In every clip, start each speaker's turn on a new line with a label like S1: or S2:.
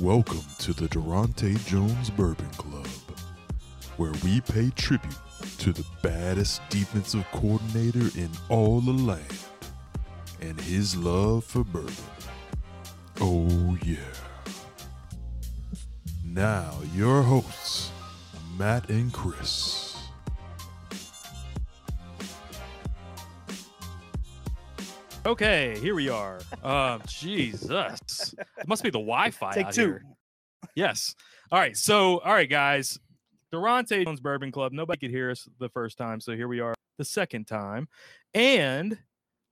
S1: Welcome to the Durante Jones Bourbon Club, where we pay tribute to the baddest defensive coordinator in all the land and his love for bourbon. Oh, yeah. Now, your hosts, Matt and Chris.
S2: Okay, here we are. Um, Jesus, it must be the Wi-Fi.
S3: Take
S2: out
S3: two.
S2: here. Yes. All right. So, all right, guys. Durante Jones Bourbon Club. Nobody could hear us the first time, so here we are the second time, and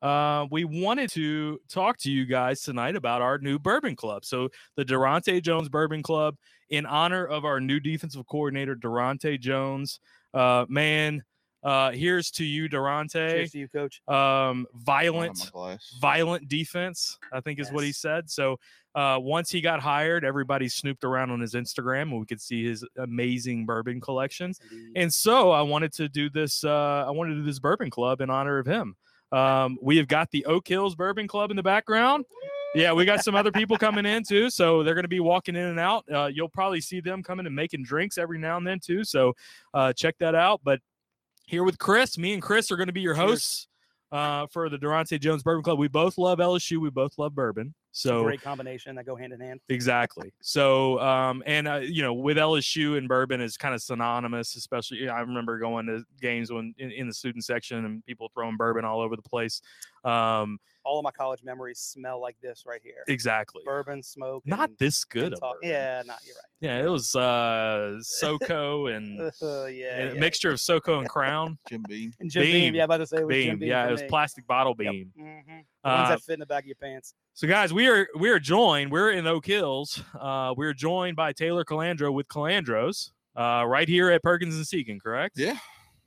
S2: uh, we wanted to talk to you guys tonight about our new bourbon club. So, the Durante Jones Bourbon Club, in honor of our new defensive coordinator, Durante Jones. Uh, man, uh, here's to you, Durante.
S3: Cheers to you, coach.
S2: Um,
S4: I'll have
S2: violent
S4: my glass.
S2: violent defense, I think is what he
S3: Yes.
S2: said. So uh, once he got hired, everybody snooped around on his Instagram and we could see his amazing bourbon collection. And so I wanted to do this, uh, I wanted to do this bourbon club in honor of him. Um, we have got the Oak Hills Bourbon Club in the background. Yeah, we got some other people coming in too. So they're going to be walking in and out. Uh, you'll probably see them coming and making drinks every now and then too. So uh, check that out. But here with Chris, me and Chris are going to be your
S3: Cheers.
S2: hosts uh, for the Durante Jones Bourbon Club. We both love LSU. We both love bourbon. So
S3: great combination that go hand in hand.
S2: Exactly. So, um, and uh, you know, with LSU and bourbon is kind of synonymous. Especially, I remember going to games when in, in the student section and people throwing bourbon all over the place. Um,
S3: All of my college memories smell like this right here.
S2: exactly.
S3: Bourbon smoke.
S2: Not
S3: and
S2: this good. Of
S3: talk-
S2: bourbon.
S3: Yeah, not you're
S2: Yeah, it was uh, Soco and,
S3: right. Uh, yeah,
S2: Mm. and a
S3: yeah.
S2: mixture of Soco and Crown
S4: Jim Beam.
S3: And Jim Beam.
S2: beam.
S3: Yeah, about to say it was Jim
S2: beam.
S3: Beam
S2: Yeah,
S3: for
S2: it was
S3: me.
S2: plastic bottle
S3: Yep.
S2: beam.
S3: Mhm. The
S2: Uh,
S3: ones that fit in the back of your pants.
S2: So, guys, we are we are joined. We're in Oak Hills. Uh, we're joined by Taylor Calandro with Calandros, uh, right here at Perkins and Seeking. Correct?
S4: Yeah,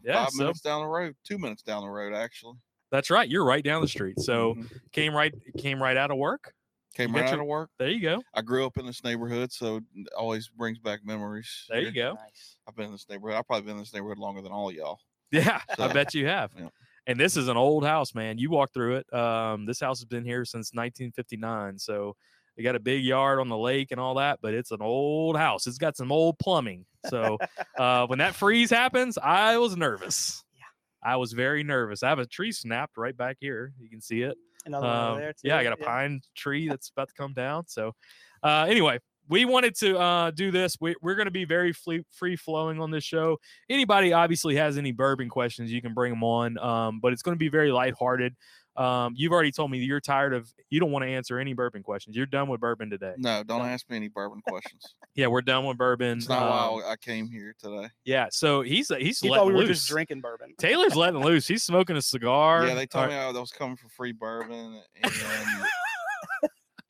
S2: Yeah.
S4: five
S2: So
S4: minutes down the road, two minutes down the road, actually.
S2: that's right. You're right down the street. So
S4: Mhm.
S2: came right came right out of work.
S4: came
S2: you got
S4: right
S2: your-
S4: out of work.
S2: There you go.
S4: I grew up in this neighborhood, so it always brings back memories.
S2: There you go.
S3: Nice.
S4: I've been in this neighborhood. I've probably been in this neighborhood longer than all y'all.
S2: Yeah, I
S4: So,
S2: bet you have.
S4: yeah.
S2: And this is an old house, man. You walk through it. Um, this house has been here since 1959. So it got a big yard on the lake and all that, but it's an old house. It's got some old plumbing. So uh, when that freeze happens, I was nervous.
S3: Yeah.
S2: I was very nervous. I have a tree snapped right back here. You can see it.
S3: Another one over
S2: Um,
S3: there. Too.
S2: yeah, I got a pine tree that's about to come down. So, uh, anyway, we wanted to uh, do this. We, we're going to be very free, free flowing on this show. Anybody obviously has any bourbon questions, you can bring them on. Um, but it's going to be very lighthearted. Um, you've already told me that you're tired of. You don't want to answer any bourbon questions. You're done with bourbon today.
S4: No, don't
S2: No.
S4: ask me any bourbon questions.
S2: Yeah, we're done with bourbon.
S4: It's not
S2: Um,
S4: why I- I came here today.
S2: Yeah, so he's he's
S3: He
S2: letting
S3: thought we were
S2: loose.
S3: just drinking bourbon.
S2: Taylor's letting loose. He's smoking a cigar.
S4: Yeah, they
S2: All
S4: told
S2: right.
S4: me I was coming for free bourbon and,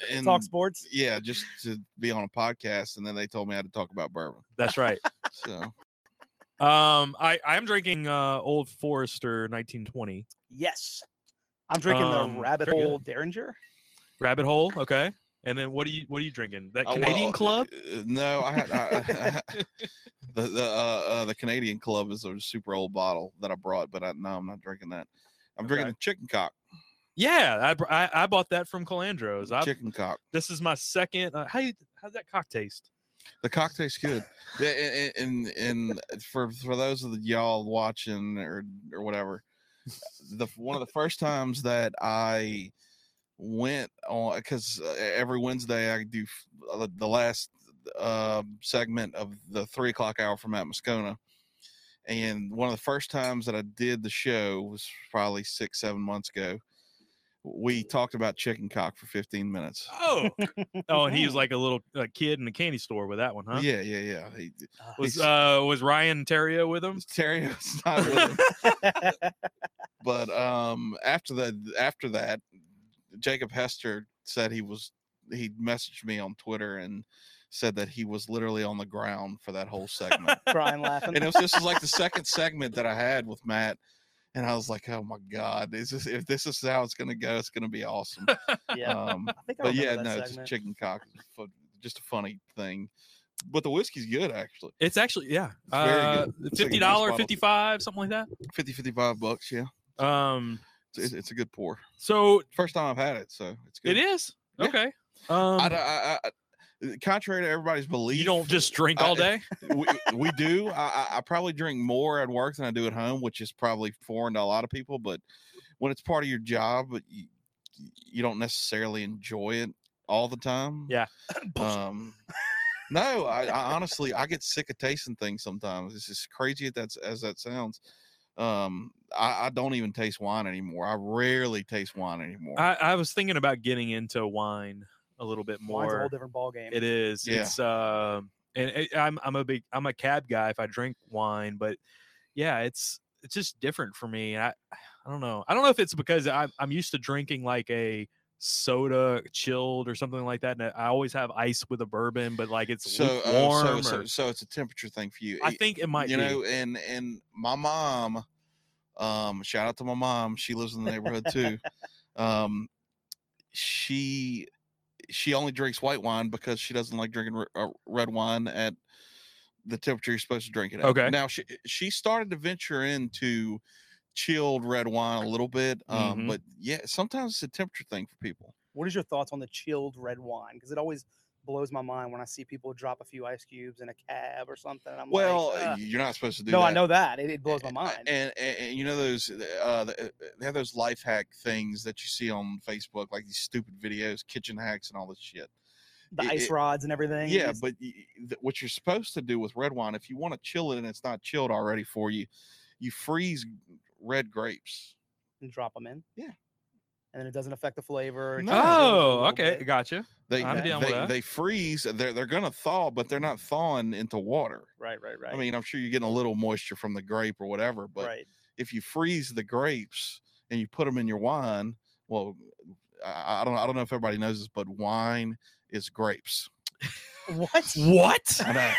S4: and
S3: Talk sports.
S4: yeah, just to be on a podcast, and then they told me I had to talk about bourbon.
S2: That's right.
S4: So
S2: Um, I I'm drinking uh Old Forester 1920.
S3: Yes. I'm drinking
S2: Um,
S3: the rabbit
S2: very good.
S3: hole Derringer.
S2: Rabbit hole, okay. And then what are you what are you drinking? That
S4: Uh,
S2: Canadian
S4: well,
S2: Club?
S4: uh, No, I had I, the the uh, uh, the Canadian Club is a super old bottle that I brought, but I, no, I'm not drinking that. I'm drinking
S2: Okay.
S4: the chicken cock.
S2: Yeah, I, br- I I bought that from Calandro's. I,
S4: Chicken cock.
S2: this is my second. Uh, how you, how's that cock taste?
S4: The cock tastes good. Yeah, a- a- and, and and for for those of the y'all watching or or whatever, the f- one of the first times that I went on because every Wednesday I do f- uh, the last um segment of the three o'clock hour from Matt Moscona. And one of the first times that I did the show was probably six, seven months ago. We talked about chicken cock for 15 minutes.
S2: Oh, oh, and he was like a little uh, kid in a candy store with that one, huh?
S4: Yeah, yeah, yeah. He,
S2: Was
S4: he's-
S2: uh was Ryan Terrio with him?
S4: Terry was not with him. but um after the after that jacob hester said he was he messaged me on twitter and said that he was literally on the ground for that whole segment
S3: Crying, laughing.
S4: and it was this is like the second segment that i had with matt and i was like oh my god is this if this is how it's gonna go it's gonna be awesome
S3: Yeah.
S2: uh,
S4: um
S3: I think I
S4: but
S3: remember
S4: yeah
S3: that
S4: no it's
S3: segment.
S4: chicken cock is fu- just a funny thing but the whiskey's good actually
S2: It's actually yeah,
S4: very
S2: uh,
S4: good. It's like a
S2: fifty
S4: nice
S2: dollar,
S4: bottle.
S2: fifty five, something like
S4: 50 55 bucks yeah
S2: that. Um,
S4: it's, it's a good pour
S2: so
S4: first time i've had it so it's good
S2: it is
S4: Yeah.
S2: okay. Um,
S4: I, don't- I, I, I- contrary to everybody's belief,
S2: You don't just drink
S4: I-
S2: all day.
S4: we, we do. I, I- I probably drink more at work than I do at home, which is probably foreign to a lot of people. But when it's part of your job, but you, you don't necessarily enjoy it all the time.
S2: Yeah.
S4: Um, no, I, I honestly I get sick of tasting things sometimes. It's as crazy as that's as that sounds. Um, I, I don't even taste wine anymore. I rarely taste wine anymore.
S2: I, I was thinking about getting into wine a little bit more.
S3: Mine's a whole different ballgame.
S2: It is.
S4: Yeah.
S2: It's um, and it, I'm I'm a big I'm a cab guy if I drink wine, but yeah, it's it's just different for me. I I don't know. I don't know if it's because I'm I'm used to drinking like a soda chilled or something like that, and I always have ice with a bourbon, but like it's
S4: so, uh,
S2: warm.
S4: so, so so it's a temperature thing for you.
S2: I
S4: It-
S2: think it might
S4: you
S2: be.
S4: know and and my mom um shout out to my mom she lives in the neighborhood too um she she only drinks white wine because she doesn't like drinking re- uh, red wine at the temperature you're supposed to drink it at.
S2: Okay.
S4: now she she started to venture into chilled red wine a little bit um
S2: Mhm.
S4: but yeah sometimes it's a temperature thing for people
S3: What is your thoughts on the chilled red wine? Because it always blows my mind when I see people drop a few ice cubes in a cab or something. And I'm
S4: well
S3: like,
S2: uh
S3: "Ugh."
S4: you're not supposed to do
S3: no,
S4: that
S3: I know that. It, it blows my
S4: A-
S3: mind.
S4: Uh, And, and, and you know those uh, the- they have those life hack things that you see on Facebook, like these stupid videos, kitchen hacks, and all this shit.
S3: the
S4: it-
S3: ice
S4: it-
S3: rods and everything.
S4: Yeah,
S3: it's-
S4: but y- y- th- what you're supposed to do with red wine, if you want to chill it and it's not chilled already for you, you freeze red grapes.
S3: and drop them in.
S4: Yeah.
S3: And then it doesn't affect the flavor. it
S4: No.
S3: kinda goes a
S2: oh,
S3: little
S2: okay,
S3: bit,
S2: gotcha.
S4: They
S2: I'm
S4: they,
S2: down with
S4: they,
S2: that.
S4: they freeze. They're they're gonna thaw, but they're not thawing into water.
S3: Right, right, right.
S4: I mean, I'm sure you're getting a little moisture from the grape or whatever, but
S3: right.
S4: if you freeze the grapes and you put them in your wine, well, I, I don't I don't know if everybody knows this, but wine is grapes.
S3: What?
S2: What?
S4: I know.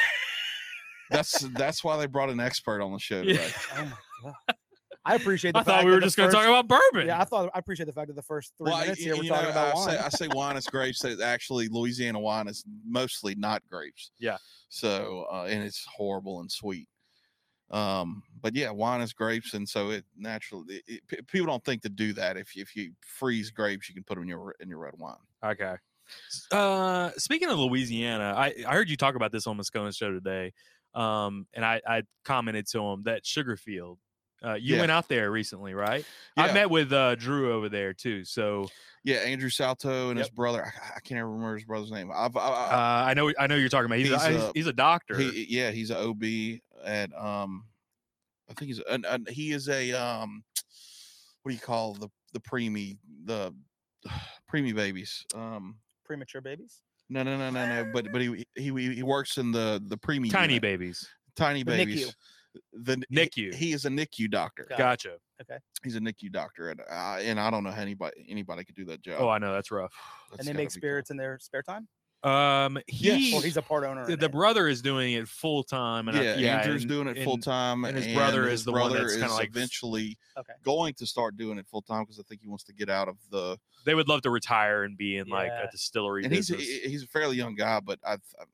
S4: that's that's why they brought an expert on the show
S2: Yeah.
S4: today.
S3: Oh my God. I appreciate the
S2: I
S3: fact
S2: thought we
S3: that
S2: were
S3: the
S2: just going to
S3: first-
S2: talk about bourbon.
S3: Yeah, I thought I appreciate the fact that the first three
S4: Well, I-
S3: minutes
S4: y-
S3: here we're
S4: you
S3: talking
S4: know,
S3: about
S4: I
S3: wine.
S4: say, I say wine is grapes. That actually Louisiana wine is mostly not grapes.
S2: Yeah.
S4: So uh, and it's horrible and sweet. Um, but yeah, wine is grapes, and so it naturally it, it- pe- people don't think to do that. If you, if you freeze grapes, you can put them in your in your red wine.
S2: Okay. S- Uh, speaking of Louisiana, I, I heard you talk about this on Moscone's show today, um, and I, I commented to him that Sugarfield. Uh, you
S4: Yeah.
S2: went out there recently, right? I
S4: Yeah.
S2: met with uh, Drew over there too, so
S4: Yeah, Andrew Salto and his brother. I, I can't even remember his brother's name. I've, I,
S2: uh,
S4: I,
S2: I know I know you're talking about. He's,
S4: he's
S2: a, he's,
S4: a-
S2: he's a doctor.
S4: he, yeah, he's an OB at um, I think he's an, an, he is a um, what do you call the the preemie the preemie babies? Um,
S3: Premature babies.
S4: no, no, no, no, no. But but he he he he works in the the preemie
S2: Tiny
S4: unit,
S2: babies.
S4: tiny
S3: The NICU.
S4: babies. The he-
S2: NICU.
S4: He, is a NICU doctor.
S3: Got it.
S2: Gotcha.
S4: He's a NICU doctor, and I, and I don't know how anybody anybody could do that job.
S2: Oh, I know that's rough.
S4: That's
S3: and they
S4: gotta
S3: make
S4: be tough.
S3: spirits in their spare time.
S2: Um,
S4: Yes.
S2: he,
S3: Or he's a part owner.
S2: the,
S3: in
S2: the
S3: it.
S2: brother is doing it full time, and I-
S4: yeah,
S2: uh,
S4: Andrew's
S2: and-
S4: doing it
S2: and-
S4: full time,
S2: and his brother is the one that's
S4: is
S2: kinda like-
S4: eventually
S3: Okay.
S4: going to start doing it full time because I think he wants to get out of the.
S2: They would love to retire and be in like
S3: Yeah.
S2: a distillery
S4: And he's a,
S2: business.
S4: he- he's a fairly young guy, but I've, i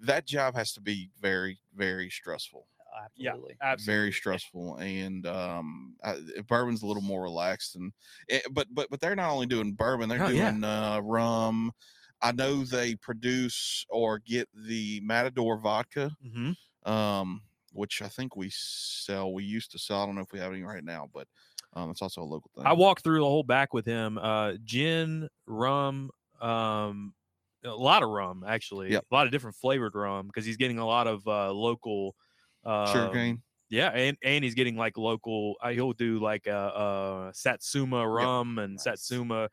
S4: that job has to be very very stressful,
S2: yeah,
S3: Absolutely.
S4: very stressful, and um, I, bourbon's a little more relaxed, and eh, but but but they're not only doing bourbon, they're
S2: Oh, yeah.
S4: doing uh, rum. I know they produce or get the Matador vodka.
S2: hmm
S4: um, which I think we sell. We used to sell. I don't know if we have any right now, but um, it's also a local thing.
S2: I walked through the whole back with him. Uh, gin, rum, um, a lot of rum actually.
S4: Yep.
S2: A lot of different flavored rum because he's getting a lot of uh, local. Uh,
S4: sugarcane.
S2: Yeah, and and he's getting like local. Uh, he'll do like uh, uh Satsuma rum and
S3: Nice.
S2: Satsuma,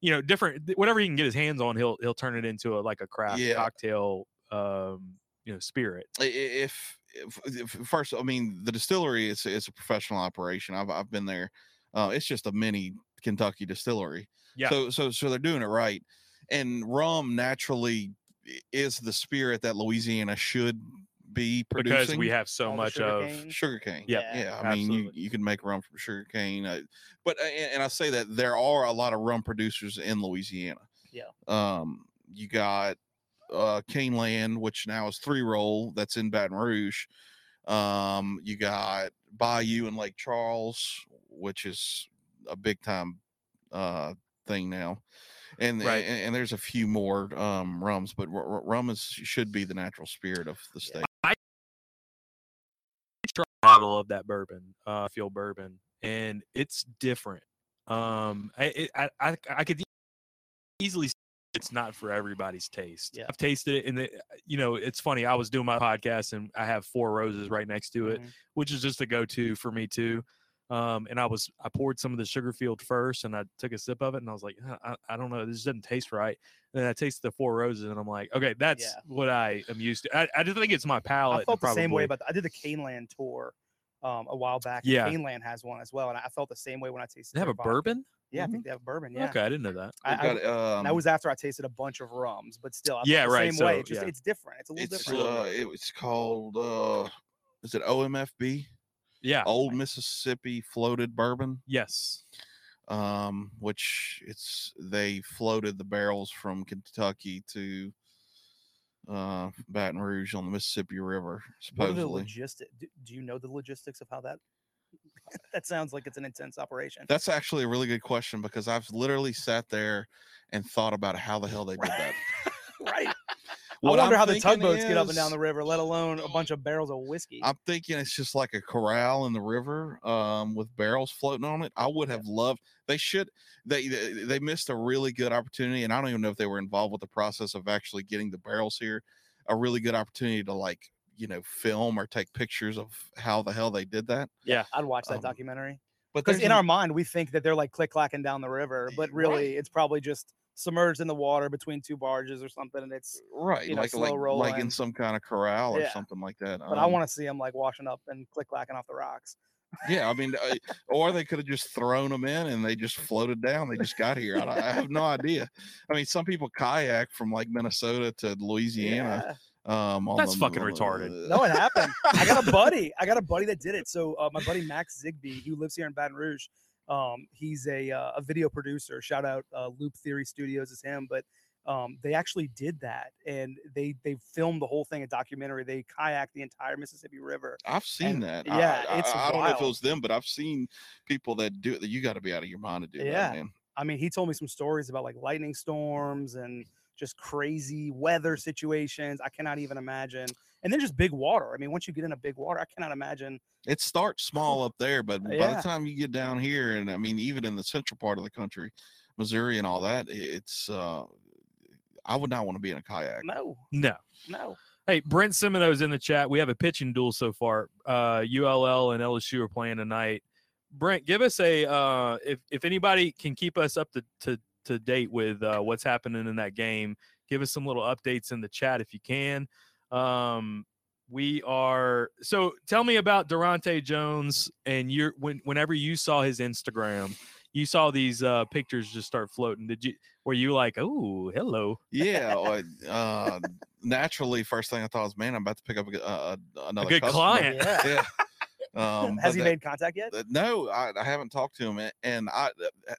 S2: you know, different th- whatever he can get his hands on. He'll he'll turn it into a, like a craft
S4: Yeah.
S2: cocktail, um, you know, spirit.
S4: I- i- If, if, if first, I mean, the distillery it's it's a professional operation. I've I've been there. Uh, it's just a mini Kentucky distillery.
S2: Yeah.
S4: So so so they're doing it right, and rum naturally i- is the spirit that Louisiana should be producing
S2: Because we have so
S3: All the
S2: much
S3: sugar
S2: of
S3: cane.
S4: sugarcane.
S2: Yeah,
S4: yeah. I mean, you,
S2: absolutely.
S4: you can make rum from sugarcane, uh, but a- and, and I say that there are a lot of rum producers in Louisiana.
S3: Yeah.
S4: Um, you got uh Cane Land, which now is Three Roll, that's in Baton Rouge. Um, you got Bayou and Lake Charles, which is a big time uh thing now. and
S2: Right.
S4: and, and there's a few more um rums, but r- r- rum is should be the natural spirit of the state.
S2: bottle of that bourbon, uh, field bourbon, and it's different. Um, I it, I, I I could easily s- it's not for everybody's taste.
S3: Yeah.
S2: I've tasted it, and it, uh, you know it's funny. I was doing my podcast, and I have four roses right next to it,
S3: Mhm.
S2: which is just a go-to for me too. Um, and I was I poured some of the Sugarfield first, and I took a sip of it, and I was like, "Huh, I, I don't know, this doesn't taste right. And then I tasted the four roses, and I'm like, okay, that's
S3: Yeah.
S2: what I am used to. I, I just think it's my palate.
S3: I
S2: and
S3: felt the same way
S2: Oh, probably-
S3: about. I did the Caneland tour um, a while back.
S2: Yeah.
S3: and Caneland has one as well, and I felt the same way when I tasted.
S2: They have
S3: their
S2: a
S3: vodka.
S2: bourbon. Mm-hmm.
S3: Yeah, I think they have bourbon. Yeah,
S2: Okay, I didn't know that.
S3: I,
S4: We've
S3: I,
S4: got, um,
S3: and that was after I tasted a bunch of rums, but still, I felt
S2: Yeah,
S3: the
S2: right,
S3: Same way.
S2: so,
S3: It's just
S2: yeah.
S3: it's different. It's a little
S4: it's
S3: different.
S4: uh, it was called uh, is it OMFB?
S2: Yeah.
S4: Old Mississippi Floated Bourbon.
S2: Yes.
S4: um, which it's they floated the barrels from Kentucky to uh, Baton Rouge on the Mississippi River,
S3: What are the
S4: supposedly.
S3: logistic? Do, do you know the logistics of how that? that sounds like it's an intense operation.
S4: That's actually a really good question because I've literally sat there and thought about how the hell they did that.
S3: right.
S4: What
S3: I wonder
S4: I'm
S3: how the
S4: thinking
S3: tugboats get up and
S4: is-
S3: down the river, let alone a bunch of barrels of whiskey.
S4: I'm thinking it's just like a corral in the river um, with barrels floating on it. I would have loved. They should. They they they missed a really good opportunity, and I don't even know if they were involved with the process of actually getting the barrels here. A really good opportunity to like you know film or take pictures of how the hell they did that.
S3: I'd watch that
S4: um,
S3: documentary
S4: But
S3: because
S4: there's
S3: in
S4: no-
S3: our mind we think that they're like click clacking down the river, but
S4: Y- Mm-hmm. right.
S3: really it's probably just submerged in the water between two barges or something, and it's.
S4: right
S3: you know,
S4: like
S3: slow
S4: like, like in
S3: rolling.
S4: some kind of corral or
S3: Yeah.
S4: something like that.
S3: But I
S4: um,
S3: want to see them like washing up and click clacking off the rocks.
S4: Yeah, I mean, uh, or they could have just thrown them in and they just floated down. They just got here. I, don't- I have no idea. I mean, some people kayak from like Minnesota to Louisiana. Um, on
S2: That's
S4: the-
S2: fucking
S4: on the-
S2: retarded.
S3: No, it happened. I got a buddy. I got a buddy that did it. So uh, my buddy Max Zigby, who lives here in Baton Rouge, um, he's a uh, a video producer. Shout out uh, Loop Theory Studios is him, but um, they actually did that and they they filmed the whole thing a documentary. They kayaked the entire Mississippi River.
S4: I've seen
S3: And-
S4: that.
S3: yeah,
S4: I, I-
S3: it's
S4: I, I don't know if it
S3: wild.
S4: was them, but I've seen people that do it. That you got to be out of your mind to do
S3: Yeah.
S4: that, man.
S3: I mean, he told me some stories about like lightning storms and just crazy weather situations. I cannot even imagine. And then just big water. I mean, once you get in a big water, I cannot imagine.
S4: It starts small up there, but by
S3: Yeah.
S4: the time you get down here, and I mean, even in the central part of the country, Missouri and all that, i- it's. uh I would not want to be in a kayak.
S3: No,
S2: No.
S3: no.
S2: Hey, Brent Semino's in the chat. We have a pitching duel so far. Uh, ULL and LSU are playing tonight. Brent, give us a uh, if if anybody can keep us up to to, to date with uh, what's happening in that game. Give us some little updates in the chat if you can. Um, we are so. Tell me about Durante Jones and your when whenever you saw his Instagram, you saw these uh, pictures just start floating. Did you were you like, oh, hello?
S4: yeah well, uh naturally first thing i thought was man i'm about to pick up a, g- uh, a- another
S2: good
S4: customer."
S2: client.
S3: Yeah.
S4: yeah um
S3: Has
S4: but
S3: he
S4: that-
S3: made contact yet?
S4: that- no I, I haven't talked to him a- and i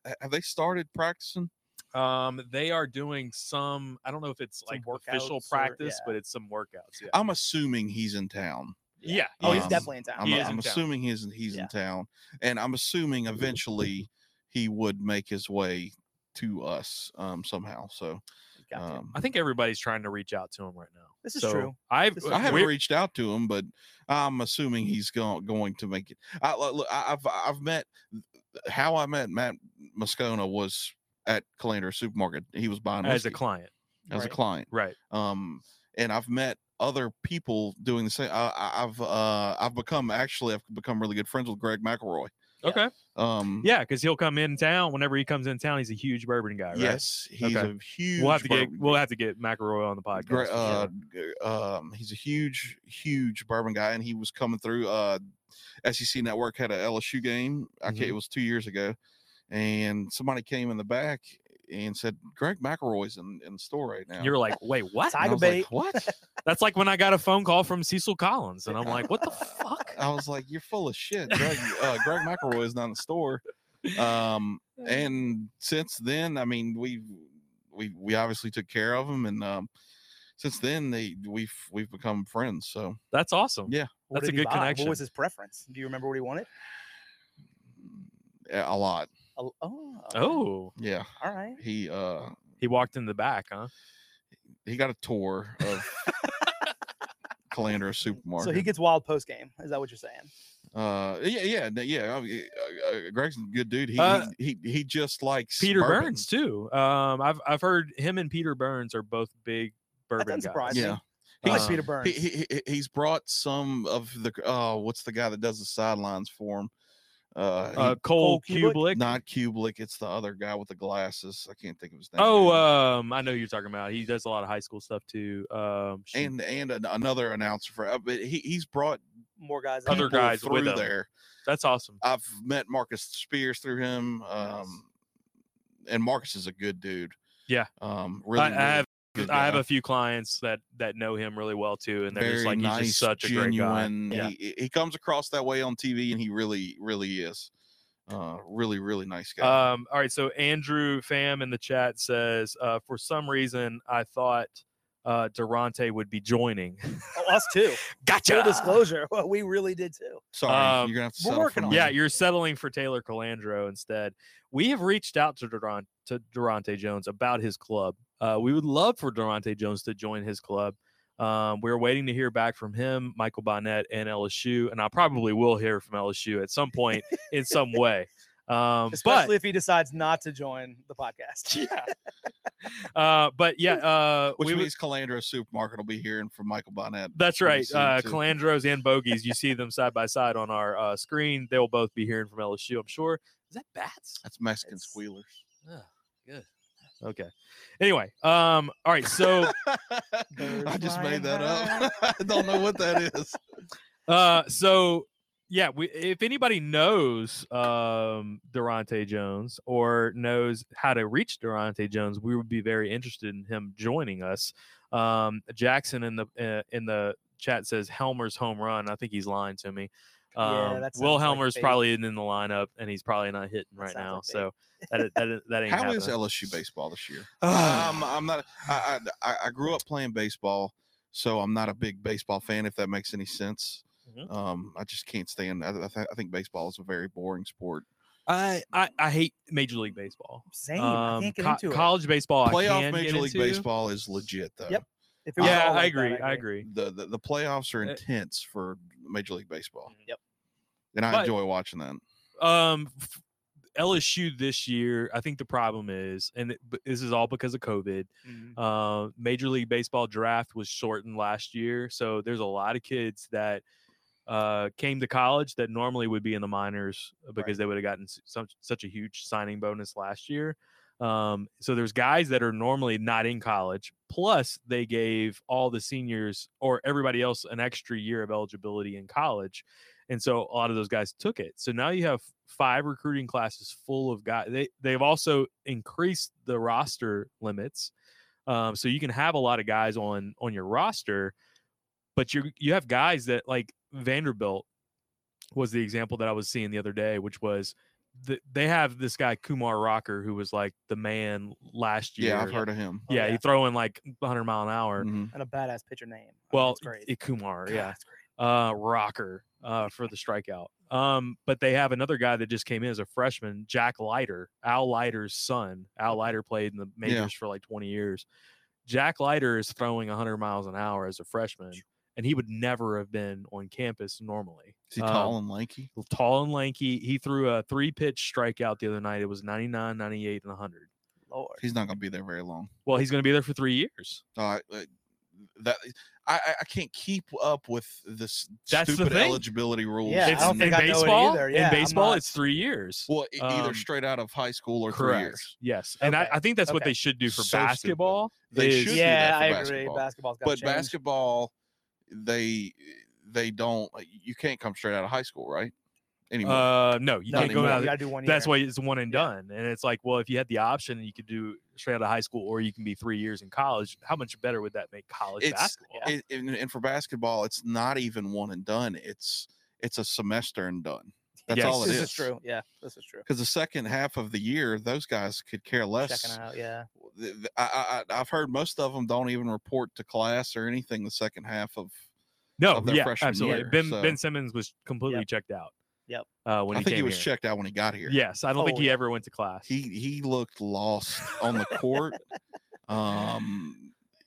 S4: uh, have they started practicing
S2: Um, they are doing some. I don't know if it's
S3: Some
S2: like official
S3: workouts or-
S2: practice,
S3: yeah.
S2: but it's some workouts. Yeah.
S4: i'm assuming he's in town
S2: yeah.
S3: Oh, he's
S4: Um,
S3: definitely in town.
S4: i'm,
S2: He
S4: uh,
S2: is in
S4: I'm
S2: town.
S4: assuming he's in- he's
S3: Yeah.
S4: in town and i'm assuming eventually he would make his way to us um somehow so
S3: Gotcha.
S4: um
S2: I think everybody's trying to reach out to him right now.
S3: This is
S2: So,
S3: true.
S2: I've uh,
S3: This is
S4: I
S3: true.
S4: haven't
S2: we're-
S4: reached out to him, but I'm assuming he's going going to make it. I, look, look, I- I've I've met how I met Matt Moscona was at Calander Supermarket. He was buying
S2: as a
S4: whiskey
S2: client,
S4: as a
S3: right?
S4: client.
S2: right?
S4: Um, and I've met other people doing the same. I, I- I've uh I've become actually I've become really good friends with Greg McElroy.
S3: Yeah.
S2: Okay.
S4: Um,
S2: Yeah, because he'll come in town whenever he comes in town. He's a huge bourbon guy, right?
S4: yes, he's
S2: Okay.
S4: a huge.
S2: We'll have to get
S4: bourbon-
S2: we'll have to get McElroy on the podcast.
S4: Gre-
S2: for
S4: uh,
S2: sure.
S4: g- um, he's a huge, huge bourbon guy, and he was coming through. Uh, SEC Network had a LSU game. I can't,
S2: Mm-hmm.
S4: it was two years ago, and somebody came in the back and said, "Greg McElroy's in, in the store right now."
S2: You're like, wait, what?
S4: And I
S3: Tiger
S4: was like,
S3: bait.
S4: what?
S2: That's like when I got a phone call from Cecil Collins, and I'm like, what the fuck?
S4: I was like, "You're full of shit." Greg, uh, Greg McElroy is not in the store. Um,
S2: Uh.
S4: and since then, I mean, we've we we obviously took care of him, and um, since then they we've we've become friends. So.
S2: That's awesome.
S4: Yeah.
S3: What
S2: that's
S3: did
S2: a
S3: he
S2: good
S3: buy? What
S2: connection.
S3: was his preference? Do you remember what he wanted?
S4: a lot.
S3: A- Oh, okay.
S2: Oh,
S4: Yeah.
S3: all right.
S4: He uh
S2: He walked in the back, huh?
S4: He got a tour of Calandra Supermarket.
S3: So he gets wild post game. Is that what you're saying?
S4: Uh, yeah, yeah, no, yeah. I mean, uh, uh, Greg's a good dude. He
S2: Uh,
S4: he, he he just likes
S2: Peter
S4: bourbon.
S2: Burns too. Um, I've I've heard him and Peter Burns are both big
S3: That
S2: bourbon
S3: doesn't surprise
S2: guys.
S3: me.
S4: Yeah,
S3: I like
S2: Um,
S3: Peter Burns.
S4: he, he he- he's brought some of the. Oh, what's the guy that does the sidelines for him? Uh, he-
S2: Uh, Cole,
S3: Kubelik?
S2: Kubelik.
S4: not Kublik. It's the other guy with the glasses. I can't think of his name.
S2: Oh,
S4: now.
S2: um, I know who you're talking about. He does a lot of high school stuff too. Um, shoot.
S4: and and an, another announcer for. uh, But he he's brought
S3: More guys.
S2: other
S3: guys.
S4: people
S2: guys with
S4: through
S2: him.
S4: there.
S2: that's awesome.
S4: I've met Marcus Spears through him. Um, and Marcus is a good dude.
S2: Yeah.
S4: Um, really,
S2: I, I
S4: really
S2: have
S4: good
S2: I have
S4: guy.
S2: a few clients that that know him really well too, and they're
S4: very
S2: just like
S4: nice,
S2: he's just such
S4: genuine.
S2: a great guy. Yeah.
S4: He, he comes across that way on TV, and he really, really is. Uh, really, really nice guy.
S2: Um, all right, so Andrew Pham in the chat says, uh, for some reason I thought uh Durante would be joining.
S3: Oh, us too. Full
S2: gotcha.
S3: disclosure, we really did too.
S4: Sorry,
S2: um,
S4: you're gonna have to.
S3: we're
S4: settle
S3: working
S4: for
S3: on it.
S2: Yeah,
S4: mine.
S2: you're settling for Taylor Calandro instead. We have reached out to Durant to Durante Jones about his club. Uh, we would love for Durante Jones to join his club. Um, we're waiting to hear back from him, Michael Bonnet, and LSU, and I probably will hear from LSU at some point in some way. Um, but
S3: Especially if he decides not to join the podcast. Yeah.
S2: uh, but yeah, uh,
S4: Which
S2: we would-
S4: means Calandra Supermarket will be hearing from Michael Bonnet.
S2: That's
S4: pretty
S2: right.
S4: soon,
S2: Uh,
S4: too.
S2: Calandros and Bogies, you see them side by side on our uh, screen. They'll both be hearing from LSU, I'm sure. Is that bats?
S4: That's Mexican
S3: It's-
S4: squealers.
S2: Okay. Anyway, um, all right. So,
S4: I
S3: Birds
S4: just
S3: flying
S4: made that up. I don't know what that is.
S2: uh, so yeah, we, if anybody knows um, Durante Jones or knows how to reach Durante Jones, we would be very interested in him joining us. Um, Jackson in the uh, in the chat says Helmer's home run. I think he's lying to me.
S3: Yeah,
S2: Um,
S3: that sounds
S2: Will
S3: like
S2: Helmer's
S3: fake.
S2: probably isn't in the lineup, and he's probably not hitting right
S3: sounds
S2: now.
S3: like fake.
S2: so that i- that i- that ain't
S4: How
S2: happening.
S4: is LSU baseball this year?
S2: Ah.
S4: um, I'm not. I, I I- I grew up playing baseball, so I'm not a big baseball fan. If that makes any sense,
S2: Mhm.
S4: um, I just can't stand. I, I, th- I think baseball is a very boring sport.
S2: I, I I hate Major League Baseball.
S3: Same. I
S2: Um,
S3: can't get
S2: co-
S3: into
S2: college baseball, Oh, I
S4: Playoff
S2: can
S4: Major
S2: get
S4: League
S2: into.
S4: Baseball is legit though.
S3: Yep. it. If it was
S2: Yeah,
S3: all
S2: I
S3: like that,
S2: agree. I agree.
S4: The, the the playoffs are
S2: Uh,
S4: intense for Major League Baseball,
S3: mm, Yep.
S4: and I
S2: But-
S4: enjoy watching that.
S2: Um, f- LSU this year, I think the problem is, and it, but this is all because of COVID.
S3: Mhm.
S2: Uh, Major League Baseball draft was shortened last year, so there's a lot of kids that uh, came to college that normally would be in the minors uh, because they would have gotten s- some, such a huge signing bonus last year. Um, so there's guys that are normally not in college. Plus, they gave all the seniors or everybody else an extra year of eligibility in college, and so a lot of those guys took it. So now you have five recruiting classes full of guys. They they've also increased the roster limits, um, so you can have a lot of guys on on your roster, but you you have guys that like Vanderbilt was the example that I was seeing the other day, which was. The, they have this guy Kumar Rocker who was like the man last year.
S4: Yeah, I've heard of him.
S3: Oh,
S2: Yeah,
S3: yeah.
S2: you throw in like 100 mile an hour.
S4: Mhm.
S3: And a badass pitcher name. I mean,
S2: Well,
S3: it's great.
S2: I- Kumar,
S3: God,
S2: yeah,
S3: it's great.
S2: uh, rocker uh, for the strikeout. Um, but they have another guy that just came in as a freshman, Jack Leiter, Al Leiter's son. Al Leiter played in the majors for like 20 years. Jack Leiter is throwing 100 miles an hour as a freshman, and he would never have been on campus normally.
S4: Is he
S2: Um,
S4: tall and lanky?
S2: l- tall and lanky. He threw a three pitch strikeout the other night. It was 99, 98, and 100.
S3: Lord.
S4: He's not going to be there very long.
S2: Well, he's going to be there for three years.
S4: Uh, uh, that eh, I, I- I can't keep up with this
S2: That's the
S4: stupid
S2: thing.
S4: eligibility rules.
S3: Yeah, I
S2: it's
S3: don't
S2: in
S3: think I know it
S2: baseball.
S3: either. Yeah,
S2: in
S3: I'm
S2: baseball,
S3: not-
S2: it's three years.
S4: well, e- either
S2: um,
S4: straight out of high school or three years.
S2: Yes, and I,
S3: Okay.
S2: I think that's what
S3: Okay.
S2: they should do for
S4: So stupid.
S2: basketball.
S4: They
S2: is-
S4: should do
S3: Yeah,
S4: that for
S3: I agree.
S4: basketball.
S3: Basketball's got
S4: But
S3: to change.
S4: basketball, they they don't. You can't come straight out of high school, right? Anymore.
S2: Uh, no, you
S3: No,
S2: can't go
S4: anymore.
S2: out.
S3: You got to do one year.
S2: That's why it's one and
S3: Yeah.
S2: done. And it's like, well, if you had the option, you could do straight out of high school, or you can be three years in college. How much better would that make college
S4: It's-
S2: basketball?
S4: It- and, and for basketball, it's not even one and done. It's it's a semester and done. That's
S2: Yes.
S4: all it
S3: this
S4: is.
S3: is true. Yeah, this is true.
S4: Because the second half of the year, those guys could care less.
S3: Checking out. Yeah.
S4: th- th- I, I, I- I've heard most of them don't even report to class or anything the second half of.
S2: no,
S4: of their
S2: yeah,
S4: freshman
S2: absolutely.
S4: year,
S2: ben
S4: so-
S2: Ben Simmons was completely checked out.
S3: Yep.
S2: Uh, when
S4: I
S2: he
S4: think
S2: came
S4: he was
S2: here.
S4: checked out when he got here.
S2: Yes, I don't think
S3: Oh,
S2: he
S3: yeah.
S2: ever went to class.
S4: He he looked lost on the court. Um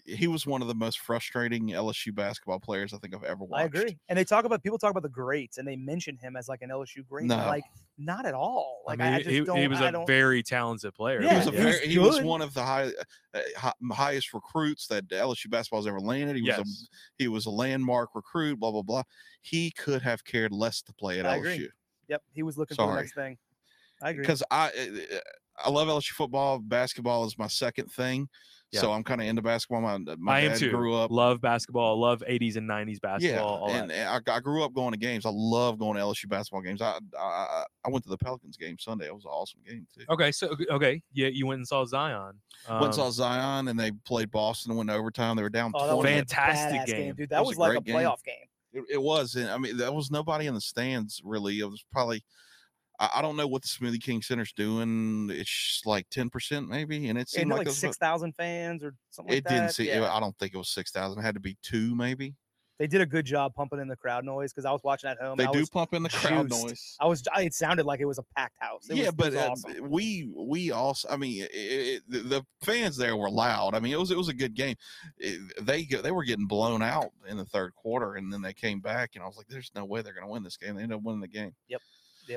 S4: he was one of the most frustrating LSU basketball players I think I've ever watched.
S3: I agree. And they talk about people talk about the greats, and they mention him as like an LSU great.
S4: No.
S3: but, Like not at all. Like I,
S2: mean,
S3: I just
S2: he,
S3: don't.
S2: he was
S3: I
S2: a
S3: don't,
S2: very talented player.
S4: He
S3: Yeah,
S4: was, a
S3: he was
S4: very, he was
S3: good.
S4: one of the high, uh, hi- highest recruits that LSU basketball's ever landed. He was
S2: Yes.
S4: a he was a landmark recruit. Blah blah blah. He could have cared less to play at
S3: I agree.
S4: LSU
S3: Yep. He was looking for the
S4: Sorry.
S3: next thing. I agree.
S4: because I uh, I love LSU football. Basketball is my second thing,
S2: Yeah.
S4: so I'm kind of into basketball. My uh, my
S2: I am
S4: dad
S2: too.
S4: grew up.
S2: Love basketball. Love 80s and 90s basketball.
S4: Yeah,
S2: all
S4: and,
S2: that.
S4: and I, I grew up going to games. I love going to LSU basketball games. I I, I went to the Pelicans game Sunday. It was an awesome game too.
S2: Okay, so okay, yeah, you went and saw Zion.
S4: Went and
S2: Um,
S4: saw Zion and they played Boston. Went to overtime. They were down
S3: Oh, that was a
S4: twenty.
S2: Van- fantastic
S3: badass
S2: game.
S3: dude.
S4: That
S3: That
S4: was
S3: was,
S4: a
S3: like a
S4: great game.
S3: playoff game.
S4: It, it was, and I mean, there was nobody in the stands really. It was probably, I, I don't know what the Smoothie King Center's doing. It's like ten percent maybe, and it
S3: And
S4: seemed
S3: like,
S4: like, it was about-
S3: six thousand fans or something. like
S4: It didn't
S3: that.
S4: see.
S3: Yeah.
S4: I don't think it was six thousand. It had to be two maybe.
S3: They did a good job pumping in the crowd noise because I was watching at home.
S4: they
S3: Um, I
S4: do
S3: Was,
S4: pump in the crowd
S3: juiced.
S4: noise.
S3: I was. I, it sounded like it was a packed house. It
S4: yeah,
S3: was,
S4: but
S3: it was
S4: uh,
S3: awesome.
S4: we we also. I mean, it, it, the the fans there were loud. I mean, it was it was a good game. It- they go- they were getting blown out in the third quarter, and then they came back, and I was like, "There's no way they're going to win this game." They ended up winning the game.
S3: It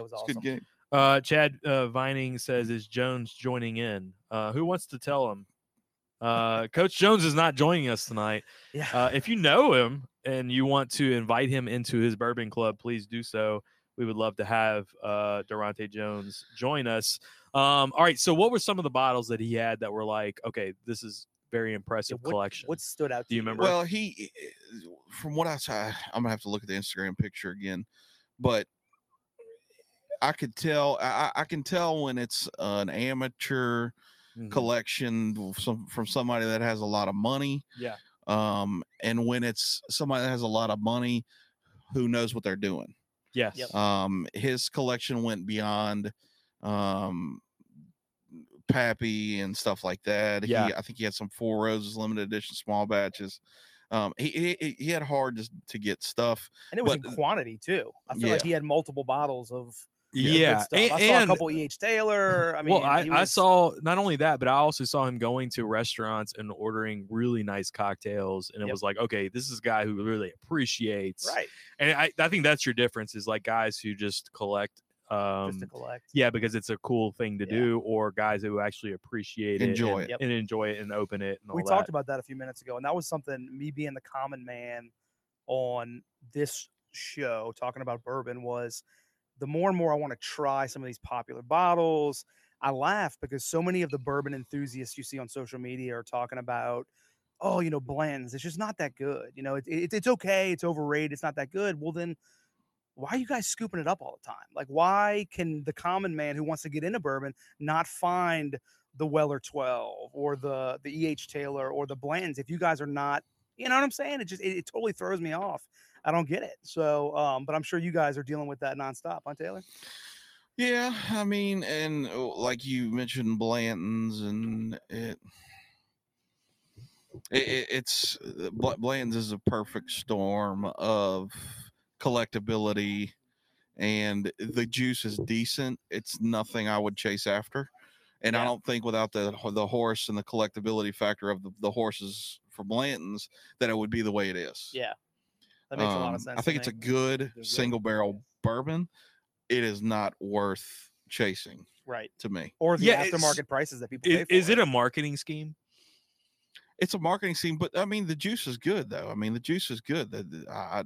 S3: was
S4: It's a
S3: awesome.
S4: good game.
S2: Uh, Chad uh, Vining says, "Is Jones joining in? Uh, who wants to tell him?" Uh, Coach Jones is not joining us tonight.
S3: Yeah.
S2: Uh, if you know him and you want to invite him into his bourbon club, please do so. We would love to have uh, Durante Jones join us. Um, all right. So, what were some of the bottles that he had that were like, okay, this is very impressive
S3: what-
S2: collection?
S3: what stood out?
S2: Do
S3: to
S2: you remember?
S4: Well, he, from what I saw, I'm gonna have to look at the Instagram picture again, but I could tell. I, I I can tell when it's an amateur
S2: Mhm.
S4: collection w- some, from somebody that has a lot of money,
S2: yeah.
S4: um, and when it's somebody that has a lot of money who knows what they're doing.
S2: Yes.
S3: Yep.
S4: Um, his collection went beyond um, Pappy and stuff like that.
S2: Yeah.
S4: He, I think he had some Four Roses limited edition small batches. Um, he, he- he, he had hard just to get stuff.
S3: And it was
S4: but-
S3: in quantity too. I feel like
S4: Yeah.
S3: he had multiple bottles of
S4: Yeah,
S2: Yeah.
S3: good stuff.
S2: And,
S3: I saw a
S2: and-
S3: couple EH Taylor. I mean,
S2: well, I,
S3: he
S2: I
S3: was-
S2: saw not only that, but I also saw him going to restaurants and ordering really nice cocktails. And it
S3: Yep.
S2: was like, okay, this is a guy who really appreciates.
S3: right
S2: And I, I think that's your difference is like guys who just collect. Um,
S3: just to collect.
S2: Yeah, because it's a cool thing to
S3: Yeah.
S2: do, or guys who actually appreciate it,
S4: Enjoy
S2: and,
S3: it. Yep.
S2: and enjoy it and open it. And all
S3: we talked
S2: that.
S3: about that a few minutes ago, and that was something me being the common man on this show talking about bourbon was the more and more I want to try some of these popular bottles. I laugh because so many of the bourbon enthusiasts you see on social media are talking about, oh, you know, blends. It's just not that good. You know, it, it, it's okay. It's overrated. It's not that good. Well, then why are you guys scooping it up all the time? Like, why can the common man who wants to get into bourbon not find the Weller 12 or the the EH Taylor or the blends if you guys are not, you know what I'm saying? It just it, it totally throws me off. I don't get it. So, um, but I'm sure you guys are dealing with that nonstop, huh, Taylor?
S4: Yeah, I mean, and uh, like you mentioned, Blanton's and it. It, it, it's uh, Bla- Blanton's is a perfect storm of collectability, and the juice is decent. It's nothing I would chase after, and I
S3: Yeah.
S4: don't think without the ho- the horse and the collectability factor of the, the horses for Blanton's that it would be the way it is.
S3: Yeah. That makes a lot
S4: Um,
S3: of sense.
S4: I
S3: to
S4: think it's
S3: me.
S4: a good single barrel bourbon. It is not worth chasing
S3: right.
S4: to me.
S3: Or the
S2: Yeah, it's-
S3: aftermarket prices that people
S2: I-
S3: pay
S2: Is,
S3: for.
S2: it a marketing scheme?
S4: It's a marketing scene, but I mean the juice is good though. I mean the juice is good. The- the- I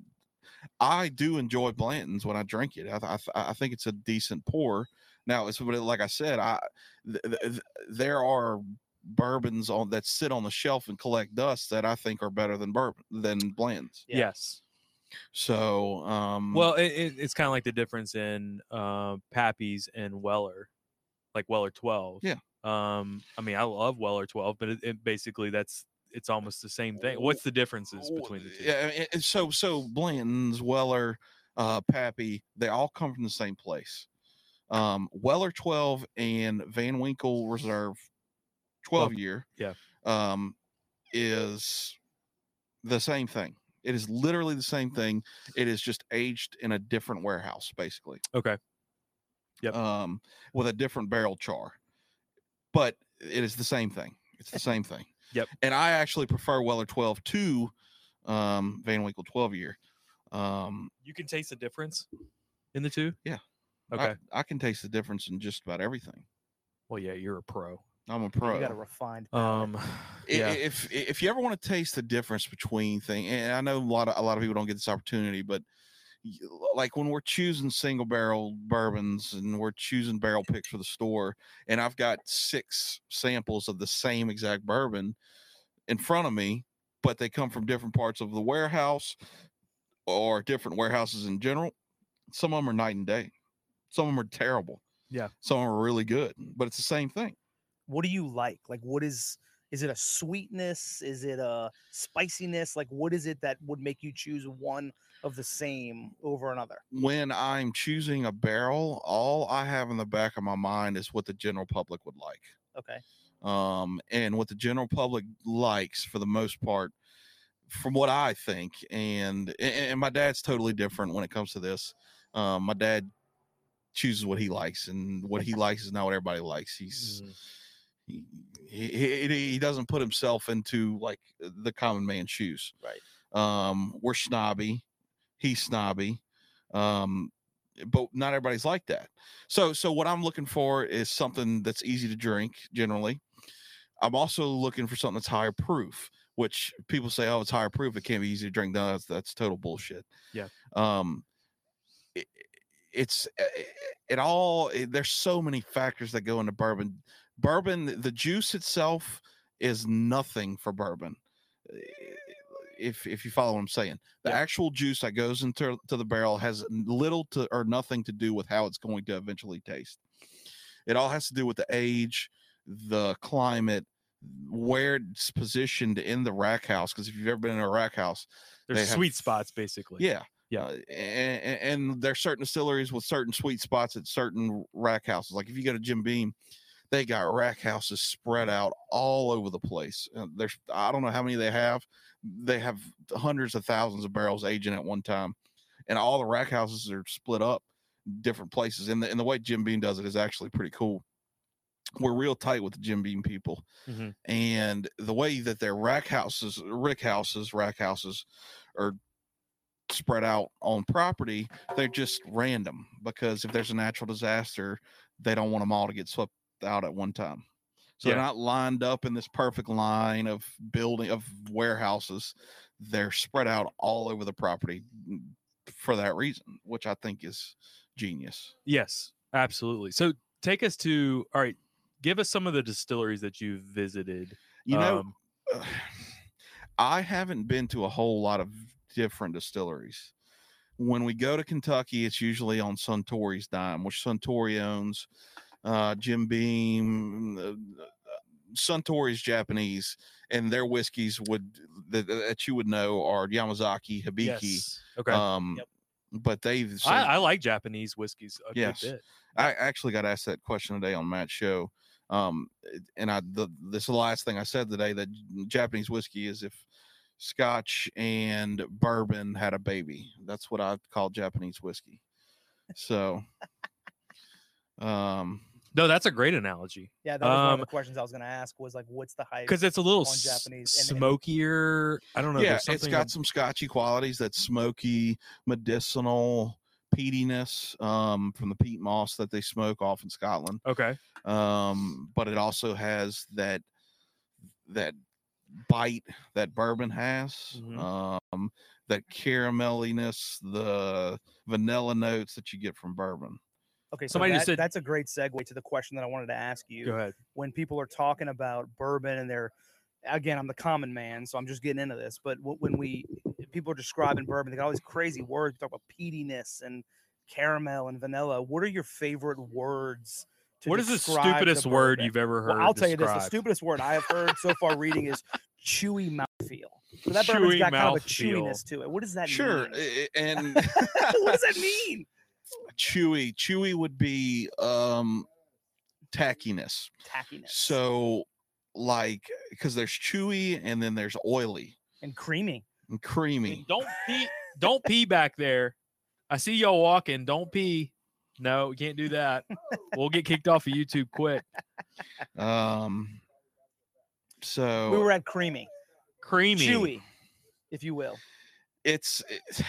S4: I do enjoy Blanton's when I drink it. I th- I, th- I think it's a decent pour. Now it's but like I said, I th- th- th- there are bourbons on that sit on the shelf and collect dust that I think are better than bourbon than Blanton's.
S3: Yeah.
S2: Yes.
S4: So um
S2: Well, it, it, it's kind of like the difference in uh, Pappy's and Weller, like Weller 12.
S4: Yeah.
S2: Um, I mean, I love Weller 12, but it, it basically that's it's almost the same thing. What's the differences
S4: Well,
S2: between the two?
S4: Oh, Yeah, and- and so so Blanton's, Weller, uh, Pappy, they all come from the same place. Um, Weller 12 and Van Winkle Reserve 12 year,
S2: yeah.
S4: um, is the same thing. It- It is literally the same thing. It is just aged in a different warehouse, basically.
S2: Okay. Yep.
S4: Um, with a different barrel char, but it is the same thing. It's the same thing.
S2: Yep.
S4: And I actually prefer Weller 12 to um, Van Winkle 12 year. Um,
S2: You can taste the difference in the two.
S4: Yeah. I-
S2: Okay.
S4: I, can taste the difference in just about everything.
S2: well, yeah, you're a pro.
S4: I'm a
S3: You
S4: pro.
S3: got a refined.
S4: Ah,
S2: Um.
S3: palate.
S4: I-
S2: Yeah.
S4: if if you ever want to taste the difference between thing and i know a lot of a lot of people don't get this opportunity but y- like when we're choosing single barrel bourbons and we're choosing barrel picks for the store and i've got six samples of the same exact bourbon in front of me but they come from different parts of the warehouse or different warehouses in general some of them are night and day some of them are terrible
S2: Yeah.
S4: some of them are really good but it's the same thing
S3: what do you like? Like, what is? Is it a sweetness? Is it a spiciness? Like, what is it that would make you choose one of the same over another?
S4: when I'm choosing a barrel, all I have in the back of my mind is what the general public would like.
S3: Okay.
S4: Um, and what the general public likes for the most part, from what I think, and a- a- and my dad's totally different when it comes to this. Um, my dad chooses what he likes, and what he likes is not what everybody likes. He's
S2: Mm.
S4: he, he, he- he doesn't put himself into like the common man's shoes.
S3: Right.
S4: Um, we're snobby. He's snobby. Um, but not everybody's like that. So, so what I'm looking for is something that's easy to drink generally. I'm also looking for something that's higher proof, which people say, oh, it's higher proof. It can't be easy to drink. No, that's, that's total bullshit.
S2: Yeah.
S4: Um, it, it's it all. It, there's so many factors that go into bourbon bourbon the juice itself is nothing for bourbon eh, if if you follow what i'm saying the
S2: Yeah.
S4: actual juice that goes into to the barrel has n- little to or nothing to do with how it's going to eventually taste it all has to do with the age the climate where it's positioned in the rack house because if you've ever been in a rack house
S2: There's
S4: they have-
S2: sweet spots basically.
S4: yeah. uh,
S2: Yeah.
S4: and, and there's certain distilleries with certain sweet spots at certain rack houses. Like if you go to Jim Beam, they got rack houses spread out all over the place. Uh, There's I don't know how many they have. They have hundreds of thousands of barrels aging at one time, and all the rack houses are split up different places. And the, and the way Jim Beam does it is actually pretty cool. We're real tight with the Jim Beam people
S2: Mhm.
S4: and the way that their rack houses, rick houses, rack houses are spread out on property, they're just random because if there's a natural disaster, they don't want them all to get swept out at one time. So
S2: Yeah.
S4: they're not lined up in this perfect line of building of warehouses. They're spread out all over the property mm, for that reason, which I think is genius.
S2: Yes, absolutely. So take us to all right. Give us some of the distilleries that you've visited.
S4: You know,
S2: Um,
S4: uh, I haven't been to a whole lot of different distilleries. When we go to Kentucky, it's usually on Suntory's dime, which Suntory owns. Uh, Jim Beam, uh, uh, Suntory's Japanese, and their whiskeys would that, that you would know are Yamazaki, Hibiki.
S2: yes. Okay.
S4: Um,
S3: Yep.
S4: But they've so-
S2: I, I like Japanese whiskeys a
S4: Yes.
S2: good bit.
S4: I actually got asked that question today on Matt's show. Um, it- and I the this is the last thing I said today that J- Japanese whiskey is if Scotch and bourbon had a baby. That's what I call Japanese whiskey. So, um,
S2: No, that's a great analogy
S3: Yeah, that was one of
S2: Um,
S3: the questions I was going to ask. Was like, what's the hype?
S2: because it's a little
S3: On
S2: s-
S3: Japanese and- and-
S2: smokier. I don't know.
S4: yeah,
S2: there's
S4: it's
S2: something
S4: got
S2: ab-
S4: some Scotchy qualities that smoky, medicinal peatiness um, from the peat moss that they smoke off in Scotland.
S2: okay.
S4: um, but it also has that that bite that bourbon has, um, that caramelliness, the vanilla notes that you get from bourbon.
S3: Okay, so
S2: Somebody
S3: that,
S2: just said-
S3: that's a great segue to the question that I wanted to ask
S2: Go
S3: you.
S2: ahead.
S3: When people are talking about bourbon and they're, again, I'm the common man, so I'm just getting into this. But wh- when we people are describing bourbon, they got all these crazy words. We talk about peatiness and caramel and vanilla. What are your favorite words? To
S2: What is the
S3: describe
S2: stupidest word
S3: bourbon?
S2: you've ever heard?
S3: Well, I'll tell you this: the
S2: described?
S3: stupidest word I have heard so far reading is chewy mouthfeel. So that bourbon's
S2: Chewy
S3: got kind of
S2: mouthfeel.
S3: a
S2: eh.
S3: chewiness to it. What does that
S4: Sure,
S3: mean?
S4: a- a- and
S3: what does that mean?
S4: chewy, chewy would be um, tackiness.
S3: Tackiness
S4: So, like, because there's chewy and then there's oily.
S3: and creamy.
S4: and
S2: I mean,
S4: creamy.
S2: don't pee. Don't pee back there. I see y'all walking. Don't pee. No, you can't do that. We'll get kicked off of YouTube quick.
S4: Um, so
S3: We
S2: Oh.
S3: were at creamy,
S2: Creamy.
S3: chewy, if you will.
S4: it's it-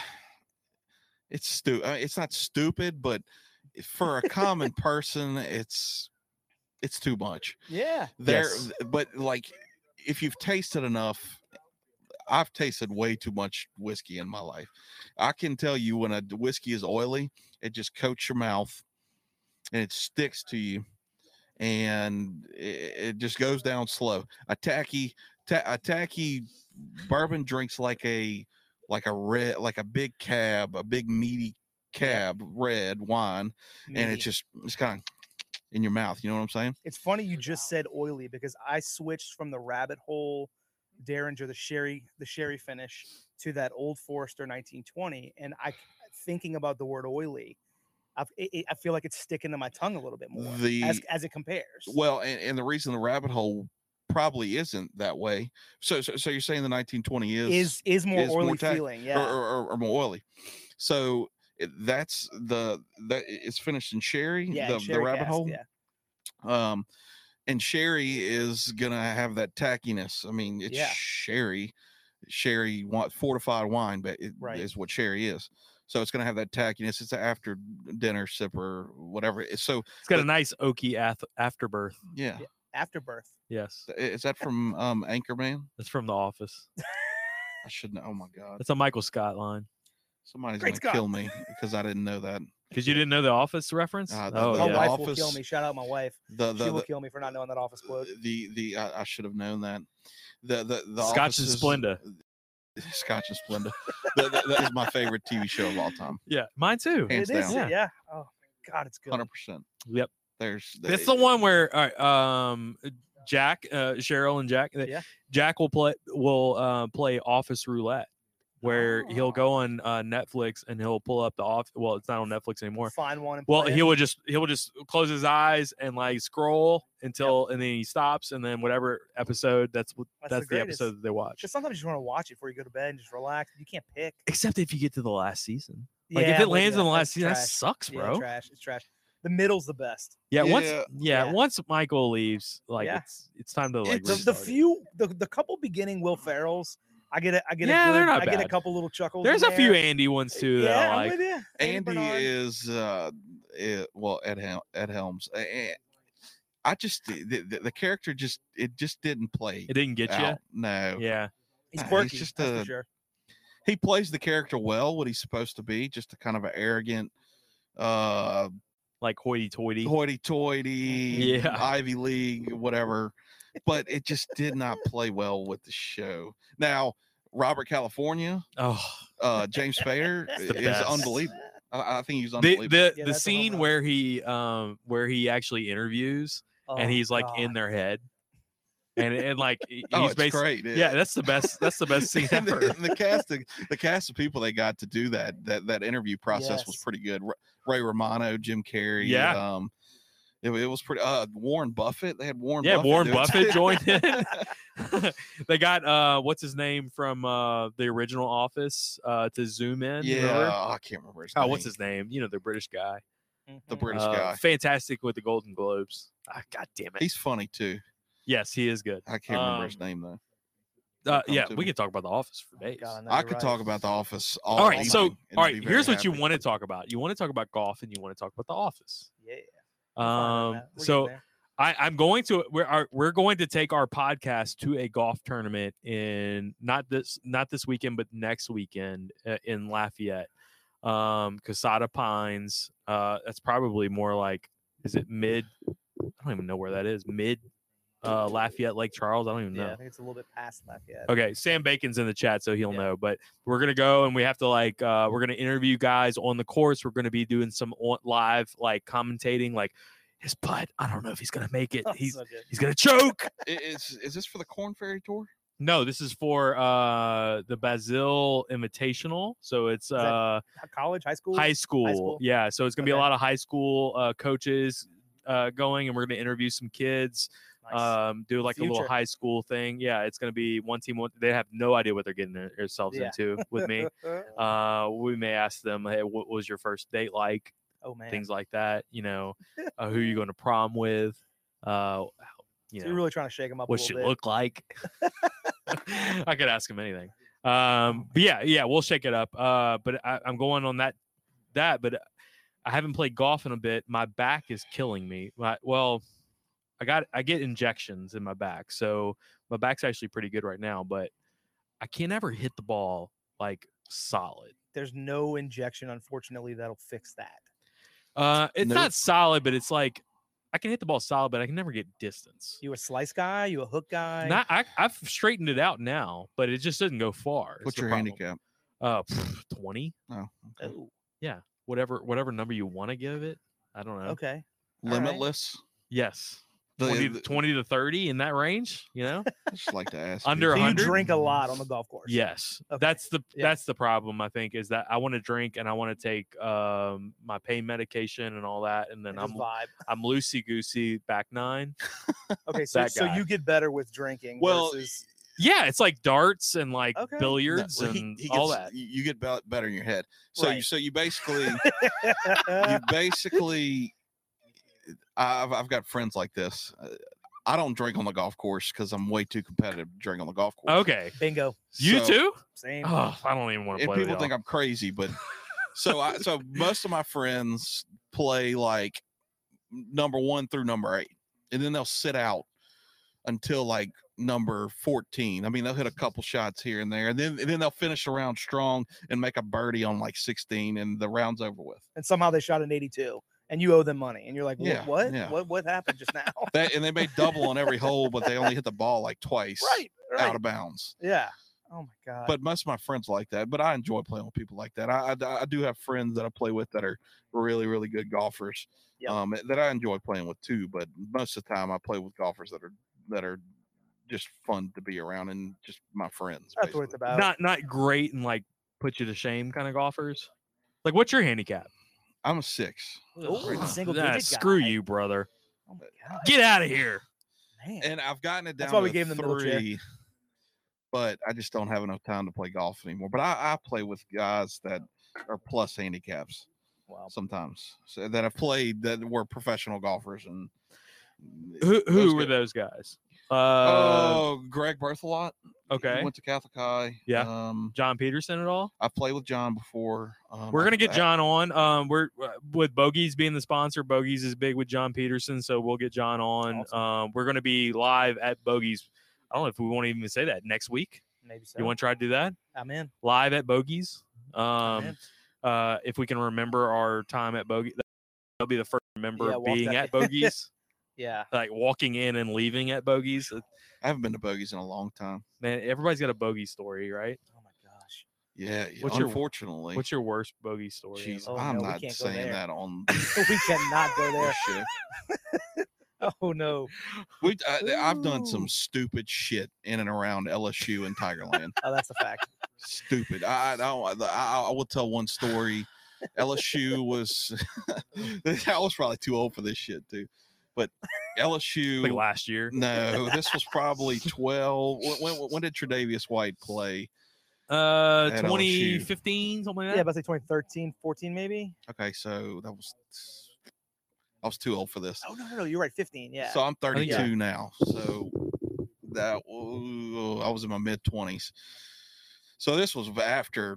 S4: it's stupid. It's not stupid, but eh, for a common person, it's it's too much.
S3: Yeah.
S4: There,
S5: Yes.
S4: but like if you've tasted enough. I've tasted way too much whiskey in my life. I can tell you when a d- whiskey is oily, it just coats your mouth and it sticks to you and i- it, just goes down slow. A tacky, ta- a tacky bourbon drinks like a like a red like a big cab, a big meaty cab red wine and
S3: Meaty.
S4: it's just it's kind of in your mouth, you know what I'm saying?
S3: It's funny you just said oily because I switched from the rabbit hole Derringer, the sherry, the sherry finish, to that old Forester 1920, and I c- thinking about the word oily, I've, it, it- I feel like it's sticking to my tongue a little bit more as,
S4: The-
S3: as it compares.
S4: Well, and, and the reason the rabbit hole probably isn't that way. So so, so you're saying the 1920
S3: is is more
S4: is more
S3: oily
S4: tack-
S3: feeling,
S4: or,
S3: yeah.
S4: or, or- or more oily. So it- that's the that it's finished in sherry,
S3: yeah,
S4: the,
S3: and
S4: the
S3: sherry
S4: rabbit
S3: cask,
S4: hole.
S3: Yeah.
S4: Um, and sherry is gonna have that tackiness. I mean, it's
S3: Yeah.
S4: sherry, sherry want fortified wine, but it
S3: Right.
S4: is what sherry is. So it's gonna have that tackiness. It's an after dinner sipper, whatever. it is. So
S2: It's got a
S4: But-
S2: nice oaky ath- afterbirth.
S4: yeah,
S3: Yeah. Afterbirth.
S2: Yes,
S4: I- is that from um Anchorman?
S2: that's from The Office.
S4: I should know. Oh my god,
S2: That's a Michael Scott line.
S4: somebody's
S3: Great
S4: gonna kill me because I didn't know that.
S2: Because you didn't know The Office reference?
S4: Uh, the-
S2: oh,
S3: my
S4: the-
S2: yeah.
S3: wife will kill
S4: Office-
S3: me. Shout out my wife.
S4: The the,
S3: she will
S4: the-
S3: kill me for not knowing that office quote.
S4: the the I, I should have known that. The the the
S2: Scotch and
S4: Offices-
S2: Splenda.
S4: Scotch and Splenda. that, that- that is my favorite TV show of all time.
S2: Yeah, mine too.
S4: Hands
S3: it is, yeah.
S4: down.
S3: yeah. Oh my god, it's good.
S4: Hundred percent.
S2: Yep.
S4: There's
S2: That's
S4: it-
S2: the one where all right, um Jack, uh, Cheryl, and Jack. they-
S3: Yeah.
S2: Jack will play will uh, play Office Roulette, where he'll go
S3: Oh.
S2: on uh, Netflix and he'll pull up the off. Well, it's not on Netflix anymore.
S3: Find one. And
S2: Well,
S3: play it.
S2: he will just he will just close his eyes and like scroll until and then he stops and then whatever episode that's what
S3: That's
S2: that's,
S3: the
S2: the,
S3: greatest.
S2: episode that they watch.
S3: Because sometimes you just want to watch it before you go to bed and just relax. You can't pick.
S2: Except if you get to the last season. Like if it
S3: but
S2: lands
S3: yeah,
S2: in the
S3: that's
S2: last season, that
S3: trash.
S2: sucks,
S3: Yeah,
S2: bro.
S3: trash. It's trash. The middle's the best.
S2: Yeah, once
S4: Yeah.
S2: yeah,
S3: Yeah.
S2: once Michael leaves, like
S3: Yeah.
S2: it's it's time to like
S4: It's-
S3: The, the
S2: restart it.
S3: few, the, the couple beginning Will Ferrells, I get it. I get
S2: Yeah,
S3: a good,
S2: they're not
S3: I get a
S2: bad.
S3: couple little chuckles.
S2: There's
S3: in
S2: a few
S3: there.
S2: Andy ones too that
S3: Yeah,
S2: I
S3: I'm
S2: like.
S3: with you.
S4: Andy
S3: Bernard.
S4: is uh, eh, well Ed Hel- Ed Helms. Eh, eh, I just the, the, the character just it just didn't play.
S2: It didn't get
S4: out. No,
S2: you. Yeah.
S3: He's
S4: Uh, he's
S3: quirky.
S4: just
S3: that's for
S4: a-
S3: sure.
S4: he plays the character well. What he's supposed to be, just a kind of an arrogant, uh,
S2: Like hoity toity.
S4: hoity-toity,
S2: Yeah.
S4: Ivy League, whatever. But it just did not play well with the show. Now, Robert California,
S2: Oh
S4: uh, James Spader
S3: It's
S2: the
S4: is
S2: best.
S4: unbelievable. I, I think he's
S2: the
S4: unbelievable.
S2: the,
S3: Yeah,
S2: the
S3: that's a home
S2: scene
S3: run.
S2: where he um where he actually interviews
S3: Oh,
S2: and he's like in
S3: God.
S2: their head. And and like he- he's
S4: oh, it's
S2: basically
S4: great.
S2: Yeah, that's the best that's the best scene
S4: and, the,
S2: ever.
S4: and the cast, of, the cast of people they got to do that that that interview process was
S3: Yes.
S4: pretty good. R- Ray Romano, Jim Carrey,
S2: Yeah.
S4: Um, it, it was pretty. Uh, Warren Buffett. They had Warren.
S2: Yeah,
S4: Buffett
S2: Warren
S4: do it,
S2: Buffett
S4: too.
S2: joined in. they got uh what's his name from uh the original office uh to zoom in.
S4: yeah,
S2: remember?
S4: I can't remember. His
S2: Oh, what's
S4: name.
S2: his name? You know, the British guy.
S4: The
S3: Mhm.
S4: British
S2: Uh,
S4: guy.
S2: Fantastic with the Golden Globes. Ah, God damn it.
S4: He's funny too.
S2: yes, he is good.
S4: I can't remember his
S2: Um,
S4: name though. He'll
S2: Uh,
S4: come
S2: yeah,
S4: to
S2: we
S4: me.
S2: can talk about The Office for
S3: Oh my
S2: days.
S3: God, I know
S4: I
S3: you're
S4: could
S3: right.
S4: talk about the office. All,
S2: all right, so
S4: evening and
S2: all
S4: be
S2: right,
S4: very
S2: here's what you
S4: happy.
S2: want to talk about. You want to talk about golf, and you want to talk about The Office.
S3: Yeah. we're fine on
S2: Um,
S3: that. We're getting
S2: so
S3: there.
S2: I, I'm going to we're are, we're going to take our podcast to a golf tournament in not this not this weekend, but next weekend uh, in Lafayette, um, Casada Pines. Uh, that's probably more like is it mid? I don't even know where that is. Mid uh, Lafayette Lake Charles. I don't even know.
S3: yeah, I think it's a little bit past that yet.
S2: Okay, Sam Bacon's in the chat, so he'll
S3: Yeah.
S2: know. But we're gonna go and we have to like uh, we're gonna interview guys on the course. We're gonna be doing some on- live like commentating, like his putt. I don't know if he's gonna make it.
S3: Oh,
S2: He's
S3: so good.
S2: he's gonna choke.
S4: I- Is is this for the Corn Ferry Tour?
S2: No, this is for uh, the Basile Invitational. So it's
S3: that
S2: uh,
S3: college, high school.
S2: high, school.
S3: school?
S2: Yeah, so it's gonna be
S3: Okay.
S2: a lot of high school uh, coaches uh, going, and we're gonna interview some kids um, do like a little
S3: Future.
S2: high school thing. Yeah, it's gonna be one team. One, they have no idea what they're getting their- themselves
S3: Yeah.
S2: into with me.
S3: eh,
S2: Uh, we may ask them, hey, what was your first date like?
S3: oh man,
S2: Things like that. You know, uh, who you going to prom with? Uh, you
S3: so
S2: know,
S3: you're really trying to shake them up.
S2: what
S3: a
S2: she
S3: little bit.
S2: look like. I could ask him anything. Um, but yeah, yeah, we'll shake it up. Uh, but I, I'm going on that that. But uh, I haven't played golf in a bit. My back is killing me. My, well, I got I get injections in my back, so my back's actually pretty good right now. But I can't ever hit the ball like solid.
S3: There's no injection, unfortunately, that'll fix that.
S2: Uh, it's
S4: Nope.
S2: not solid, but it's like I can hit the ball solid, but I can never get distance.
S3: You a slice guy? You a hook guy?
S2: Not, I, I've straightened it out now, but it just doesn't go far. is
S4: What's
S2: the
S4: your
S2: problem.
S4: handicap?
S2: Uh, pff, twenty,
S4: Oh, okay.
S3: Ooh,
S2: whatever, whatever number you want to give it. I don't know.
S3: okay. all right.
S4: limitless.
S2: Yes,
S4: The-
S2: 20,
S4: the-
S2: to- 20 to thirty in that range. You know.
S4: I just like to ask
S2: Under
S4: people.
S3: So you
S2: 100?
S3: drink a lot on the golf course.
S2: yes,
S3: Okay,
S2: that's the
S3: yeah.
S2: that's the problem. I think is that I want to drink and I want to take um my pain medication and all that, and then
S3: And just
S2: I'm
S3: vibe.
S2: I'm loosey goosey back nine.
S3: Okay, so,
S2: that
S3: so
S2: guy.
S3: you get better with drinking.
S4: Well,
S3: versus,
S2: Yeah, it's like darts and like
S3: Okay. No,
S4: No,
S2: billiards
S4: well,
S2: and
S4: he- he
S2: all
S4: gets-
S2: that.
S4: You you get be- better in your head. So you,
S3: Right.
S4: so you basically you basically I've I've got friends like this. Uh, I don't drink on the golf course because I'm way too competitive to drink on the golf course.
S2: Okay,
S3: bingo.
S2: Oh, you
S4: So-
S2: too.
S3: Same.
S2: Oh, I don't even want to
S4: and
S2: play. with
S4: people think
S2: y'all.
S4: I'm crazy, but so I so most of my friends play like number one through number eight, and then they'll sit out until like number 14. I mean, they'll hit a couple shots here and there, and then and then they'll finish the round strong and make a birdie on like 16, and the round's over with.
S3: And somehow they shot an 82, and you owe them money, and you're like, "Wha-
S4: Yeah,
S3: what?
S4: yeah.
S3: What? What happened just now?
S4: That and they may double on every hole, but they only hit the ball like twice
S3: right. Right.
S4: out of bounds.
S3: yeah. Oh my god.
S4: But most of my friends like that. But I enjoy playing with people like that. I, I, I do have friends that I play with that are really, really good golfers.
S3: Yep.
S4: Um, that I enjoy playing with too. But most of the time, I play with golfers that are that are just fun to be around and just my friends.
S3: that's what it's
S4: basically.
S3: about.
S2: not not great and like put you to shame kind of golfers. Like, what's your handicap?
S4: I'm a six,
S3: Ooh,
S2: Ugh,
S3: single
S2: nah,
S3: digit
S2: screw
S3: guy.
S2: you, brother.
S3: oh my god.
S2: Get out of here.
S3: man.
S4: and I've gotten it down.
S3: That's why
S4: to
S3: we
S4: a
S3: gave them the middle chair.
S4: three. But I just don't have enough time to play golf anymore. But I, I play with guys that are plus handicaps.
S3: wow.
S4: sometimes so that have played that were professional golfers and
S2: Who
S4: Those
S2: who were
S4: guys-
S2: those guys? Uh,
S4: oh Greg Berthelot.
S2: okay,
S4: he went to Catholic High.
S2: Yeah.
S4: um,
S2: John Peterson at all?
S4: I played with John before. Um,
S2: We're
S4: I-
S2: gonna get
S4: I-
S2: John on. Um, we're uh, with Bogies being the sponsor. Bogies is big with John Peterson, so we'll get John on.
S3: Awesome.
S2: Um, we're gonna be live at Bogies. I don't know if we won't even say that next week.
S3: Maybe so.
S2: You want to try to do that
S3: I'm in.
S2: live at Bogies?
S3: I'm
S2: Um,
S3: in.
S2: uh, if we can remember our time at Bogey, that'll be the first member
S3: Yeah,
S2: of
S3: walk
S2: being
S3: that-
S2: at Bogies,
S3: Yeah.
S2: like walking in and leaving at Bogies. Uh,
S4: I haven't been to bogeys in a long time.
S2: Man, everybody's got a bogey story, right?
S3: Oh my gosh.
S4: Yeah, yeah,
S2: What's your-
S4: unfortunately.
S2: What's your worst bogey story?
S4: Jeez,
S3: Oh,
S4: I'm
S3: no, we
S4: not
S3: can't go
S4: saying
S3: there.
S4: that on
S3: we cannot go there.
S4: this shit.
S3: Oh no.
S4: We, I, I've done some
S3: Ooh.
S4: stupid shit in and around LSU and Tigerland.
S3: Oh, that's a fact.
S4: stupid. I I don't. I, I I will tell one story. LSU was. I was probably too old for this shit too, but LSU.
S2: Like last year.
S4: no, this was probably twelve. When, when, when did Tre'Davious White play?
S2: Uh,
S4: At LSU.
S2: 2015, something like
S3: Yeah,
S2: that.
S3: about to say 2013, 14 maybe.
S4: Okay, so that was. I was too old for this.
S3: Oh no, no, no, you're right. 15. Yeah.
S4: So I'm
S2: think
S4: 32
S2: you're
S4: now. So that ooh, I was in my mid 20s. So this was after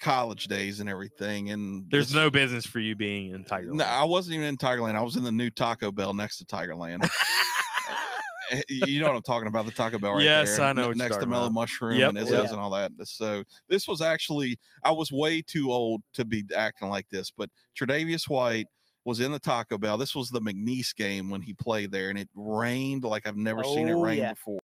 S4: college days and everything. And
S2: There's
S4: this-
S2: no business for you being in Tiger.
S4: No,
S2: Land.
S4: I wasn't even in Tigerland. I was in the new Taco Bell next to Tigerland. Eh, you know what I'm talking about, the Taco Bell right
S2: Yes,
S4: there.
S2: I know
S4: ne-
S2: what you're
S4: next to
S2: talking
S4: Mellow
S2: about.
S4: Mushroom
S2: Yep,
S4: and Izzo's
S3: yeah.
S4: and all that. So this was actually I was way too old to be acting like this, but Tredavious White was in the Taco Bell. This was the McNeese game when he played there, and it rained like I've never seen it
S3: Oh,
S4: rain
S3: yeah.
S4: before.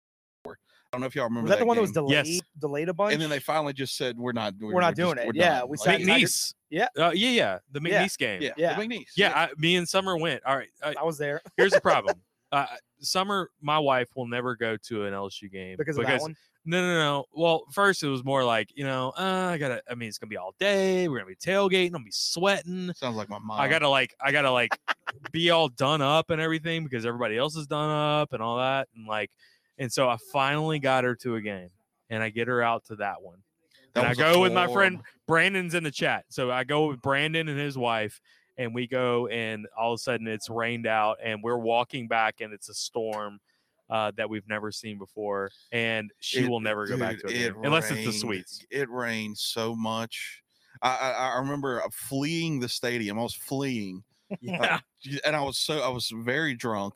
S4: I don't know if y'all remember
S3: was that, the one that was
S4: game.
S3: delayed? Delayed a bunch.
S4: and then they finally just said, "We're not.
S3: We're not doing it." Yeah,
S4: done."
S3: we
S4: Like,
S3: sat in Tiger-
S2: McNeese.
S3: Yeah.
S2: Uh, yeah, yeah. The
S3: Yeah.
S2: McNeese game.
S4: yeah,
S3: Yeah.
S4: the McNeese.
S2: Yeah, I, me and Summer went. All right. Uh,
S3: I was there
S2: here's the problem. Uh, Summer, my wife, will never go to an LSU game
S3: because of that one.
S2: No, no, no. Well, first it was more like, you know, uh, I gotta. I mean, it's gonna be all day. We're gonna be tailgating. I'm gonna be sweating.
S4: Sounds like my mom.
S2: I gotta like, I gotta like, be all done up and everything because everybody else is done up and all that. And like, and so I finally got her to a game, and I get her out to that one.
S4: That
S2: and I
S4: was a
S2: go with my
S4: four.
S2: friend Brandon's in the chat. So I go with Brandon and his wife, and we go, and all of a sudden it's rained out, and we're walking back, and it's a storm uh, that we've never seen before, and she
S4: It-
S2: will never go back to
S4: dude,
S2: it, again, unless it's the
S4: rained-
S2: sweets.
S4: It rained so much. I, I, I remember uh, fleeing the stadium. I was fleeing,
S2: Yeah.
S4: j- and I was so I was very drunk,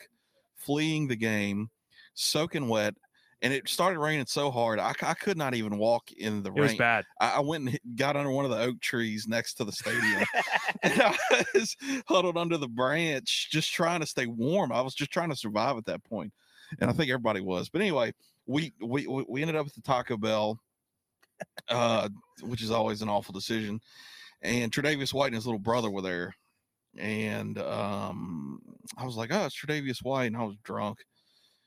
S4: fleeing the game, soaking wet, and it started raining so hard I, c- I could not even walk in the
S2: It was
S4: rain.
S2: bad.
S4: I, I went and hit- got under one of the oak trees next to the stadium, and I was huddled under the branch, just trying to stay warm. I was just trying to survive at that point, and I think everybody was. But anyway, we we we we ended up at the Taco Bell, uh, which is always an awful decision. And Tre'Davious White and his little brother were there, and um, I was like, "Oh, it's Tre'Davious White," and I was drunk,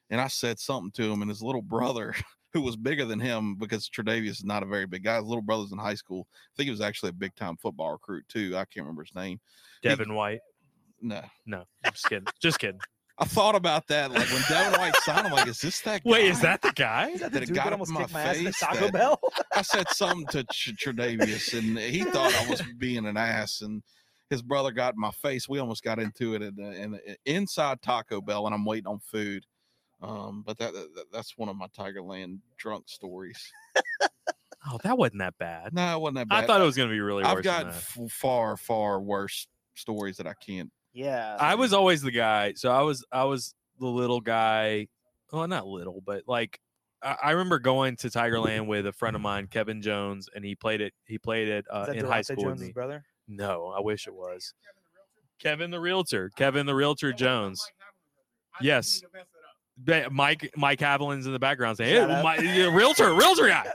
S4: and I said something to him, and his little brother. Who was bigger than him because Tredavious is not a very big guy. His little brother's in high school. I think he was actually a big time football recruit too. I can't remember his name. He-
S2: Devin White.
S4: No,
S2: No, I'm just kidding. Just kidding.
S4: I thought about that. Like when Devin White signed, I'm like, is this that?
S2: Wait, is
S4: guy?
S2: that the guy?
S3: Is that the
S4: That it
S3: dude
S4: got
S3: that
S4: up
S3: almost
S4: in my
S3: kicked my ass in the
S4: face
S3: Taco
S4: that-
S3: Bell?
S4: I said something to Tr- Tre'Davious, and he thought I was being an ass, and his brother got in my face. We almost got into it, and in, in, inside Taco Bell, and I'm waiting on food. Um, but that, that that's one of my Tigerland drunk stories.
S2: Oh, that wasn't that bad.
S4: No, it wasn't that bad.
S2: I thought it was gonna be really
S4: I've
S2: worse.
S4: got
S2: than that.
S4: f- far, far worse stories that I can't.
S5: Yeah.
S2: I was always the guy. So I was I was the little guy. Well, not little, but like I, I remember going to Tigerland with a friend of mine, Kevin Jones, and he played it. He played it uh,
S3: Is that
S2: in high
S3: Durante
S2: school with
S3: Jones's
S2: me.
S3: brother?
S2: No, I wish it was Kevin the Realtor. Kevin the Realtor Jones. Yes. Ba- Mike Mike Haviland's in the background saying, "Hey,
S5: Shout out.
S2: my, yeah, realtor, realtor guy."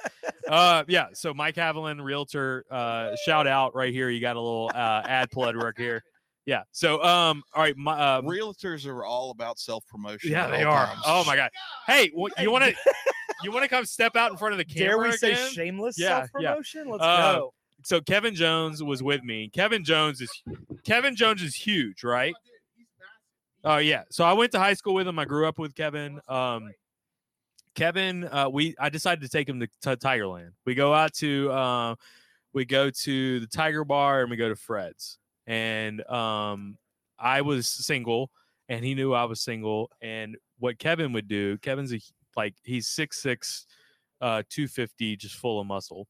S2: Uh, yeah. So Mike Haviland, realtor, uh, shout out right here. You got a little uh, ad plug right here. Yeah. So um, all right, my, uh,
S4: Realtors are all about self promotion.
S2: yeah, they are. Oh my god. Hey, wha- you want to you want to come step out in front of the
S3: Dare
S2: camera
S3: we say
S2: again?
S3: shameless
S2: Yeah, yeah.
S3: self-promotion? Let's
S2: Uh,
S3: go.
S2: so Kevin Jones was with me. Kevin Jones is Kevin Jones is huge, right? Oh yeah. So I went to high school with him. I grew up with Kevin. Um, Kevin, uh, we I decided to take him to, to Tigerland. We go out to uh, we go to the Tiger Bar and we go to Fred's. And um, I was single, and he knew I was single. And what Kevin would do, Kevin's a, like he's six six, uh, two fifty, just full of muscle.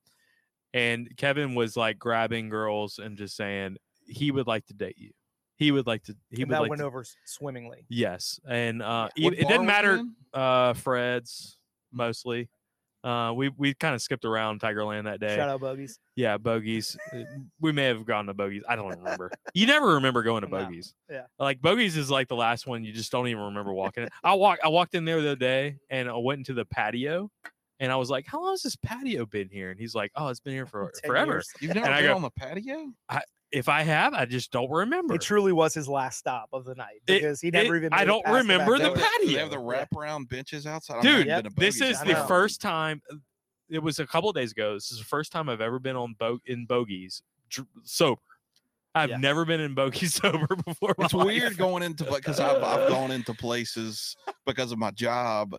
S2: And Kevin was like grabbing girls and just saying he would like to date you. He would like to. He
S3: And
S2: would
S3: that
S2: like
S3: went
S2: to,
S3: over s- swimmingly.
S2: Yes, and uh, e- it didn't matter. Uh, Fred's
S3: Mm-hmm.
S2: mostly. Uh, we we kind of skipped around Tigerland that day.
S3: Shout out bogeys.
S2: Yeah, bogeys. Uh, we may have gone to bogeys. I don't remember. you never remember going to
S3: No,
S2: bogeys.
S3: yeah.
S2: Like bogeys is like the last one you just don't even remember walking. in. I walk. I walked in there the other day and I went into the patio, and I was like, "How long has this patio been here?" And he's like, "Oh, it's been here for
S3: 10
S2: forever."
S3: years.
S4: You've never
S2: And I
S4: been
S2: go-
S4: on the patio?
S2: If I have, I just don't remember.
S3: It truly was his last stop of the night
S2: It-
S3: because he never
S2: it-
S3: even.
S2: I
S3: made it
S2: don't
S3: past back
S2: remember
S4: They
S2: the
S4: have
S3: door.
S4: They have the
S2: patio.
S3: Yeah.
S4: wraparound benches outside. I've never
S2: Dude,
S4: been to
S2: this
S4: Bogeys.
S2: is
S4: I
S2: the
S4: know.
S2: first time. uh, It was a couple days ago. This is the first time I've ever been on bo- in bogeys dr- sober. I've
S3: Yeah.
S2: never been in bogeys sober before. in
S4: It's
S2: my life.
S4: weird going into because I've I've gone into places because of my job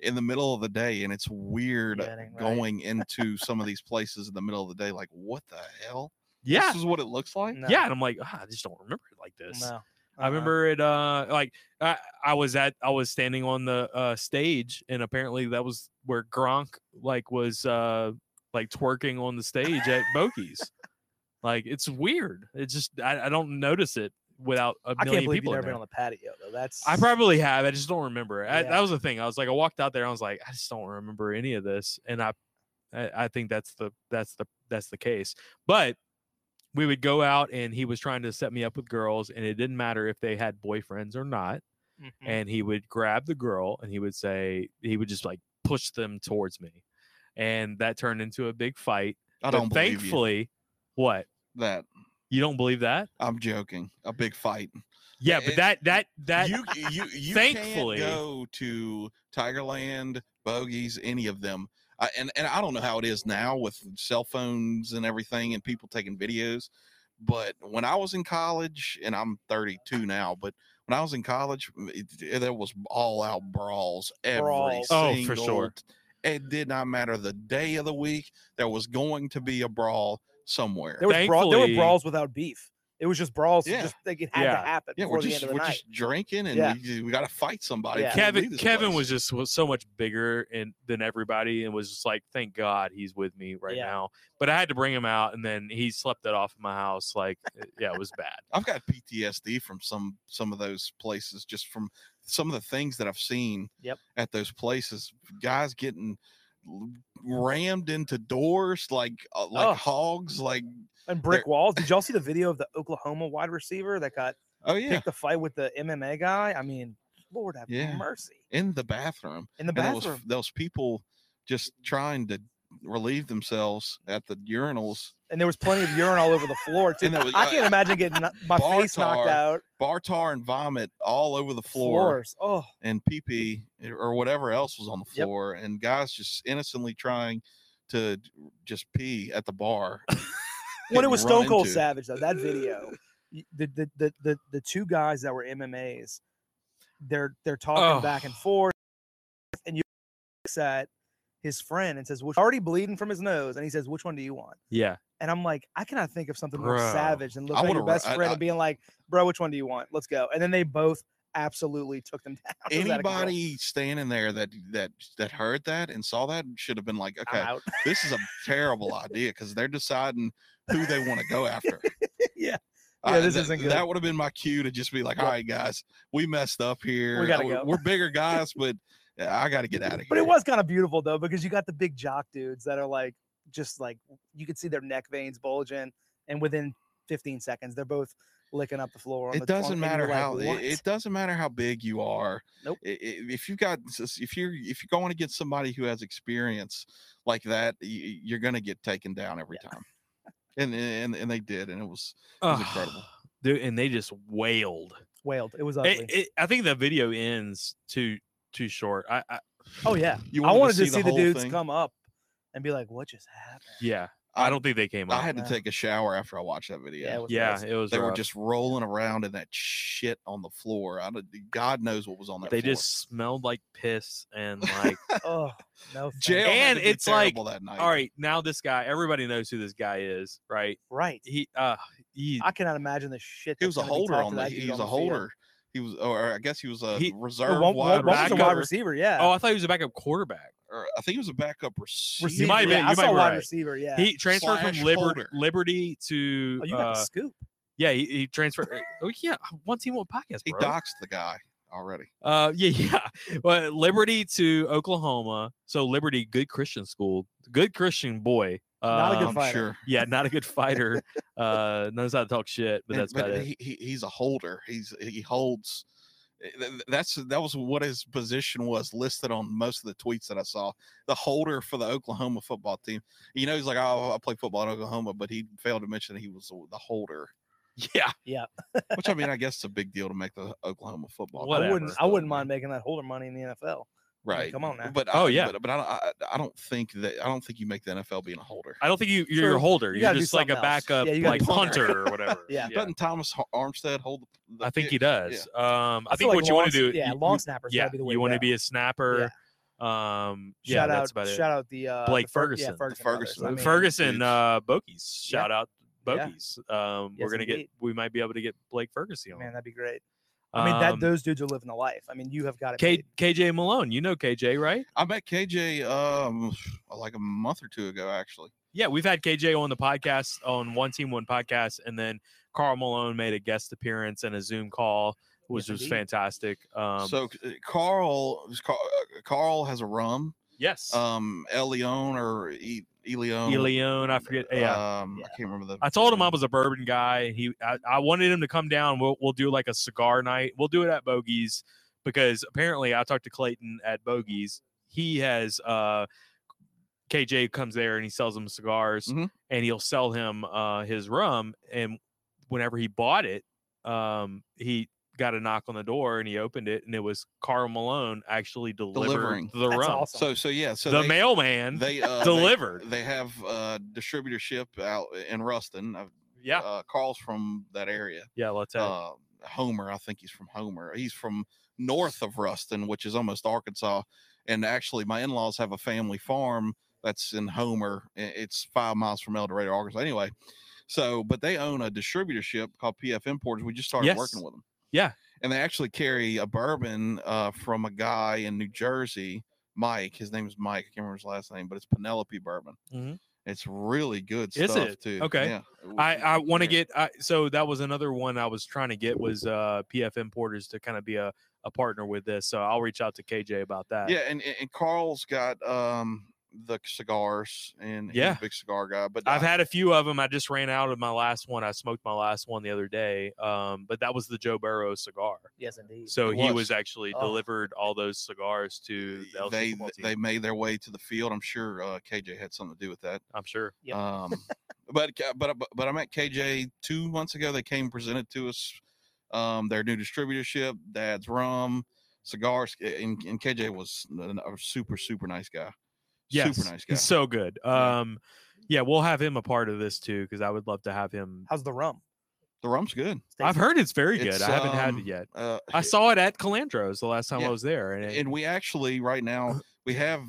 S4: in the middle of the day, and it's weird
S3: Yeah, it ain't right.
S4: going into some of these places in the middle of the day. Like, what the hell?
S2: Yeah,
S4: This is what it looks like.
S3: No,
S2: yeah. And I'm like, "Ah, I just don't remember it like this.
S3: no,
S2: I
S3: uh-uh.
S2: remember it. Uh, like I, I was at, I was standing on the uh stage, and apparently that was where Gronk like was uh like twerking on the stage at bogeys. Like it's weird. It's just I, I don't notice it without a
S3: I can't
S2: million
S3: believe you've
S2: people. in
S3: never
S2: there.
S3: been on the patio though. That's
S2: I probably have. I just don't remember. I,
S3: Yeah.
S2: That was the thing. I was like, I walked out there. I was like, I just don't remember any of this, and I, I, I think that's the that's the that's the case. But we would go out, and he was trying to set me up with girls, and it didn't matter if they had boyfriends or not.
S3: Mhm.
S2: And he would grab the girl, and he would say he would just like push them towards me, and that turned into a big fight.
S4: I
S2: But
S4: don't believe
S2: thankfully, what
S4: you. that.
S2: you don't believe that?
S4: I'm joking. A big fight.
S2: Yeah,
S4: it-
S2: but that that that
S4: you you you
S2: thankfully-
S4: can't go to Tigerland, Bogies, any of them. I, and and I don't know how it is now with cell phones and everything and people taking videos, but when I was in college, and I'm 32 now, but when I was in college, it, it- there was all out brawls every
S3: Brawls.
S2: Oh, for
S4: single
S2: sure.
S4: t- It did not matter the day of the week. There was going to be a brawl somewhere.
S3: There was brawl, there were
S2: Thankfully-
S3: brawls without beef. It was just brawls.
S4: Yeah.
S3: Just like it had
S2: Yeah.
S3: to happen
S4: yeah,
S3: before
S4: we're
S3: the
S4: just
S3: end of the
S4: we're
S3: night.
S4: just drinking, and
S3: Yeah.
S4: we, we got to fight somebody.
S3: Yeah.
S4: Can't leave
S2: Kevin
S4: this
S2: Kevin
S4: place.
S2: was just was so much bigger and than everybody and was just like, thank God he's with me right
S3: Yeah.
S2: now. But I had to bring him out, and then he slept it off in my house. Like, it- yeah, it was bad.
S4: I've got PTSD from some some of those places, just from some of the things that I've seen
S3: Yep.
S4: at those places. Guys getting l- rammed into doors like uh, like
S3: Ugh.
S4: hogs, like
S3: and brick walls. Did y'all see the video of the Oklahoma wide receiver that got
S4: oh yeah,
S3: picked a fight with the MMA guy? I mean, Lord have
S4: Yeah.
S3: mercy.
S4: in the bathroom.
S3: In the
S4: And there was
S3: bathroom.
S4: those people just trying to relieve themselves at the urinals.
S3: and there was plenty of urine all over the floor too.
S4: And there was,
S3: I
S4: uh,
S3: can't imagine getting kno- my
S4: bar
S3: face knocked
S4: tar
S3: out.
S4: Bar tar and vomit all over the floor
S3: Floors. Oh,
S4: and pee pee or whatever else was on the
S3: Yep.
S4: floor, and guys just innocently trying to just pee at the bar.
S3: when it
S4: and
S3: was
S4: run
S3: Stone Cold
S4: into.
S3: Savage though, that video, y- the the the the, the two guys that were MMAs, they're they're talking
S2: Oh.
S3: back and forth, and you looks at his friend and says, "Which already bleeding from his nose?" And he says, "Which one do you want?"
S2: Yeah.
S3: And I'm like, I cannot think of something more
S2: Bro.
S3: savage than
S4: I
S3: looking at your
S4: would've ru-
S3: best
S4: I-
S3: friend
S4: I-
S3: and being like, "Bro, which one do you want? Let's go." And then they both absolutely took them down. It was out of control.
S4: Anybody standing there that that that heard that and saw that should have been like,
S3: I'm
S4: okay,
S3: out.
S4: this is a terrible idea because they're deciding who they want to go after.
S3: yeah,
S4: I-
S3: Yeah, this
S4: that-
S3: isn't good.
S4: That would have been my cue to just be like,
S3: Yep.
S4: all right, guys, we messed up here.
S3: gotta
S4: Uh,
S3: go."
S4: We're bigger guys, but uh, I got to get out of here.
S3: But it was kind of beautiful though, because you got the big jock dudes that are like just like you could see their neck veins bulging, and within 15 seconds they're both licking up the floor. On
S4: it
S3: the,
S4: doesn't
S3: on- and
S4: matter
S3: you're like,
S4: how it-
S3: "What?"
S4: it, doesn't matter how big you are
S3: Nope.
S4: I- i- if you got s- if you're if you're going to get somebody who has experience like that y- y- you're going to get taken down every time and and and they did and it was was incredible.
S2: Dude, and they just wailed.
S3: wailed. It was ugly.
S2: It, it, I think the video ends too too short. I, I
S3: oh yeah,
S4: you
S3: I wanted to see, the,
S4: whole
S3: dudes
S4: thing?
S3: come up and be like, "What just happened?"
S2: yeah,
S4: I-
S2: I, don't think they came
S4: i
S2: up.
S4: had to
S3: now.
S4: take a shower after i watched that video
S3: Yeah, it was
S2: yeah,
S3: gross.
S2: it was.
S4: they were
S2: rough.
S4: just rolling around in that shit on the floor i don't, god knows what was on that
S2: they
S4: floor.
S2: just smelled like piss and like
S3: oh no, thank
S4: jail
S3: you.
S4: had
S2: And
S4: to be
S2: it's like,
S4: terrible that night.
S2: all right now this guy everybody knows who this guy is right
S3: right.
S2: he uh he
S3: I cannot imagine the shit.
S4: he
S3: that's
S4: was a
S3: gonna be
S4: holder
S3: talked
S4: on
S3: to
S4: the
S3: that
S4: he
S3: dude
S4: was
S3: on
S4: a
S3: the field.
S4: holder he was or i guess he was a
S2: He-
S3: Or
S4: reserve
S3: One,
S4: wide
S3: one, one was a wide
S2: receiver.
S3: receiver, yeah.
S2: oh i thought he was a backup quarterback
S4: or I think it was a backup receiver.
S2: You might be-
S3: yeah, I
S2: you might
S3: saw
S2: be
S3: wide
S2: right.
S3: receiver, yeah.
S2: he transferred from
S4: Slash
S2: liberty
S4: holder.
S2: liberty to
S3: oh, you got
S2: uh,
S3: the scoop.
S2: yeah he, he transferred oh yeah one team one podcast
S4: He
S2: bro.
S4: doxed the guy already.
S2: uh yeah yeah well liberty to oklahoma so liberty good christian school good christian boy uh
S3: Not a good
S4: I'm
S3: fighter.
S4: sure.
S2: yeah not a good fighter uh knows how to talk shit but
S4: And-
S2: that's about it
S4: he, he, he's a holder. He's he holds. eh, th- th- That's that was what his position was listed on most of the tweets that I saw. The holder for the Oklahoma football team. You know, he's like, oh, I play football in Oklahoma, but he failed to mention he was the holder.
S2: yeah
S4: Which I mean, I guess it's a big deal to make the Oklahoma football. team,
S3: I wouldn't.
S2: whatever.
S3: I wouldn't
S4: but-
S3: mind making that holder money in the NFL. mean,
S4: Right.
S3: come on now.
S4: But
S2: Oh,
S4: I,
S2: yeah.
S4: But, but I, don't- I, I don't think that I don't think you make the NFL being a holder.
S2: i don't think you you're
S3: True.
S2: a holder
S3: You
S2: you are
S3: gotta do
S2: just like a
S3: something else.
S2: backup
S3: Yeah, you gotta
S2: like
S4: do something
S2: punter or whatever
S3: Yeah.
S4: Doesn't Thomas Har- Armstead hold the? the
S2: I think
S4: pick?
S2: he does. Um, I, think
S3: feel like
S2: what you want
S3: long
S2: to do,
S3: s- yeah,
S2: you-
S3: long
S2: you-
S3: snappers.
S2: yeah,
S3: gotta be the way
S2: you want
S3: go.
S2: to be a snapper. Um, yeah,
S3: shout out,
S2: that's about it.
S3: shout out the uh,
S2: Blake
S3: the Fer-
S2: Ferguson.
S3: yeah, Ferguson,
S4: Ferguson.
S3: brothers. I
S4: out-
S2: Uh,
S3: mean,
S2: Ferguson,
S4: Dudes.
S2: uh, Bokies.
S3: Yeah.
S2: Shout out
S3: Yeah.
S2: Bokies. Um, we're
S3: Yes,
S2: gonna get,
S3: indeed.
S2: we might be able to get Blake Ferguson.
S3: man,
S2: On.
S3: that'd be great. I mean, that
S2: Um,
S3: those dudes are living the life. I mean, you have got it.
S2: K,
S3: made.
S2: KJ Malone, you know KJ, right?
S4: I met KJ um like a month or two ago actually.
S2: Yeah, we've had KJ on the podcast on One Team One podcast, and then Carl Malone made a guest appearance and a Zoom call, which
S3: Yes,
S2: was
S3: indeed.
S2: fantastic. Um,
S4: so uh, Carl is Car- uh, Carl has a rum.
S2: yes,
S4: Um Elion or e- Elion.
S2: Elion, I forget. Yeah,
S4: Um
S3: Yeah.
S4: I can't remember the
S2: I told him I was a bourbon guy. He, I, I wanted him to come down. We'll, we'll do like a cigar night. We'll do it at Bogey's because apparently I talked to Clayton at Bogey's. He has uh, KJ comes there and he sells him cigars
S4: Mhm.
S2: and he'll sell him uh, his rum. And whenever he bought it, um, he got a knock on the door and he opened it and it was Carl Malone actually delivered
S4: Delivering.
S2: the
S3: That's
S2: rum.
S3: awesome.
S4: So so yeah. So
S2: the
S4: they,
S2: mailman
S4: they uh,
S2: delivered.
S4: They, they have uh, distributorship out in Ruston. I've-
S2: yeah,
S4: Uh, Carl's from that area.
S2: yeah. Let's have.
S4: Uh, Homer, I think he's from Homer. He's from north of Ruston, which is almost Arkansas. And actually, my in-laws have a family farm that's in Homer. I- It's five miles from El Dorado, Arkansas. Anyway, so but they own a distributorship called PF Importers. We just started working
S2: Yes.
S4: with them.
S2: Yeah.
S4: and they actually carry a bourbon uh, from a guy in New Jersey, Mike. His name is Mike. I can't remember his last name, but it's Penelope Bourbon.
S2: Mhm.
S4: It's really good
S2: Is
S4: stuff
S2: it?
S4: too.
S2: Okay.
S4: Yeah. W-
S2: I,
S4: w-
S2: I want to
S4: yeah.
S2: get I, so that was another one I was trying to get was uh, PF importers to kind of be a, a partner with this. So I'll reach out to KJ about that.
S4: Yeah, and and and Carl's got um the cigars and he's
S2: Yeah.
S4: a big cigar guy. But
S2: I've
S4: I-
S2: had a few of them. I just ran out of my last one. I smoked my last one the other day, um, but that was the Joe Burrow cigar.
S3: Yes, indeed.
S2: So
S4: Mm, It
S2: he
S4: was.
S2: was actually
S3: Oh.
S2: delivered all those cigars to the LSU
S4: they
S2: football team,
S4: they made their way to the field. I'm sure uh, KJ had something to do with that.
S2: I'm sure.
S3: Yep.
S4: Um, but ca- but but- but I met KJ two months ago. They came and presented to us um, their new distributorship, Dad's Rum cigars, and, and KJ was n- a super super nice guy.
S2: Yes,
S4: super nice guy.
S2: He's so good.
S4: Yeah.
S2: Um, yeah, we'll have him a part of this too because I would love to have him.
S3: How's the rum?
S4: the rum's good.
S2: I've heard it's very good.
S4: It's,
S2: I haven't had
S4: um,
S2: it yet.
S4: Uh,
S2: I saw it at Calandro's the last time
S4: Yeah,
S2: I was there, and it,
S4: and we actually right now we have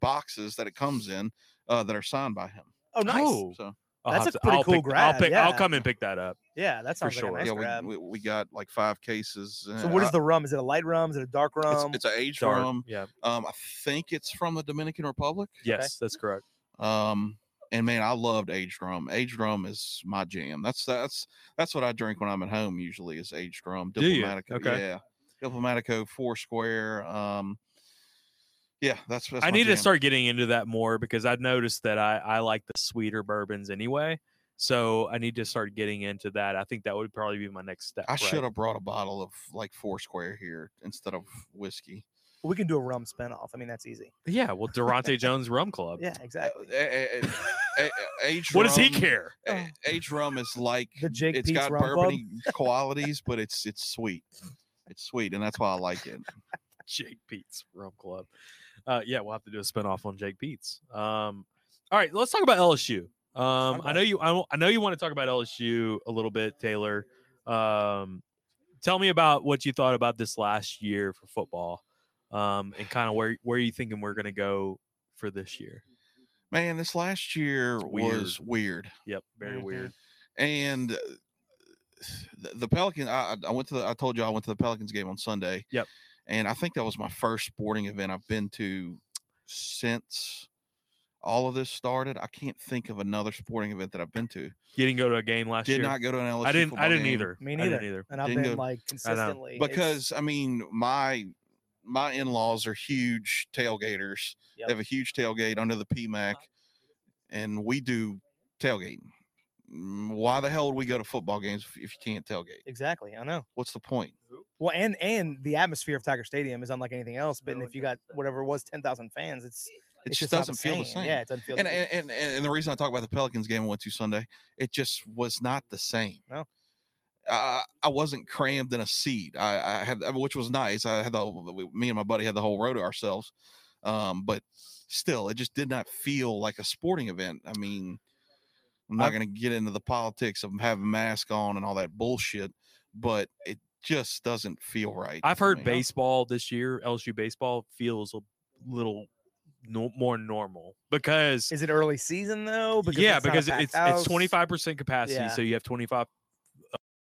S4: boxes that it comes in uh, that are signed by him.
S3: Oh, nice.
S2: Oh.
S4: So
S2: I'll
S3: That's
S2: have
S3: a pretty
S2: I'll
S3: cool
S2: pick,
S3: grab,
S2: I'll pick. I'll
S3: yeah.
S2: come and pick that up.
S3: Yeah, that sounds
S2: sure.
S3: like a nice
S4: yeah,
S3: grab.
S4: we, we, we got like five cases.
S3: so
S4: uh,
S3: what is
S4: I-
S3: the rum? Is it a light rum? Is it a dark rum?
S2: um,
S4: It's, it's an aged
S2: Dark.
S4: rum.
S2: Yeah.
S4: Um, I think it's from the Dominican Republic.
S2: Yes, that's correct.
S4: Um, and man, I loved aged rum. Aged rum is my jam. That's that's that's what I drink when I'm at home. Usually is aged rum.
S2: Do you?
S4: Diplomatico.
S2: Okay.
S4: Yeah. Diplomatico, Four Square. Um, yeah, that's. that's
S2: I
S4: my
S2: need
S4: jam.
S2: to start getting into that more because I've noticed that I, I like the sweeter bourbons anyway. So I need to start getting into that. I think that would probably be my next step.
S4: I should have brought a bottle of like Four Square here instead of whiskey.
S3: we can do a rum spinoff. I mean, that's easy.
S2: Yeah. Well, Durante Jones Rum Club.
S3: Yeah,
S4: Uh,
S3: exactly.
S4: eh, eh, eh, eh, aged
S2: What does he
S4: rum-
S2: care?
S4: eh, Aged rum is like
S3: The Jake
S4: it's
S3: Pete's
S4: got
S3: Rum Club.
S4: bourbony qualities, but it's it's sweet. It's sweet, and that's why I like it.
S2: Jake Pete's Rum Club. Uh, yeah, we'll have to do a spinoff on Jake Pete's. Um, all right, let's talk about LSU. Um, I know you. I, w- I know you want to talk about LSU a little bit, Taylor. Um, tell me about what you thought about this last year for football, um, and kind of where where you thinking we're going to go for this year.
S4: Man, this last year was weird,
S2: Yep, very
S3: Mhm.
S4: Mm-hmm.
S2: weird.
S4: and uh, the, the Pelicans. I, I- I went to. The, I told you I went to the Pelicans game on Sunday.
S2: Yep.
S4: and I think that was my first sporting event I've been to since all of this started. I can't think of another sporting event that I've been to.
S2: You didn't go to a game last
S4: Did
S2: year.
S4: not go to an LSU.
S2: I didn't. I
S4: football
S2: didn't
S4: game.
S2: either.
S3: Me
S2: I didn't
S3: neither.
S2: either.
S3: And I've
S4: Didn't
S3: been
S4: go-
S3: like consistently it's-
S4: because I mean my my in laws are huge tailgaters.
S3: Yep.
S4: They have a huge tailgate under the PMAC,
S2: Uh-huh.
S4: and we do tailgating. Mm, Why the hell would we go to football games if, if you can't tailgate?
S3: exactly, I know.
S4: What's the point?
S3: Well, and and the atmosphere of Tiger Stadium is unlike anything else. But if you got whatever it was, ten thousand fans, it's
S4: Oh, It
S3: it's
S4: just
S3: not
S4: doesn't feel the same.
S3: Yeah, it doesn't feel.
S4: And,
S3: the same.
S4: and and and the reason I talk about the Pelicans game I went to Sunday, it just was not the same.
S3: No.
S4: I, I wasn't crammed in a seat. I, I had, which was nice. I had the whole- me and my buddy had the whole row to ourselves, um, but still, it just did not feel like a sporting event. I mean, I'm not
S2: I've-
S4: going to get into the politics of having mask on and all that bullshit, but it just doesn't feel right.
S2: I've
S4: to
S2: heard
S4: me.
S2: baseball this year, LSU baseball feels a little no, more normal because
S3: Is it early season though?
S2: yeah,
S3: not a
S2: because
S3: packed
S2: it's
S3: house.
S2: it's twenty five percent capacity,
S3: Yeah.
S2: so you have twenty five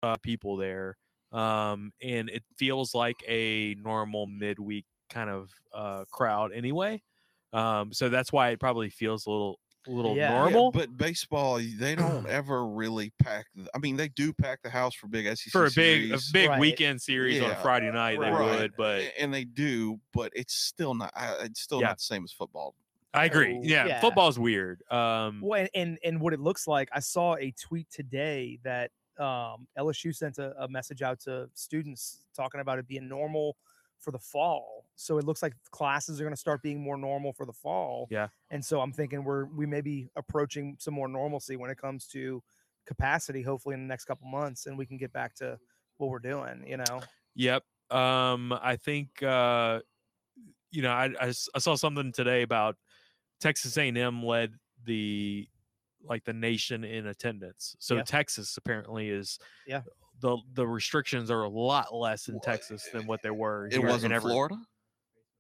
S2: uh, people there, um, and it feels like a normal midweek kind of uh, crowd anyway. Um, so that's why it probably feels a little a little
S3: Yeah. Yeah,
S4: Yeah,
S2: normal
S4: but baseball, y- they don't ever really pack. th- I mean, they do pack the house for big SEC
S2: for a big a
S4: series,
S2: big
S3: Right. Eh,
S2: weekend series on a
S4: Yeah.
S2: Friday night. They
S4: Right.
S2: would, but
S4: a- and they do, but it's still not. I- It's still
S2: Yeah.
S4: not the same as football.
S2: I agree.
S3: Oh,
S2: Yeah,
S3: yeah.
S2: football's weird. Um,
S3: Well, and, and and what it looks like, I saw a tweet today that um, LSU sent a, a message out to students talking about it being normal for the fall. So it looks like classes are going to start being more normal for the fall.
S2: Yeah.
S3: And so I'm thinking we're we may be approaching some more normalcy when it comes to capacity. Hopefully in the next couple months, and we can get back to what we're doing. You know,
S2: Yep. Um, I think uh, you know I, I s- I saw something today about Texas A&M led the like the nation in attendance. So
S3: Yeah.
S2: Texas apparently is
S3: Yeah.
S2: The the restrictions are a lot less in
S4: Well,
S2: Texas than what they were.
S4: It
S2: here
S4: wasn't
S2: in every-
S4: Florida.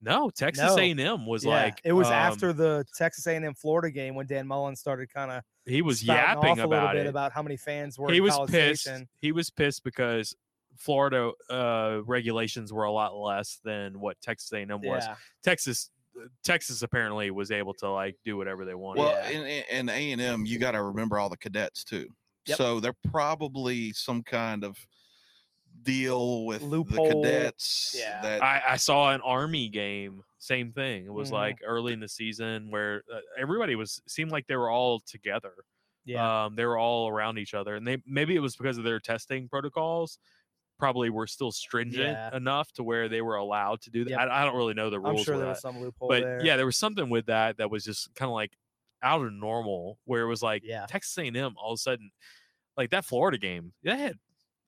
S2: No, Texas
S3: No.
S2: A&M was
S3: Yeah,
S2: like
S3: it was
S2: um,
S3: after the Texas A&M Florida game when Dan Mullen started kind of
S2: he was
S3: spouting off
S2: yapping
S3: a little
S2: about
S3: bit
S2: it.
S3: about how many fans were.
S2: he
S3: in
S2: was
S3: College
S2: pissed.
S3: Station.
S2: He was pissed because Florida uh, regulations were a lot less than what Texas A&M was.
S3: Yeah,
S2: Texas uh, Texas apparently was able to like do whatever they wanted.
S4: Well,
S3: Yeah.
S4: and- and A and M, you got to remember all the cadets too.
S3: Yep.
S4: So they're probably some kind of deal with the
S3: Loophole.
S4: cadets.
S3: Yeah.
S4: That,
S2: I, I saw an army game, same thing. It was
S3: Mhm.
S2: like early in the season where uh, everybody was seemed like they were all together.
S3: yeah,
S2: Um, they were all around each other, and they maybe it was because of their testing protocols. Probably were still stringent
S3: Yeah.
S2: enough to where they were allowed to do that.
S3: Yep.
S2: I, I don't really know the
S3: I'm
S2: rules.
S3: sure
S2: with
S3: there
S2: that.
S3: was some loophole
S2: but
S3: there.
S2: yeah, there was something with that that was just kind of like out of normal, where it was like
S3: Yeah.
S2: Texas A&M all of a sudden, like that Florida game, they had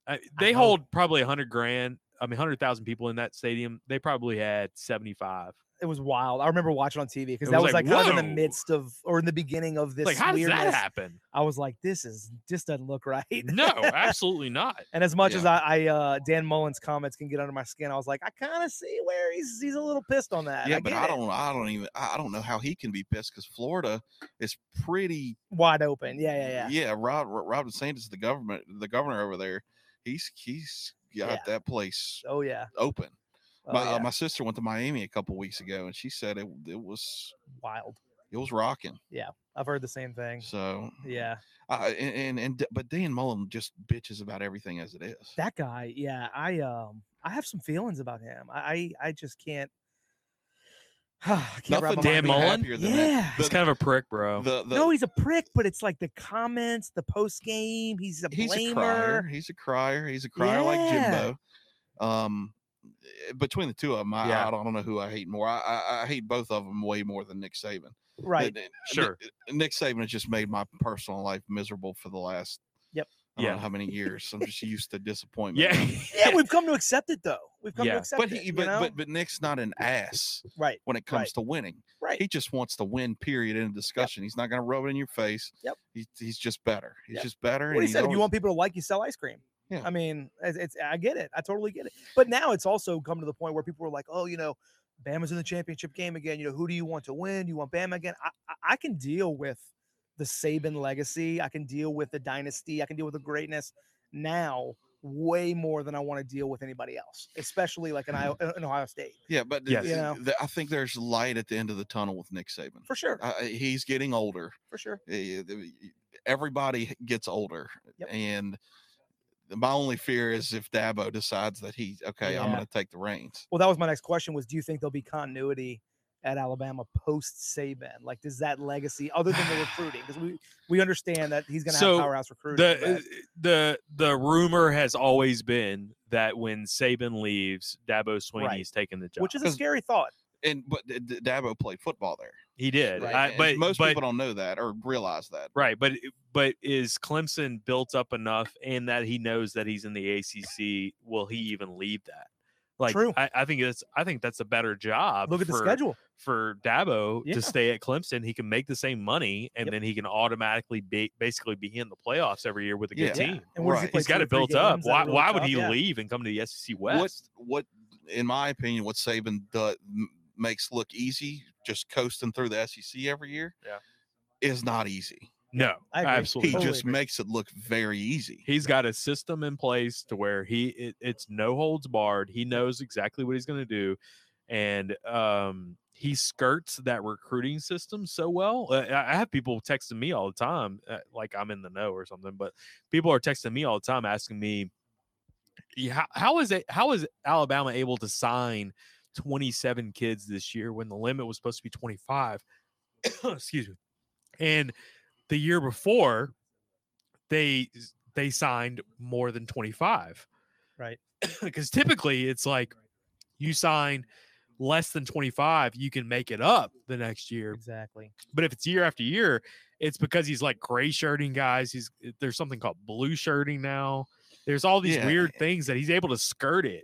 S2: I,
S3: I
S2: they
S3: know.
S2: hold probably hundred grand, I mean hundred thousand people in that stadium. They probably had seventy five.
S3: it was wild. I remember watching on TV because
S2: It
S3: that
S2: was
S3: was
S2: like,
S3: like, kind of in
S2: "Whoa."
S3: the midst of or in the beginning of this
S2: Like how does that
S3: weirdness.
S2: happen?
S3: I was like, this is just doesn't look right.
S2: No, absolutely not.
S3: And as much as
S4: Yeah.
S3: I, I uh, Dan Mullen's comments can get under my skin, I was like, I kind of see where he's he's a little pissed on that.
S4: yeah, but
S3: get
S4: I
S3: it.
S4: don't. I don't even. I I don't know how he can be pissed because Florida is pretty.
S3: wide open. Yeah, yeah, yeah.
S4: Yeah, Rob Ro- Robin Sanders, the government, the governor over there, he's he's got
S3: Yeah.
S4: that place
S3: Oh yeah.
S4: open.
S3: Oh,
S4: my uh,
S3: yeah.
S2: um,
S4: my sister went to Miami a couple weeks ago, and she said it it was
S3: wild.
S4: it was rocking.
S3: I've heard the same thing.
S4: So
S3: Mm. Yeah,
S4: I and, and and D- but Dan Mullen just bitches about everything as it is.
S3: that guy. Yeah, I um, I have some feelings about him. I I, I just can't. I can't wrap
S4: Nothing
S3: my
S2: Dan
S4: made
S3: mind-
S4: me
S2: Mullen?
S4: happier than that.
S3: Yeah.
S2: He's
S4: The-
S2: kind of a prick, bro.
S4: The, the,
S3: no, he's a prick, but it's like the comments, the post game. He's a
S4: he's
S3: blamer.
S4: a crier. He's a crier. He's a crier like
S3: Yeah.
S4: Jimbo. Um, eh, between the two of them, I,
S2: Yeah.
S4: I don't know who I hate more. I, I, I hate both of them way more than Nick Saban.
S3: Right.
S4: Th- th-
S2: sure.
S4: Nick Saban has just made my personal life miserable for the last.
S3: Yep.
S4: I don't know
S2: Yeah.
S4: how many years? I'm just used to disappointment.
S2: Yeah.
S4: now.
S3: Yeah, we've come to accept it though. We've come
S2: Yeah.
S3: to accept
S4: but
S3: it.
S4: he,
S3: you
S4: but,
S3: know?
S4: but but Nick's not an ass
S3: right,
S4: when it
S3: Right.
S4: comes to winning.
S3: right.
S4: He just wants to win. Period. In a discussion, he's not going to rub it in your face.
S3: Yep.
S4: He's, he's just better. He's
S3: Yep.
S4: just better.
S3: what
S4: and
S3: he
S4: he's
S3: said. If you
S4: always-
S3: want people to like you, sell ice cream.
S4: Yeah.
S3: I mean, it's, it's I get it. I totally get it. But now it's also come to the point where people are like, oh, you know, Bama's in the championship game again. You know, who do you want to win? You want Bama again? I, I, I can deal with the Saban legacy. I can deal with the dynasty. I can deal with the greatness now way more than I want to deal with anybody else, especially like in, Iowa, in Ohio State
S4: Yeah, but
S2: Yes.
S4: th-
S3: You know?
S4: th- I think there's light at the end of the tunnel with Nick Saban.
S3: for sure.
S4: Uh, he's getting older.
S3: For sure.
S4: Eh, the- Everybody gets older,
S3: Yep.
S4: and my only fear is if Dabo decides that he okay, I'm
S3: Yeah.
S4: going to take the reins.
S3: Well, that was my next question: was Do you think there'll be continuity at Alabama post Saban? Like, does that legacy, other than the recruiting, because we we understand that he's going to
S2: So,
S3: have powerhouse recruiting.
S2: the uh, the the rumor has always been that when Saban leaves, Dabo Sweeney's taking the
S3: but-
S2: job.
S3: which is a
S4: 'cause-
S3: scary thought.
S4: And but D- D- Dabo played football there,
S2: he did,
S3: Right.
S2: I-
S4: and
S2: but
S4: most
S2: but
S4: people don't know that or realize that.
S2: Right, but but is Clemson built up enough in that he knows that he's in the ACC? Will he even leave that? Like,
S3: True.
S2: I, I think that's I think that's a better job.
S3: Look at the
S2: for-
S3: schedule.
S2: for Dabo
S3: Yeah.
S2: to stay at Clemson. He can make the same money, and
S3: Yep.
S2: then he can automatically be, basically be in the playoffs every year with a good
S4: Yeah.
S2: team.
S3: And what does he
S4: Right.
S3: play,
S2: He's got
S3: two or
S2: it
S3: three
S2: built up.
S3: games at a
S2: Why
S3: really
S2: why would
S3: top?
S2: he
S3: Yeah.
S2: leave and come to the SEC West?
S4: What what in my opinion, what Saban does makes look easy, just coasting through the SEC every year.
S2: Yeah.
S4: Is not easy.
S2: No,
S3: I agree. He
S2: absolutely.
S4: He
S2: not.
S3: Totally
S4: just
S3: agree.
S4: makes it look very easy.
S2: He's got a system in place to where he it, it's no holds barred. He knows exactly what he's going to do, and um, he skirts that recruiting system so well. Uh, I I have people texting me all the time, uh, like I'm in the know or something. But people are texting me all the time asking me, "Yeah, how, how is it? How is Alabama able to sign 27 kids this year when the limit was supposed to be 25?" Excuse me. And the year before, they they signed more than 25
S3: Right.
S2: because typically it's like you sign less than 25 you can make it up the next year
S3: Exactly.
S4: Mm-hmm.
S2: but if it's year after eh, year it's because he's like gray shirting guys he's there's something called blue shirting now There's all these
S4: Yeah.
S2: weird things that he's able to skirt it,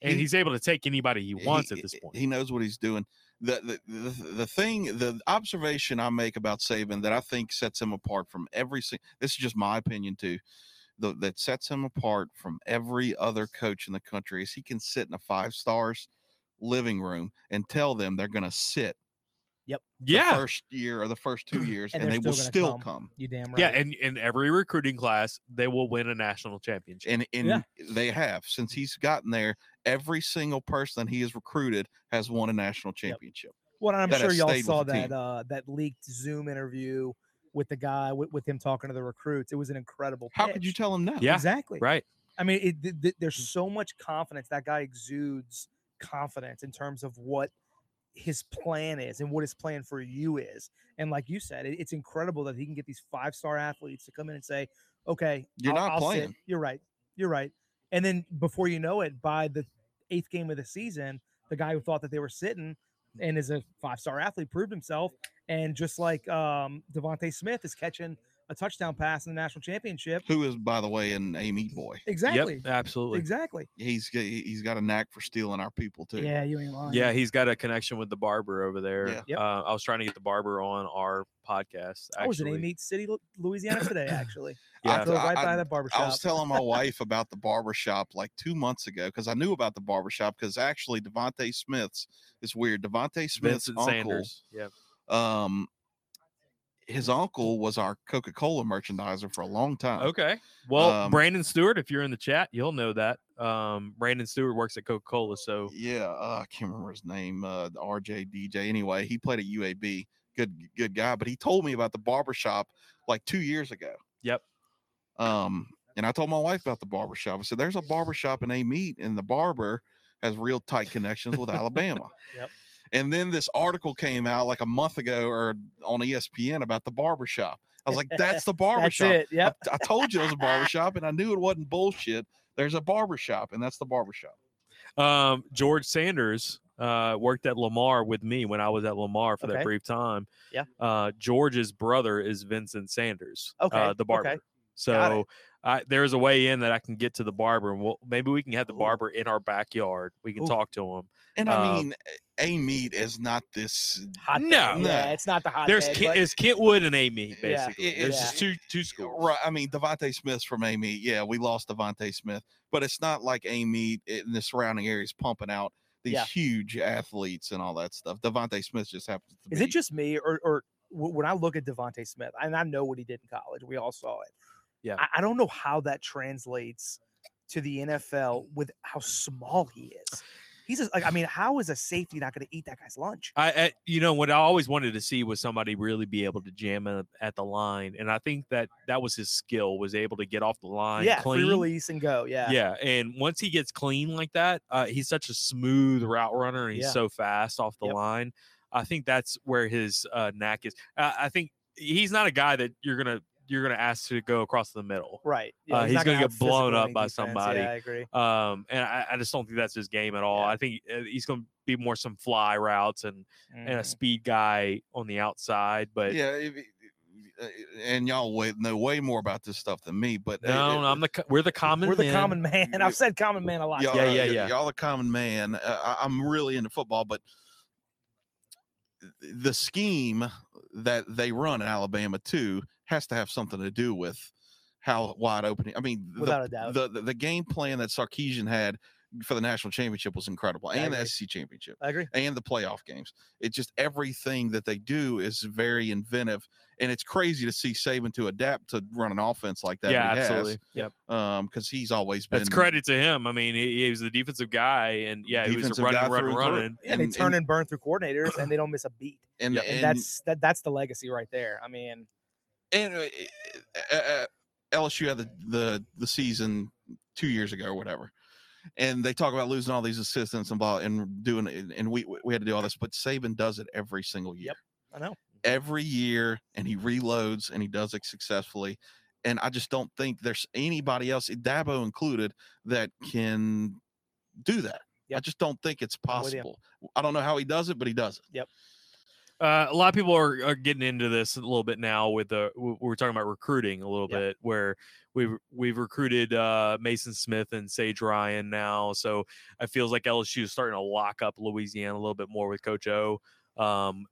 S2: and
S4: He- eh,
S2: he's able to take anybody he wants at this point.
S4: He knows what he's doing. The, the the the thing, the observation I make about Saban that I think sets him apart from every. si- This is just my opinion too. The, that sets him apart from every other coach in the country is he can sit in a five stars living room and tell them they're going to sit the
S2: yeah,
S4: first year or the first two years
S3: And
S4: and,
S3: they're
S4: they will
S3: still
S4: still
S3: gonna
S4: come.
S3: You damn right.
S2: yeah, and in every recruiting class, they will win a national championship.
S4: and and
S3: Yeah.
S4: they have since he's gotten there every single person he has recruited has won a national championship
S3: Well, and I'm
S4: that
S3: sure
S4: has
S3: y'all
S4: stayed with
S3: saw
S4: the
S3: that
S4: team.
S3: uh, that leaked Zoom interview with the guy with, with him talking to the recruits. It was an incredible.
S4: how could you
S3: pitch.
S4: tell him no
S2: Yeah.
S3: Exactly.
S2: Right.
S3: I mean, it, th- th-
S4: Mm.
S3: there's so much confidence that guy exudes confidence in terms of what his plan is and what his plan for you is. And like you said, it, it's incredible that he can get these five star athletes to come in and say, "Okay,
S4: You're
S3: I'll-
S4: not
S3: I'll sit.
S4: playing."
S3: You're right. You're right." And then before you know it, by the eighth game of the season, the guy who thought that they were sitting and is a five star athlete proved himself. And just like um, Devonte Smith is catching a touchdown pass in the national championship.
S4: who is by the way an amy boy
S3: Exactly.
S2: Yep. Absolutely.
S3: Exactly.
S4: he's g- he's got a knack for stealing our people too
S3: Yeah, you ain't lying.
S2: Yeah, he's got a connection with the barber over there.
S4: Yeah.
S3: Yep.
S2: Uh, I was trying to get the barber on our podcast. Actually.
S3: I was in Amite City, Lu- Louisiana today. Actually,
S2: Yeah.
S3: I drove right
S4: I-
S3: by
S4: I-
S3: that barbershop.
S4: I was telling my wife about the barbershop like two months ago because I knew about the barbershop because actually Devonte Smith's it's weird. Devonte Smith's
S2: Vincent
S4: uncle,
S2: Sanders. Yeah.
S4: um, his uncle was our Coca Cola merchandiser for a long time.
S2: Okay. Well,
S4: Uh, Um,
S2: Brandon Stewart, if you're in the chat, you'll know that. Um, Brandon Stewart works at Coca Cola. So
S4: yeah, uh, I can't remember his name. Uh, the RJ DJ. Anyway, he played at UAB. Good, good guy. But he told me about the barbershop like two years ago.
S2: Yep.
S4: Um, and I told my wife about the barbershop. I said, "There's a barbershop in A Meet, and the barber has real tight connections with Alabama."
S3: Yep.
S4: And then this article came out like a month ago or on E ESPN about the barbershop. I was like, "That's the
S3: That's
S4: barbershop."
S3: it. Yep.
S4: I, I told you it was a barbershop, and I knew it wasn't bullshit. There's a barbershop, and that's the barbershop.
S2: um, George Sanders uh, worked at Lamar with me when I was at Lamar for
S3: Okay.
S2: that brief time.
S3: Yeah.
S2: Uh, George's brother is Vincent Sanders,
S3: Okay,
S2: uh, the barber.
S3: okay. Got it.
S2: So I, there is a way in that I can get to the barber, and we'll, maybe we can have the
S4: Ooh.
S2: barber in our backyard. We can
S4: Ooh.
S2: talk to him.
S4: And I
S2: Uh,
S4: mean, A Meat is not this.
S3: Hot
S2: No.
S3: dog.
S4: No.
S3: yeah, it's not the hot.
S2: There's
S3: dog,
S2: Kent,
S3: but
S2: it's Kentwood and Amy
S4: Yeah,
S2: basically.
S4: it-
S2: There's
S3: it's-
S2: just two two schools.
S4: Right. I mean, Devontae Smith's from A Meat. Yeah, we lost Devontae Smith, but it's not like A Meat in the surrounding areas pumping out these
S3: Yeah.
S4: huge athletes and all that stuff. Devontae Smith just happens to
S3: Is
S4: be.
S3: it just me or or wh- when I look at Devonte Smith, and I know what he did in college, we all saw it.
S2: Yeah.
S3: I, I don't know how that translates to the NFL with how small he is. He's a, like, I mean, how is a safety not going to eat that guy's lunch?
S2: I, I you know what I always wanted to see was somebody really be able to jam at, at the line, and I think that that was his skill was able to get off the line
S3: yeah,
S2: clean.
S3: free release and go. Yeah,
S2: yeah. and once he gets clean like that, uh, he's such a smooth route runner, and he's
S3: Yeah.
S2: so fast off the
S3: Yep.
S2: line. I think that's where his uh, knack is. Uh, I think he's not a guy that you're gonna you're gonna ask to go across the middle.
S3: right. Yeah,
S2: Uh, he's
S3: not
S2: gonna get
S3: gonna out-physical
S2: blown up
S3: any
S2: by
S3: defense.
S2: somebody.
S3: Yeah, I agree.
S2: Um, and I, I just don't think that's his game at all.
S3: Yeah.
S2: I think uh, he's gonna be more some fly routes and and a
S3: Mhm.
S2: speed guy on the outside, but.
S4: Yeah. if- uh, and y'all way, know way more about this stuff than me, but uh,
S2: No,
S4: uh,
S2: no, I'm the co- we're the common
S3: We're the
S2: men.
S3: common man.
S4: You-
S3: I've said common man a lot.
S4: y'all,
S2: Yeah,
S4: are-
S2: yeah,
S4: y-
S2: yeah.
S4: Y'all the common man. Uh, I, I'm really into football, but th- the scheme that they run in Alabama too has to have something to do with how wide open. I mean, the,
S3: Without a doubt.
S4: the, the the game plan that Sarkeesian had for the national championship was incredible,
S3: I
S4: and the
S3: agree.
S4: SEC championship
S3: I agree.
S4: and the playoff games. It's just everything that they do is very inventive, and it's crazy to see Saban to adapt to run an offense like that.
S2: Yeah, absolutely. Yep.
S4: because he's always been
S2: That's credit to him. I mean, he, he was the defensive guy, and yeah, he was
S4: Defensive
S2: running,
S4: guy
S2: running,
S4: through and through.
S2: running.
S3: Yeah, they
S4: And-
S3: turn and,
S4: and-
S3: burn through coordinators and they don't miss a beat.
S4: and,
S2: Yep.
S3: And,
S4: and
S3: that's that that's the legacy right there. I mean,
S4: and uh, uh, uh, LSU had the, the the season two years ago or whatever, and they talk about losing all these assistants and blah and doing and and we we had to do all this, but Saban does it every single year,
S3: I know.
S4: every year, and he reloads and he does it successfully, and I just don't think there's anybody else, Dabo included, that can do that. I
S3: Yep.
S4: just don't think it's
S3: I'm with you.
S4: possible. I don't know how he does it, but he does it.
S2: Uh, a lot of people are, are getting into this a little bit now with the we we we're talking about recruiting a little
S3: Yeah.
S2: bit where we've we've recruited uh, Mason Smith and Sage Ryan now, so it feels like LSU is starting to lock up Louisiana a little bit more with Coach O. Um,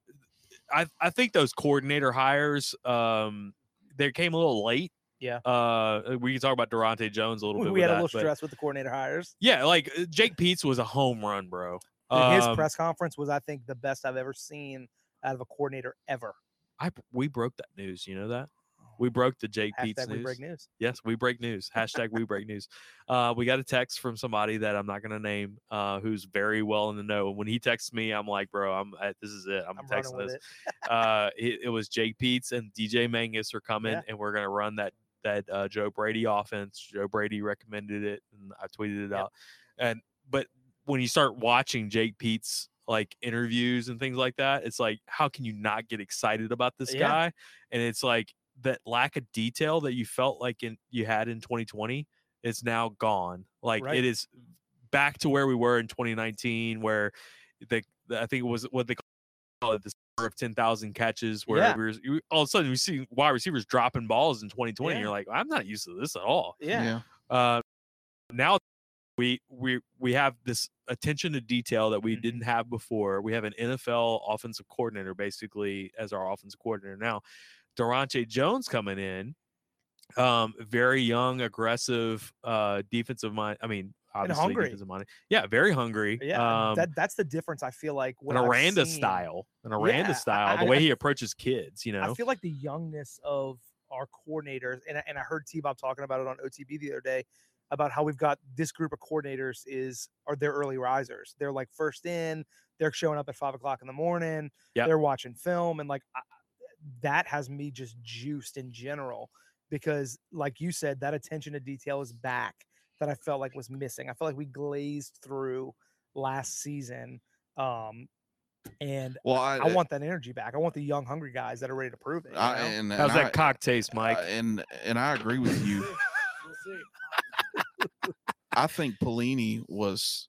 S2: I I think those coordinator hires um, they came a little late.
S3: Yeah.
S2: uh, we can talk about Durante Jones a little
S3: We,
S2: bit.
S3: we
S2: with
S3: had a
S2: that,
S3: little
S2: but-
S3: stress with the coordinator hires.
S2: Yeah, like uh, Jake Peets was a home run, bro.
S3: And his
S2: Um,
S3: press conference was, I think, the best I've ever seen out of a coordinator ever.
S2: I we broke that news. You know that we broke the Jake Peets
S3: Oh, Hashtag we
S2: news.
S3: break news.
S2: Yes, we break news. Hashtag we break news. Uh, we got a text from somebody that I'm not going to name, uh, who's very well in the know. When he texts me, I'm like, bro, I'm uh, this is it. I'm,
S3: I'm running
S2: texting
S3: with
S2: this.
S3: it.
S2: Uh, it, it was Jake Peets and DJ Mangus are coming,
S3: Yeah.
S2: and we're going to run that that uh, Joe Brady offense. Joe Brady recommended it, and I tweeted it
S3: Yep.
S2: out. And but when you start watching Jake Peets like interviews and things like that, it's like, how can you not get excited about this
S3: Yeah.
S2: guy? And it's like that lack of detail that you felt like in you had in 2020 is now gone. Like
S3: Right.
S2: it is back to where we were in 2019, where the, the I think it was what they call it the summer of 10,000 catches, where
S3: Yeah.
S2: we were, you- all of a sudden we see wide receivers dropping balls in 2020. And
S3: Yeah.
S2: you're like, I'm not used to this at all.
S3: Yeah.
S2: Uh, now we we we have this attention to detail that we
S3: Mhm.
S2: didn't have before. We have an NFL offensive coordinator basically as our offensive coordinator now. Durante Jones coming in, um, very young, aggressive, uh, defensive mind. I mean, obviously
S3: hungry.
S2: defensive minded. Yeah, very hungry.
S3: Yeah.
S2: um,
S3: that, that's the difference I feel like.
S2: an
S3: What I've
S2: Aranda
S3: seen-
S2: style, an
S3: Yeah,
S2: Aranda
S3: I-
S2: style.
S3: I-
S2: the way
S3: I
S2: he
S3: f-
S2: approaches kids, you know.
S3: I feel like the youngness of our coordinators, and I, and I heard T Bob talking about it on OTB the other day about how we've got this group of coordinators is are they're early risers. They're like first in. They're showing up at five o'clock in the morning.
S2: Yep.
S3: They're watching film, and like I, that has me just juiced in general because, like you said, that attention to detail is back that I felt like was missing. I felt like we glazed through last season. Um, and
S4: Well, I, uh,
S3: I want that energy back. I want the young, hungry guys that are ready to prove it. you
S4: I,
S3: know?
S4: and,
S2: How's
S4: and
S2: that
S4: I-
S2: cock taste, Mike?
S4: uh, and and I agree with you. I think Pelini was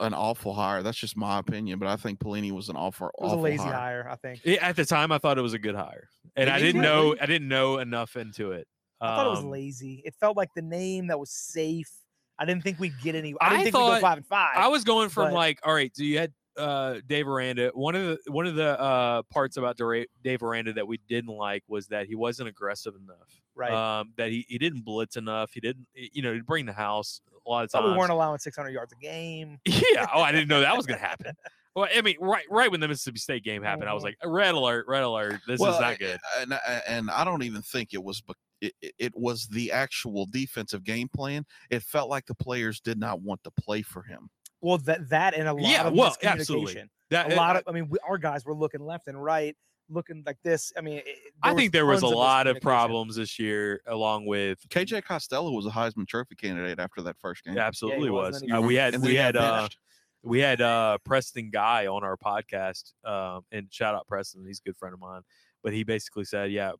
S4: an awful hire. That's just my opinion, but I think Pelini was an awful,
S3: it was a
S4: awful
S3: lazy
S4: hire.
S3: hire, I think.
S2: Yeah, at the time, I thought it was a good hire, and I
S4: Did you
S2: didn't
S4: really?
S2: know I didn't know enough into it.
S3: I thought it was
S2: Um,
S3: lazy. It felt like the name that was safe. I didn't think we'd get any. I didn't
S2: I
S3: think
S2: thought-
S3: we'd go five and five.
S2: I was going from
S3: but-
S2: like, all right, so you had uh, Dave Aranda. One of the one of the uh, parts about Dura- Dave Aranda that we didn't like was that he wasn't aggressive enough.
S3: right.
S2: Um, that he, he didn't blitz enough. He didn't, you know, he'd bring the house a lot of
S3: thought
S2: times.
S3: we weren't allowing 600 yards a game.
S2: Yeah. Oh, I didn't know that was gonna happen. Well, I mean, right, right when the Mississippi State game happened, I was
S3: Mhm.
S2: like, red alert, red alert. This is
S4: Well,
S2: not
S4: a-
S2: good.
S4: And I- and I don't even think it was. bec- It, it- it was the actual defensive game plan. It felt like the players did not want to play for him.
S3: Well, that that and a lot
S2: Yeah,
S3: of
S2: well, absolutely.
S3: miscommunication.
S2: That eh,
S3: A lot of. I mean, we, our guys were looking left and right, looking like this. I mean, it, it-
S2: I think there was a
S3: tons
S2: lot of
S3: miscommunication.
S2: problems this year, along with
S4: KJ Costello was a Heisman Trophy candidate after that first game.
S2: it absolutely
S3: he was,
S2: was.
S3: and
S2: Uh,
S3: then he
S2: we
S3: was-
S2: had
S4: And
S2: we
S4: they
S2: had uh,
S4: finished.
S2: we had uh Preston Guy on our podcast, um, and shout out Preston, he's a good friend of mine. But he basically said, yeah,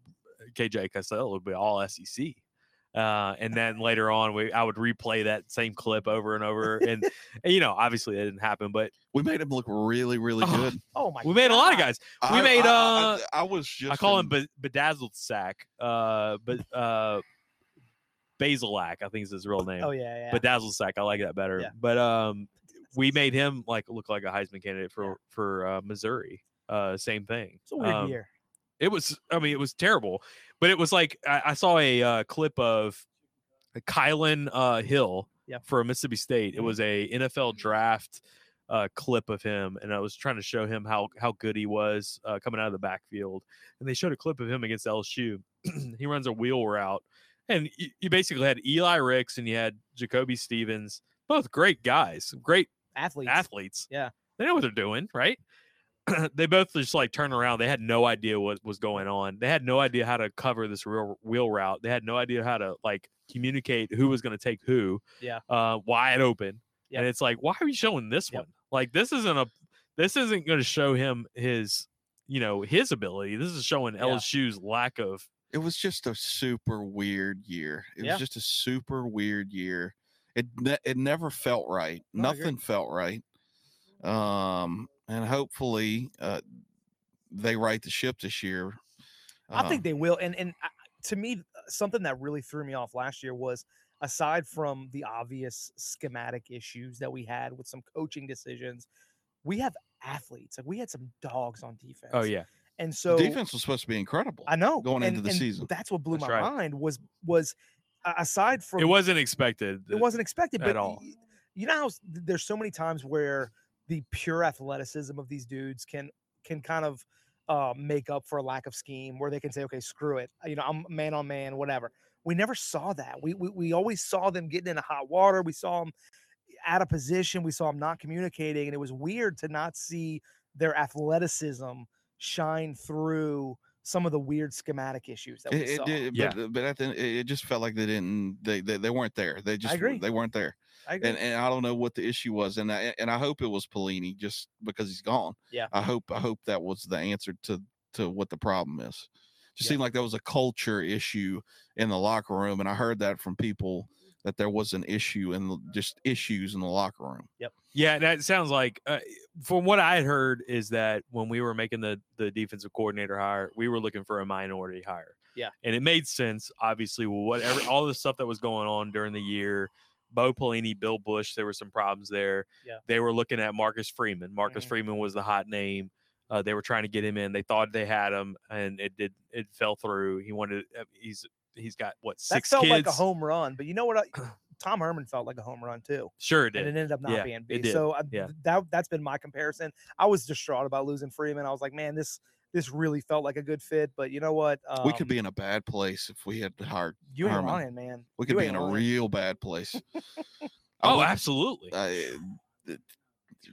S2: KJ Costello would be all SEC. Uh, and then later on, we I would replay that same clip over and over, and you know, obviously that didn't happen, but
S4: we made him look really, really
S2: Oh,
S4: good.
S3: Oh my!
S2: we made a lot of
S3: God.
S2: guys. We made,
S4: I,
S2: uh,
S4: I, I was just.
S2: I call him
S4: in-
S2: be- bedazzled sack, uh, but uh, Basilak, I think is his real name.
S3: Oh yeah, yeah.
S2: Bedazzled sack, I like that better.
S3: Yeah.
S2: But um, we made him like look like a Heisman candidate for for uh, Missouri. Uh, same thing.
S3: it's a weird
S2: Um,
S3: year.
S2: It was, I mean, it was terrible, but it was like I, I saw a uh, clip of Kylan uh, Hill
S3: Yeah.
S2: for Mississippi State. It
S3: Mhm.
S2: was a NFL draft uh, clip of him, and I was trying to show him how how good he was uh, coming out of the backfield. And they showed a clip of him against LSU. he runs a wheel route, and y- you basically had Eli Ricks and you had Jacoby Stevens, both great guys, great
S3: Athletes.
S2: athletes.
S3: Yeah.
S2: They know what they're doing, right? they both just like turn around. They had no idea what was going on. They had no idea how to cover this real wheel route. They had no idea how to like communicate who was going to take who.
S3: Yeah.
S2: Uh, wide open.
S3: Yep.
S2: And it's like, why are you showing this
S3: Yep.
S2: one? Like this isn't a this isn't going to show him his you know his ability. This is showing LSU's lack of
S4: it was just a super weird year. It
S3: Yeah.
S4: was just a super weird year. It ne- it never felt right.
S3: No, I agree.
S4: Nothing felt right. Um, and hopefully, uh, they right the ship this year. Uh-huh. Um,
S3: I think they will. And and I- to me, uh, something that really threw me off last year was aside from the obvious schematic issues that we had with some coaching decisions, we have athletes. Like we had some dogs on defense.
S2: Oh yeah,
S3: And so
S4: the defense was supposed to be incredible.
S3: I know
S4: going into
S3: and-
S4: the
S3: and
S4: season.
S3: That's what blew
S2: That's
S3: my
S2: right.
S3: mind was was a- aside from
S2: it wasn't expected.
S3: it wasn't expected
S2: at
S3: but
S2: all.
S3: y- You know, how s- th- there's so many times where the pure athleticism of these dudes can can kind of uh, make up for a lack of scheme, where they can say, "Okay, screw it," you know, I'm man on man, whatever. We never saw that. We we, we always saw them getting into hot water. We saw them out of position. We saw them not communicating, and it was weird to not see their athleticism shine through some of the weird schematic issues that we
S4: It,
S3: saw.
S4: it did,
S2: Yeah.
S4: but, but at the end, it it just felt like they didn't. They they, they weren't there. They just
S3: agree.
S4: they weren't there.
S3: I agree.
S4: And and I don't know what the issue was. And I and I hope it was Pelini just because he's gone.
S3: Yeah.
S4: I hope I hope that was the answer to to what the problem is.
S3: Yeah.
S4: Just seemed like there was a culture issue in the locker room, and I heard that from people that there was an issue and just issues in the locker room.
S2: Yeah, that sounds like uh, from what I had heard is that when we were making the the defensive coordinator hire, we were looking for a minority hire.
S3: Yeah.
S2: and it made sense. Obviously, whatever all the stuff that was going on during the year, Bo Pelini, Bill Bush, there were some problems there.
S3: Yeah.
S2: they were looking at Marcus Freeman. Marcus
S3: Mhm.
S2: Freeman was the hot name. Uh, they were trying to get him in. They thought they had him, and it did. It fell through. He wanted. uh, He's he's got what
S3: that
S2: six
S3: felt
S2: kids?
S3: like a home run. But you know what? I, Tom Herman felt like a home run too,
S2: Sure, it
S3: and
S2: did.
S3: it ended up not
S2: Yeah,
S3: being
S2: it
S3: B.
S2: did.
S3: So I,
S2: Yeah.
S3: th- that that's been my comparison. I was distraught about losing Freeman. I was like, man, this this really felt like a good fit. But you know what? Um,
S4: we could be in a bad place if we had hired.
S3: you ain't
S4: Herman.
S3: lying, man.
S4: We could
S3: You
S4: be
S3: ain't
S4: in a
S3: lying.
S4: real bad place. I
S2: oh,
S4: would-
S2: absolutely.
S4: I- it-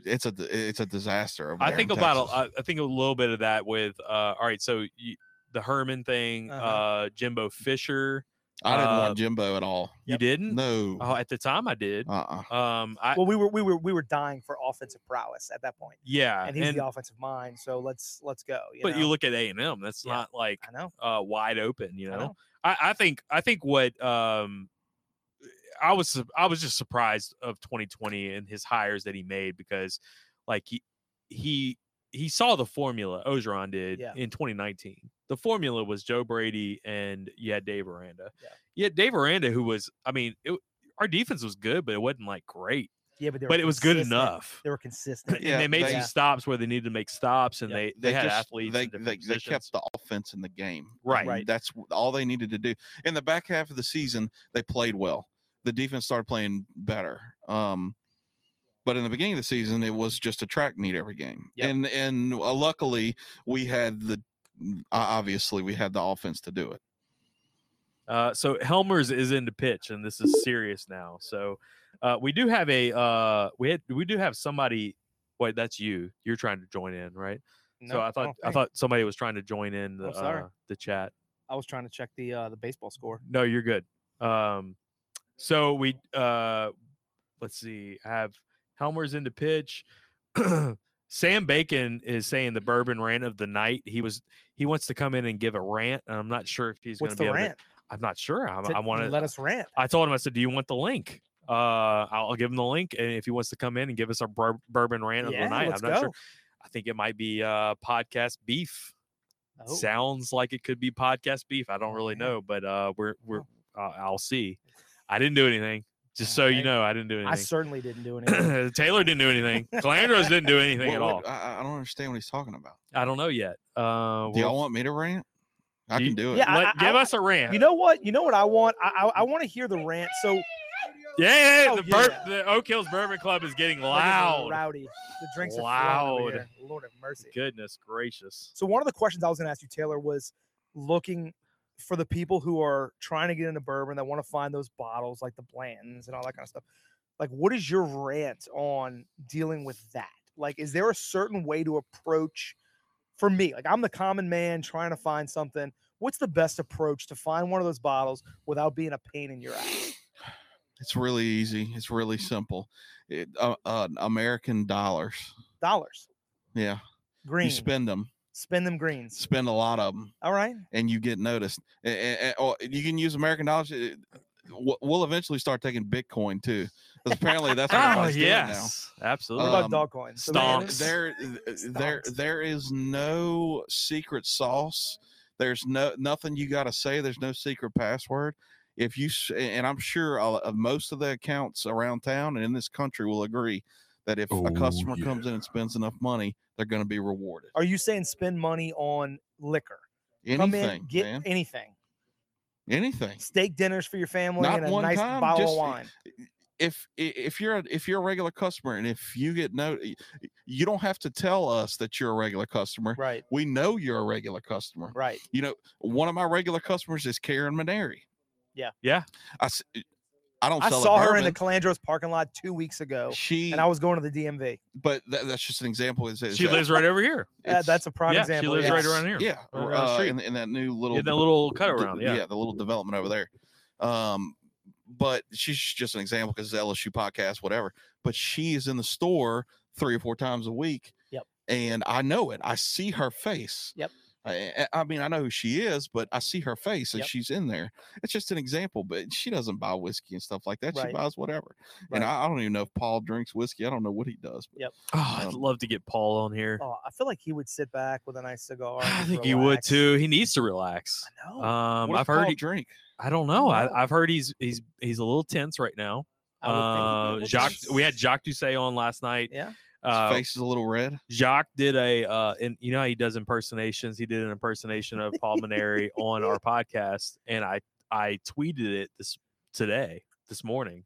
S4: it's a it's a disaster. over
S2: I
S4: there
S2: think
S4: in
S2: about a,
S4: Texas.
S2: I, I think a little bit of that with uh, all right. So you, the Herman thing, uh
S3: Uh-huh.
S2: Jimbo Fisher.
S4: I didn't
S2: uh,
S4: want Jimbo at all.
S2: You didn't?
S4: No.
S2: Oh, at the time I did.
S4: Uh-uh.
S2: Um, I
S3: Uh, Well, we were we were we were dying for offensive prowess at that point,
S2: yeah,
S3: and he's the offensive mind. So let's let's go. You
S2: but
S3: know?
S2: you look at A and M. That's
S3: Yeah.
S2: not like
S3: I know.
S2: uh, wide open. You
S3: I
S2: know,
S3: know.
S2: I, I think I think what um, I was su- I was just surprised of 2020 and his hires that he made because like he he he saw the formula Ogeron did
S3: Yeah.
S2: in 2019. The formula was Joe Brady and you had Dave Aranda.
S3: Yeah.
S2: You had Dave Aranda who was I mean it, our defense was good but it wasn't like great
S3: Yeah, but they were
S2: but it was good
S3: consistent.
S2: enough.
S3: They were consistent.
S4: Yeah,
S2: and they made
S4: they-
S2: some stops where they needed to make stops and
S3: Yeah.
S2: they, they had
S4: just-
S2: athletes
S4: They,
S2: in different
S4: they, they
S2: positions.
S4: kept the offense in the game.
S2: Right.
S3: Right.
S4: That's w- all they needed to do. In the back half of the season, they played well. The defense started playing better. Um, but in the beginning of the season, it was just a track meet every game.
S3: Yep.
S4: And and uh, luckily, we had the mm, o- obviously we had the offense to do it.
S2: Uh, so Helmers is into pitch, and this is serious now. So uh, we do have a uh, we had we do have somebody. Wait, that's you. You're trying to join in, right?
S3: No,
S2: so I thought
S3: don't
S2: I
S3: think.
S2: thought somebody was trying to join in the
S3: Oh, sorry.
S2: uh, the chat.
S3: I was trying to check the uh, the baseball score.
S2: No, you're good. Um, so we uh, let's see. I have Helmers into pitch. Sam Bacon is saying the bourbon rant of the night. He was he wants to come in and give a rant. and I'm not sure if he's going
S3: What's
S2: to be
S3: the
S2: able. to-
S3: rant?
S2: I'm not sure. I'm,
S3: To
S2: I want
S3: let us rant.
S2: I told him, I said, "Do you want the link?" Uh, I'll I'll give him the link, and if he wants to come in and give us a bur- bourbon rant of the night, I'm not sure. I think it might be uh, podcast beef.
S3: Oh,
S2: Sounds like it could be podcast beef. I don't really
S3: man.
S2: know, but uh, we're we're
S3: Oh.
S2: uh, I'll see. I didn't do anything. Just so you
S3: Okay.
S2: know, I didn't do
S3: I
S2: anything.
S3: certainly didn't do anything.
S2: Taylor didn't do anything. Calandros didn't do anything
S4: What-
S2: at all.
S4: what- I, I- I don't understand what he's talking about.
S2: I don't know yet. Uh,
S4: Do y'all
S2: we'll-
S4: want me to rant? I
S2: You-
S4: can do it.
S3: Yeah, I-
S2: let- give us a rant.
S3: you know what? You know what I want? I I, I want to hear the rant. So like,
S2: yeah,
S3: Oh,
S2: the, bur-
S3: yeah.
S2: the Oak Hills Bourbon Club is getting
S3: it's a
S2: loud.
S3: rowdy. The drinks are flowing over
S2: Loud.
S3: here. Lord have mercy.
S2: Goodness gracious.
S3: So one of the questions I was going to ask you, Taylor, was looking for the people who are trying to get into bourbon that want to find those bottles like the Blantons and all that kind of stuff. Like, what is your rant on dealing with that? Like, is there a certain way to approach? For me, like I'm the common man trying to find something. What's the best approach to find one of those bottles without being a pain in your ass?
S4: It's really easy. It's really simple. It, uh, uh, American dollars.
S3: Dollars,
S4: Yeah.
S3: green,
S4: You spend them,
S3: spend them greens.
S4: spend a lot of them,
S3: All right,
S4: and you get noticed. A- a- a- or you can use American dollars. uh, we'll- we'll eventually start taking Bitcoin too. 'Cause apparently that's what
S2: Oh
S4: everybody's doing now.
S2: yes, absolutely.
S3: What about
S4: Um,
S3: Dogcoin? So
S4: There-
S2: Stomps.
S4: There, eh, there,
S3: Stomps.
S4: there is no secret sauce. There's no nothing you got to say. There's no secret password. If you s- and I'm sure a lo- most of the accounts around town and in this country will agree that if
S1: Oh,
S4: a customer
S1: yeah.
S4: comes in and spends enough money, they're going to be rewarded.
S3: Are you saying spend money on liquor? Come in,
S4: Anything,
S3: get
S4: man,
S3: anything.
S4: anything.
S3: Steak dinners for your family
S4: Not
S3: and a
S4: one
S3: nice
S4: time,
S3: bottle
S4: just-
S3: of wine.
S4: if i- if you're a, if you're a regular customer and if you get no you don't have to tell us that you're a regular customer
S3: Right,
S4: we know you're a regular customer
S3: right.
S4: you know one of my regular customers is karen maneri
S3: Yeah.
S2: Yeah.
S4: i s- i don't
S3: I
S4: sell
S3: saw
S4: it
S3: her in the
S4: bourbon.
S3: Calandros parking lot two weeks ago,
S4: she
S3: and I was going to the DMV.
S4: but that, that's just an example is
S2: she lives right over here.
S3: Uh, that's a prime
S2: yeah, she
S3: example.
S2: lives right
S3: yes.
S2: around here.
S4: yeah
S2: right
S4: r-
S2: down the
S4: uh,
S2: street.
S4: in, in that new little
S2: in that little cut
S4: d-
S2: around. Yeah.
S4: the little development over there um but she's just an example because the lsu podcast whatever but she is in the store three or four times a week
S3: Yep.
S4: and i know it i see her face
S3: Yep.
S4: I, I I mean, I know who she is, but I see her face and
S3: Yep.
S4: she's in there. It's just an example, but she doesn't buy whiskey and stuff like that.
S3: Right.
S4: She buys whatever. And
S3: Right.
S4: I, I don't even know if Paul drinks whiskey. I don't know what he does. But
S3: Yep.
S2: Oh, I'd
S4: Um,
S2: love to get Paul on here.
S3: Oh, I feel like he would sit back with a nice cigar. and
S2: I
S3: just
S2: think he would
S3: relax.
S2: too. He needs to relax.
S3: I know.
S2: Um,
S4: what
S2: I've
S4: if Paul
S2: heard. He,
S4: drink.
S2: I don't know.
S3: No.
S2: I, I've heard he's he's he's a little tense right now.
S3: I would
S2: Uh,
S3: think he
S2: Jacques,
S3: would.
S2: we had Jacques Doucet on last night.
S3: Yeah.
S4: His
S2: Uh,
S4: face is a little red.
S2: Jacques did a, uh, and you know how he does impersonations. He did an impersonation of Paul Maneri on our podcast, and I I tweeted it this today, this morning,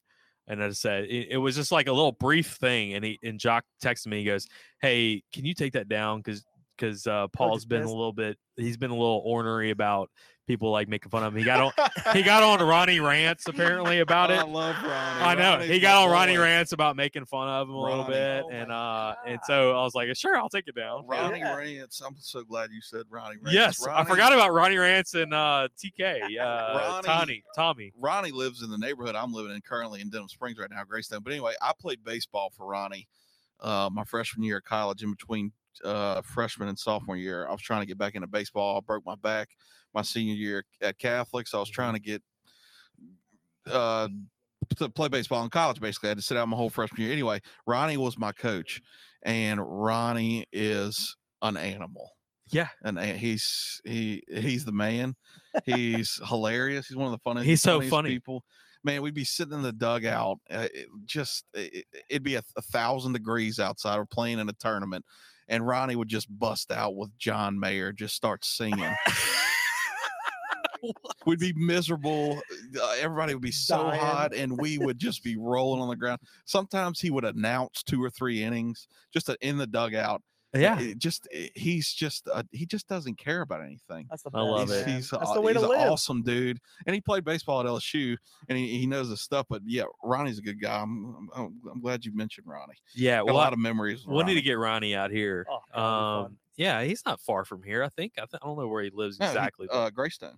S2: and I said it, it was just like a little brief thing. And he and Jacques texted me. He goes, "Hey, can you take that down? Because because uh, Paul's been
S3: pissed.
S2: a little bit. He's been a little ornery about people like making fun of him. He got on he got on Ronnie rants apparently about it.
S4: Oh, I love Ronnie.
S2: I know he
S4: Ronnie's
S2: got
S4: my
S2: on Ronnie
S4: boy.
S2: rants about making fun of him a little
S4: Ronnie.
S2: bit,
S3: Oh my
S2: and uh, and
S3: God.
S2: so I was like, sure, I'll take it down. Yeah.
S4: Ronnie
S3: Yeah.
S4: Rants. I'm so glad you said Ronnie Rants.
S2: Yes, I
S4: Ronnie-
S2: forgot about Ronnie rants and uh, TK, uh,
S4: Ronnie-
S2: Tony, Tommy.
S4: Ronnie lives in the neighborhood I'm living in currently in Denham Springs right now, Greystone. But anyway, I played baseball for Ronnie uh, my freshman year of college in between uh, freshman and sophomore year. I was trying to get back into baseball. I broke my back my senior year at Catholics. I was
S2: Mm-hmm.
S4: trying to get uh, to play baseball in college, basically. I had to sit out my whole freshman year. Anyway, Ronnie was my coach, and Ronnie is an animal.
S2: Yeah.
S4: and a- he's he he's the man. He's hilarious. He's one of the funniest.
S2: He's so
S4: funniest
S2: funny.
S4: People, man, we'd be sitting in the dugout. Uh, it- just it, it'd be a, a thousand degrees outside. We're playing in a tournament, and Ronnie would just bust out with John Mayer, just start singing. We'd be miserable. Uh, everybody would be so
S3: Dying.
S4: hot, and we would just be rolling on the ground. Sometimes he would announce two or three innings just to, in the dugout.
S2: Yeah,
S4: It just it- he's just uh, he just doesn't care about anything.
S3: That's the
S2: I love
S3: best,
S2: it.
S4: He's,
S3: man.
S4: he's
S3: That's
S4: a-
S3: the way
S4: he's
S3: to
S4: an
S3: live.
S4: awesome dude, and he played baseball at LSU, and he, he knows his stuff. But yeah, Ronnie's a good guy. I'm I'm, I'm glad you mentioned Ronnie.
S2: yeah.
S4: Got a
S2: Well, I-
S4: lot of memories. with
S2: we'll need to
S4: Ronnie.
S2: get Ronnie out here.
S3: Oh, God, that'd be
S2: Um, yeah, he's not far from here. I think. I, th- I don't know where he lives
S4: No, he-
S2: exactly. but-
S4: uh, Greystone.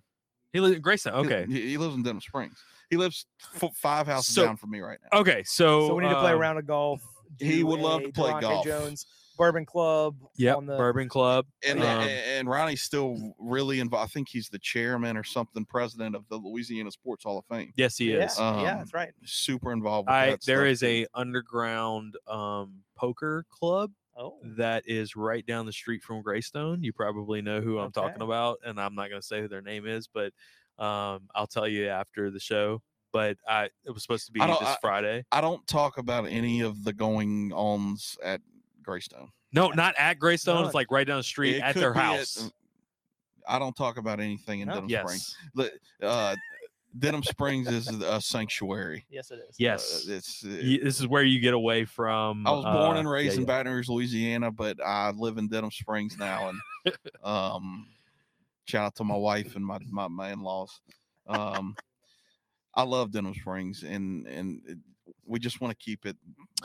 S2: he lives in Grayson.
S4: He-
S2: Okay.
S4: he, he lives in Denham Springs. He lives f- five houses
S2: So-
S4: down from me right now.
S2: Okay. So,
S3: so we need to play a
S2: um,
S3: round of golf.
S4: he
S3: do
S4: would love
S3: a
S4: to play
S3: Durante
S4: golf.
S3: Jones Bourbon Club.
S2: Yep.
S3: on the
S2: Bourbon Club.
S4: and,
S2: Um,
S4: and and Ronnie's still really involved. I think he's the chairman or something, president of the Louisiana Sports Hall of Fame.
S2: Yes, he
S3: yeah,
S2: is.
S4: Um,
S3: yeah, that's right.
S4: Super involved. With
S2: I
S4: that
S2: there
S4: stuff,
S2: is
S4: too.
S2: a underground um poker club
S3: Oh,
S2: that is right down the street from Greystone. You probably know who I'm talking
S3: Okay.
S2: about, and I'm not going to say who their name is, but um I'll tell you after the show. But I it was supposed to be
S4: I
S2: this
S4: don't- I-
S2: Friday.
S4: I don't talk about any of the going ons at Greystone.
S2: No, not at Greystone. It's
S3: No.
S2: like right down the street
S4: It
S2: at
S4: could
S2: their
S4: be
S2: house.
S4: I don't talk about anything in
S3: No.
S4: Denham Springs.
S2: yes.
S4: Look, Uh, Denham Springs is a sanctuary.
S3: yes, it is.
S4: Uh,
S2: Yes.
S4: it's. uh,
S2: Y- this is where you get away from
S4: I was born and
S2: uh,
S4: raised
S2: yeah,
S4: in Baton Rouge, Louisiana, but I live in Denham Springs now. And um, shout out to my wife and my my, my in laws. Um, I love Denham Springs, and and it, we just want to keep it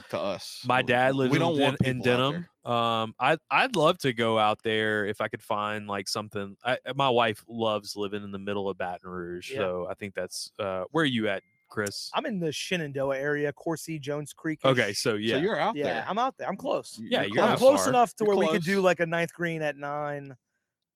S4: to us.
S2: My
S4: We-
S2: dad lives
S4: we don't
S2: in,
S4: want
S2: Den- in
S4: people out
S2: Denham. Um, I I'd love to go out there if I could find like something. I, uh, my wife loves living in the middle of Baton Rouge,
S3: Yeah.
S2: so I think that's uh, where are you at, Chris?
S3: I'm in the Shenandoah area, Corsi, Jones Creek.
S2: Okay, so
S4: there.
S2: yeah,
S4: So you're out
S3: yeah,
S4: there.
S3: I'm out there. I'm close.
S4: Y-
S2: yeah, you're
S3: I'm
S2: not
S3: close
S2: far.
S3: enough to
S4: You're
S3: where we could do
S4: close.
S3: like a ninth green at nine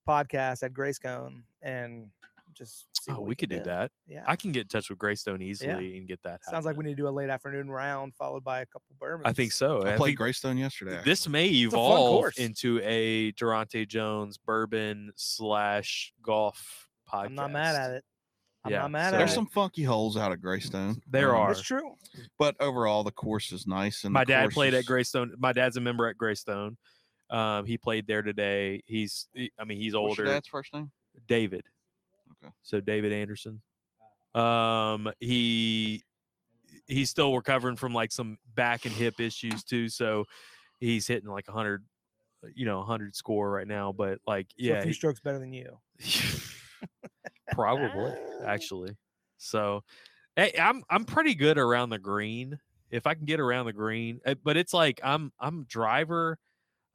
S3: podcast at Grace Cone and just see
S2: Oh,
S3: what
S2: we could do
S3: can
S2: that.
S3: Yeah.
S2: I can get in touch with Greystone easily and get that.
S3: Sounds like we
S2: happening.
S3: need to do a late afternoon round followed by a couple bourbons.
S2: I think so.
S4: I
S2: I
S4: played
S2: think
S4: Greystone yesterday.
S2: This
S4: actually.
S2: may
S3: a fun
S2: evolve
S3: course.
S2: into a Durante Jones bourbon slash golf podcast.
S3: I'm not mad at it. I'm
S2: Yeah,
S3: not mad
S2: so-
S3: at
S4: there's
S3: it.
S4: some funky holes out of Greystone.
S2: There
S4: um,
S2: are.
S3: It's true.
S4: but overall the course is nice. And
S2: my
S4: the
S2: dad
S4: course
S2: played at
S4: is-
S2: Greystone. My dad's a member at Greystone. Um, he played there today. He's, he- I mean, he's
S4: What's
S2: older.
S4: your dad's first name?
S2: David.
S4: Okay.
S2: So David Anderson. Um, he he's still recovering from like some back and hip issues too. So he's hitting like a hundred, you know, a hundred score right now. But like,
S3: Yeah,
S2: yeah,
S3: a few strokes better than you.
S2: he- probably actually. So, hey, I'm I'm pretty good around the green. If I can get around the green, Uh, but it's like I'm I'm driver.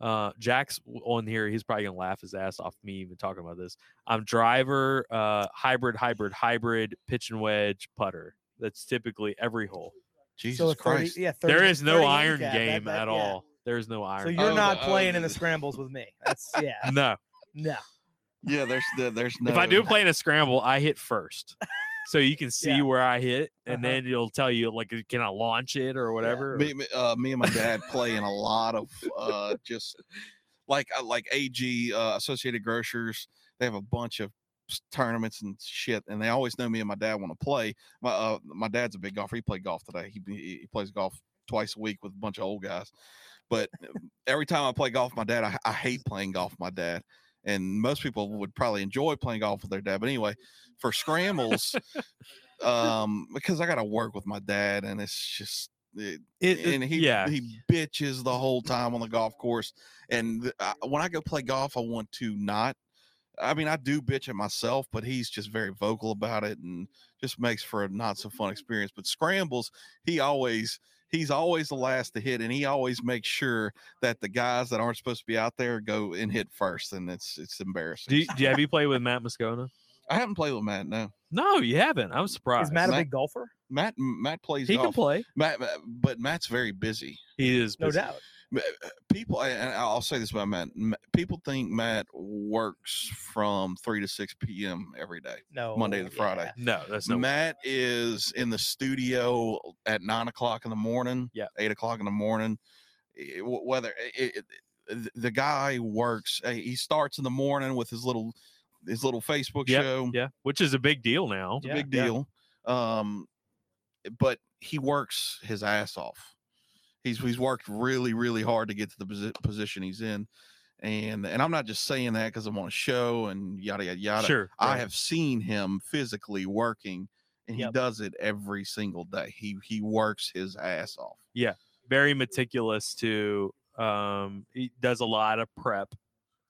S2: Uh, Jack's w- on here. He's probably gonna laugh his ass off me even talking about this. I'm driver, uh, hybrid, hybrid, hybrid, pitch and wedge, putter. That's typically every hole.
S4: Jesus
S3: so a 30,
S4: Christ.
S3: Yeah, 30,
S2: There is no
S3: 30
S2: iron
S3: handicap, that-
S2: game at
S3: that- yeah.
S2: all. There's no iron.
S3: So
S2: game.
S3: you're
S4: Oh,
S3: not
S4: the- oh,
S3: playing in
S4: the-
S3: the scrambles with me. That's yeah.
S2: no.
S3: no.
S4: Yeah, there's there- there's no.
S2: If I do play in a scramble, I hit first. So you can see
S3: Yeah.
S2: where I hit, and
S3: Uh-huh.
S2: then it'll tell you like, can I launch it or whatever? or-
S4: me, me- uh, me and my dad play in a lot of uh, just like uh, like AG uh, Associated Grocers. They have a bunch of s- tournaments and shit, and they always know me and my dad want to play. My uh, my dad's a big golfer. He played golf today. He he he plays golf twice a week with a bunch of old guys. But um, every time I play golf with my dad, I, I hate playing golf with my dad. And most people would probably enjoy playing golf with their dad. But anyway, for scrambles, um, because I got to work with my dad, and it's just it,
S2: It- it-
S4: and he
S2: yeah,
S4: he bitches the whole time on the golf course. And th- I, when I go play golf, I want to not. I mean, I do bitch at myself, but he's just very vocal about it, and just makes for a not so fun experience. But scrambles, he always he's always the last to hit, and he always makes sure that the guys that aren't supposed to be out there go and hit first, and it's it's embarrassing.
S2: do, you- do you have you played with Matt Moscona?
S4: I haven't played with Matt. No,
S2: No, you haven't. I'm surprised.
S3: Is Matt a
S4: Matt-
S3: big golfer?
S4: Matt Matt plays.
S2: he can
S4: golf.
S2: play.
S4: Matt, but Matt's very busy.
S2: He is
S3: No
S2: busy.
S3: doubt.
S4: Ma- people I- and i'll say this about matt M- people think matt works from 3 to 6 p.m every day
S3: No.
S4: Monday to Friday.
S3: yeah.
S2: No, that's no.
S4: matt is in the studio at 9 o'clock in the morning
S2: Yeah. 8
S4: 8 o'clock in the morning Eh, wh- whether it, it, th- the guy works eh, he starts in the morning with his little his little facebook
S2: Yep,
S4: show
S2: yeah, which is a big deal now.
S4: it's
S3: Yeah,
S4: a big
S2: yeah.
S4: deal um but he works his ass off he's he's worked really really hard to get to the posi- position he's in and and i'm not just saying that because i'm on a show and yada yada yada
S2: Sure,
S4: i
S2: right.
S4: have seen him physically working and he
S3: Yep.
S4: does it every single day he he works his ass off
S2: very meticulous to. Um, he does a lot of prep.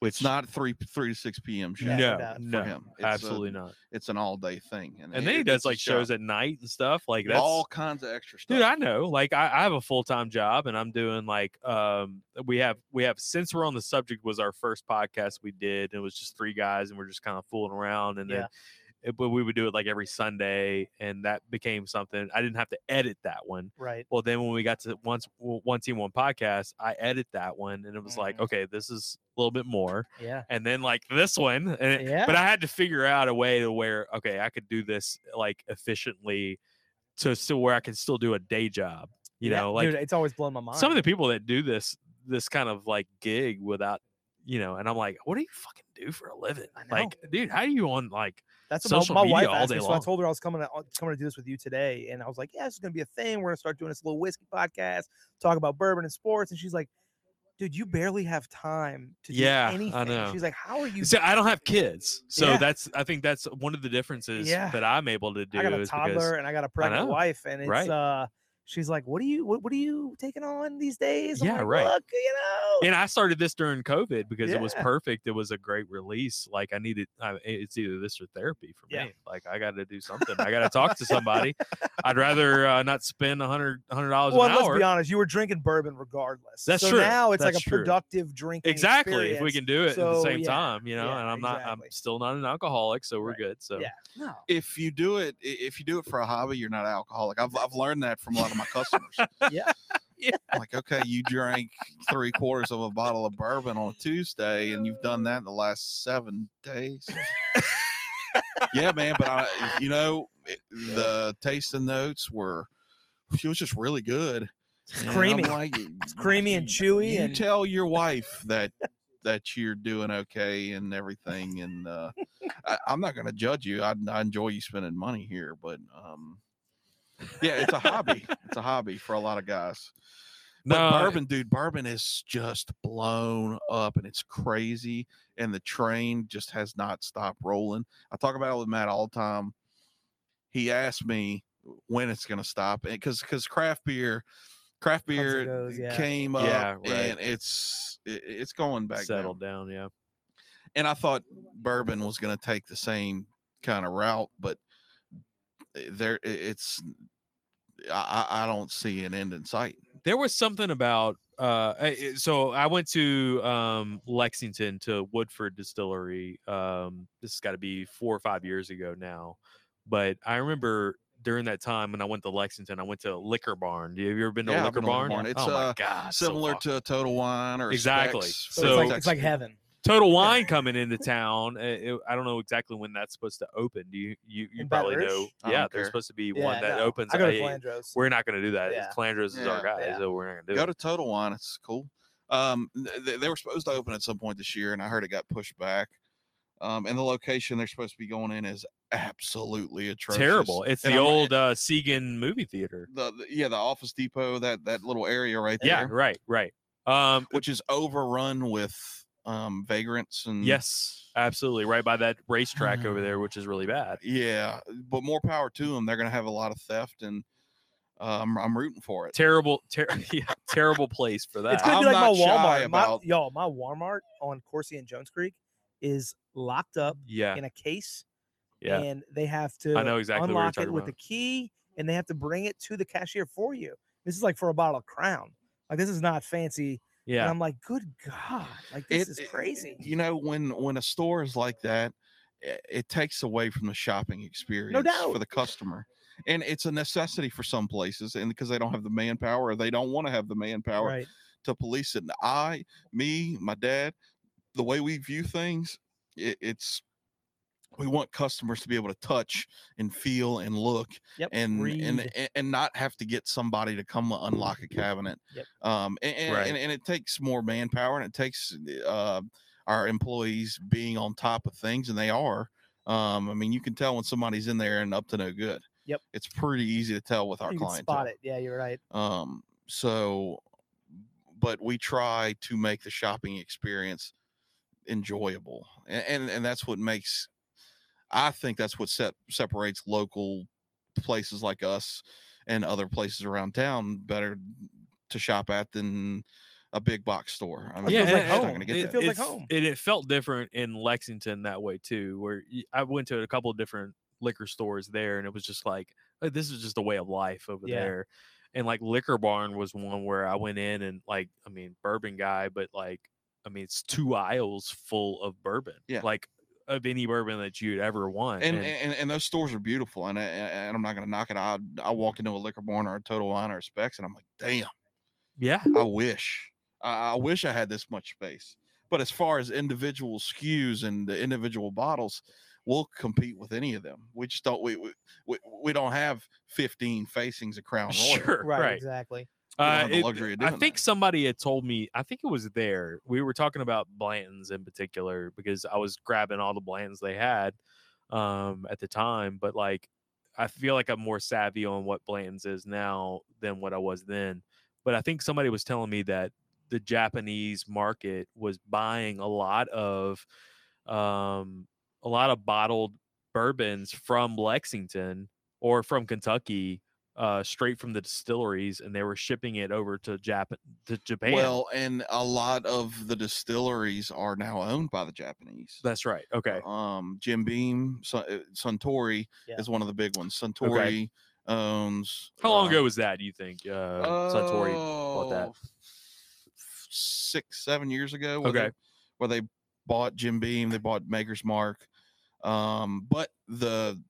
S4: it's not 3 3 to 6 p.m show
S3: Yeah, no
S2: no,
S3: doubt.
S4: for
S2: no,
S4: him. It's a-
S2: absolutely not.
S4: it's an all day thing
S2: And then he
S4: it-
S2: does
S4: it's a
S2: like shows
S4: job.
S2: at night and stuff like that's
S4: all kinds of extra stuff
S2: dude i know like i, I have a full-time job and i'm doing like um we have we have since we're on the subject was our first podcast we did and it was just three guys and we're just kind of fooling around and then it, but we would do it like every sunday and that became something i didn't have to edit that one
S3: Right.
S2: well then when we got to once w- one team one podcast i edit that one and it was like
S3: Mhm.
S2: okay this is a little bit more
S3: Yeah.
S2: and then like this one and but i had to figure out a way to where okay i could do this like efficiently to still where i can still do a day job you
S3: Yeah,
S2: know like
S3: dude, it's always blown my mind.
S2: some of the people that do this this kind of like gig without you know and i'm like what do you fucking do for a living
S3: I know.
S2: like dude how do you on like
S3: That's
S2: social
S3: what my-
S2: media
S3: my, wife
S2: all
S3: asked
S2: day
S3: me. So I
S2: long.
S3: told her I was coming to, uh, coming to do this with you today, and I was like, "Yeah, this is gonna be a thing. We're gonna start doing this little whiskey podcast, talk about bourbon and sports." And she's like, "Dude, you barely have time to do
S2: Yeah, I
S3: anything."
S2: know.
S3: She's like, "How are you?"
S2: so i don't have kids so
S3: Yeah.
S2: that's i think that's one of the differences
S3: Yeah.
S2: that i'm able to do
S3: I got a
S2: is because
S3: toddler and I got a pregnant
S2: know,
S3: wife, and it's
S2: right.
S3: uh, she's like, "What are you? What, what are you taking on these days?" I'm
S2: Yeah,
S3: like,
S2: right.
S3: "Look, you know.
S2: and I started this during COVID because it was
S3: Yeah.
S2: perfect. It was a great release. Like I needed, I, it's either this or therapy for
S3: Yeah.
S2: me. Like I got to do something. I got to talk to somebody. I'd rather uh, not spend a hundred hundred dollars
S3: well,
S2: an
S3: let's
S2: hour.
S3: be honest. You were drinking bourbon regardless.
S2: That's
S3: so
S2: true.
S3: Now it's like
S2: That's
S3: a
S2: true.
S3: productive drinking.
S2: exactly. If we
S3: experience.
S2: can do it at the
S3: So,
S2: same
S3: yeah,
S2: time, you know.
S3: yeah,
S2: and I'm not. I'm
S3: exactly.
S2: still not an alcoholic, so we're
S3: Right.
S2: good. So
S3: Yeah. No.
S4: if you do it i- if you do it for a hobby you're not alcoholic i've, I've learned that from a lot of my customers
S3: Yeah.
S2: Yeah.
S4: I'm like okay you drank three quarters of a bottle of bourbon on a tuesday and you've done that in the last seven days yeah, man. But I, you know, it, the tasting notes were, she was just really good. And I'm
S3: creamy.
S4: like,
S3: It's creamy and chewy
S4: you
S3: and
S4: tell your wife that that you're doing okay and everything and uh I, i'm not going to judge you I, I enjoy you spending money here but um yeah it's a hobby it's a hobby for a lot of guys but
S2: No,
S4: bourbon dude bourbon is just blown up and it's crazy and the train just has not stopped rolling i talk about it with matt all the time he asked me when it's going to stop because because craft beer craft
S3: and
S4: beer
S3: goes, yeah.
S4: came up
S2: Yeah, right.
S4: and it's it, it's going back down.
S2: settled down. Yeah.
S4: And I thought bourbon was going to take the same kind of route, but eh, there i- it's I, I I don't see an end in sight.
S2: there was something about uh I- I- so i went to um lexington to woodford distillery um this has got to be four or five years ago now but i remember during that time when i went to lexington i went to liquor barn have you ever been to
S4: Yeah, I've
S2: liquor
S4: been to Liquor
S2: barn
S4: Barn. It's,
S2: oh my
S4: uh,
S2: god so
S4: Similar
S2: awesome.
S4: to Total Wine or
S2: Exactly.
S4: Specs
S3: So,
S4: for
S3: it's
S2: So-
S3: like it's like
S4: Texas.
S3: heaven.
S2: total wine coming into town uh, it- i don't know exactly when that's supposed to open do you you, you
S3: In Baton
S2: probably
S3: Rouge?
S2: know
S4: I
S2: yeah
S4: don't
S2: there's
S4: care.
S2: supposed to be one that
S3: no,
S2: opens
S3: I
S2: at
S3: go to
S2: 8.
S3: Flandros.
S2: we're not going to do that
S3: Yeah.
S2: yeah. flanders is our
S4: Yeah,
S2: guy
S3: yeah.
S2: so we're not going to do
S4: Go
S2: it
S4: to Total Wine. It's cool. Um, th- th- they were supposed to open at some point this year, and I heard it got pushed back. Um, and the location they're supposed to be going in is absolutely atrocious.
S2: terrible it's
S4: And
S2: the
S4: I'm-
S2: old uh segan movie theater
S4: the, the- yeah the Office Depot that that little area right there.
S2: Yeah, right, right. Um,
S4: which is overrun with um vagrants and
S2: yes, absolutely, right by that racetrack over there, which is really bad.
S4: yeah but more power to them they're gonna have a lot of theft and um i'm rooting for it
S2: Terrible, ter- yeah, terrible place for that.
S3: It's gonna be
S4: I'm
S3: like my
S4: not shy
S3: Walmart. My,
S4: about-
S3: y'all, my Walmart on Corsi and Jones Creek is locked up
S2: yeah,
S3: in a case,
S2: Yeah.
S3: and they have to
S2: know exactly what you're
S3: unlock it
S2: talking
S3: with
S2: about.
S3: a key, and they have to bring it to the cashier for you. This is like for a bottle of Crown. Like this is not fancy. And
S2: yeah,
S3: I'm like, good God, like this
S4: It-
S3: is
S4: it-
S3: crazy.
S4: you know when when a store is like that it, it takes away from the shopping experience
S3: doubt.
S4: for the customer and it's a necessity for some places and because they don't have the manpower or they don't want to have the manpower
S3: right.
S4: to police it and i me my dad the way we view things it, it's we want customers to be able to touch and feel and look
S3: Yep.
S4: and and
S3: read.
S4: a- and not have to get somebody to come unlock a cabinet.
S3: Yep.
S4: Um, and and,
S2: Right.
S4: and and it takes more manpower and it takes uh, our employees being on top of things, and they are. Um, I mean, you can tell when somebody's in there and up to no good.
S3: Yep.
S4: It's pretty easy to tell with our
S3: you can
S4: clients.
S3: spot it. Yeah, you're right.
S4: Um, so, but we try to make the shopping experience enjoyable, and and, and that's what makes. I think that's what set, separates local places like us and other places around town better to shop at than a big box store. I mean,
S2: yeah.
S3: It feels
S2: and-
S3: like
S4: it's just not
S2: and-
S3: home.
S4: gonna
S3: It
S4: get that.
S3: feels like
S2: it's-
S3: home.
S2: And it felt different in Lexington that way too, where y- I went to a couple of different liquor stores there, and it was just like "Oh, this is just a way of life over
S3: Yeah.
S2: there. And like Liquor Barn was one where I went in and like, I mean, bourbon guy, but like, I mean, it's two aisles full of bourbon,
S4: Yeah.
S2: like of any bourbon that you'd ever want.
S4: and,
S3: eh,
S4: and and those stores are beautiful, and I, and I'm not gonna knock it. I I walked into a liquor barn or a Total Wine or a Specs, and I'm like, damn.
S2: yeah,
S4: I wish. I, I wish I had this much space. But as far as individual SKUs and the individual bottles, we'll compete with any of them. We just don't. We we, we, we don't have 15 facings of Crown Royal.
S2: sure,
S3: Right,
S2: right.
S3: exactly.
S4: We don't
S2: Uh,
S4: have the
S2: it-
S4: luxury of
S2: I
S4: doing
S2: think
S4: that.
S2: somebody had told me. I think it was there. We were talking about Blanton's in particular because I was grabbing all the Blantons they had um, at the time. But like, I feel like I'm more savvy on what Blanton's is now than what I was then. But I think somebody was telling me that the Japanese market was buying a lot of um, a lot of bottled bourbons from Lexington or from Kentucky uh, straight from the distilleries, and they were shipping it over to Japan to Japan.
S4: Well, and a lot of the distilleries are now owned by the Japanese.
S2: that's right. Okay,
S4: Um, Jim Beam, Sun, uh, Suntory
S3: Yeah.
S4: is one of the big ones. Suntory owns.
S2: how long
S4: uh,
S2: ago was that? Do you think uh, Suntory? that?
S4: Oh, Six, seven years ago. Where They,
S2: Okay.
S4: where they bought Jim Beam, they bought Maker's Mark. Um, but the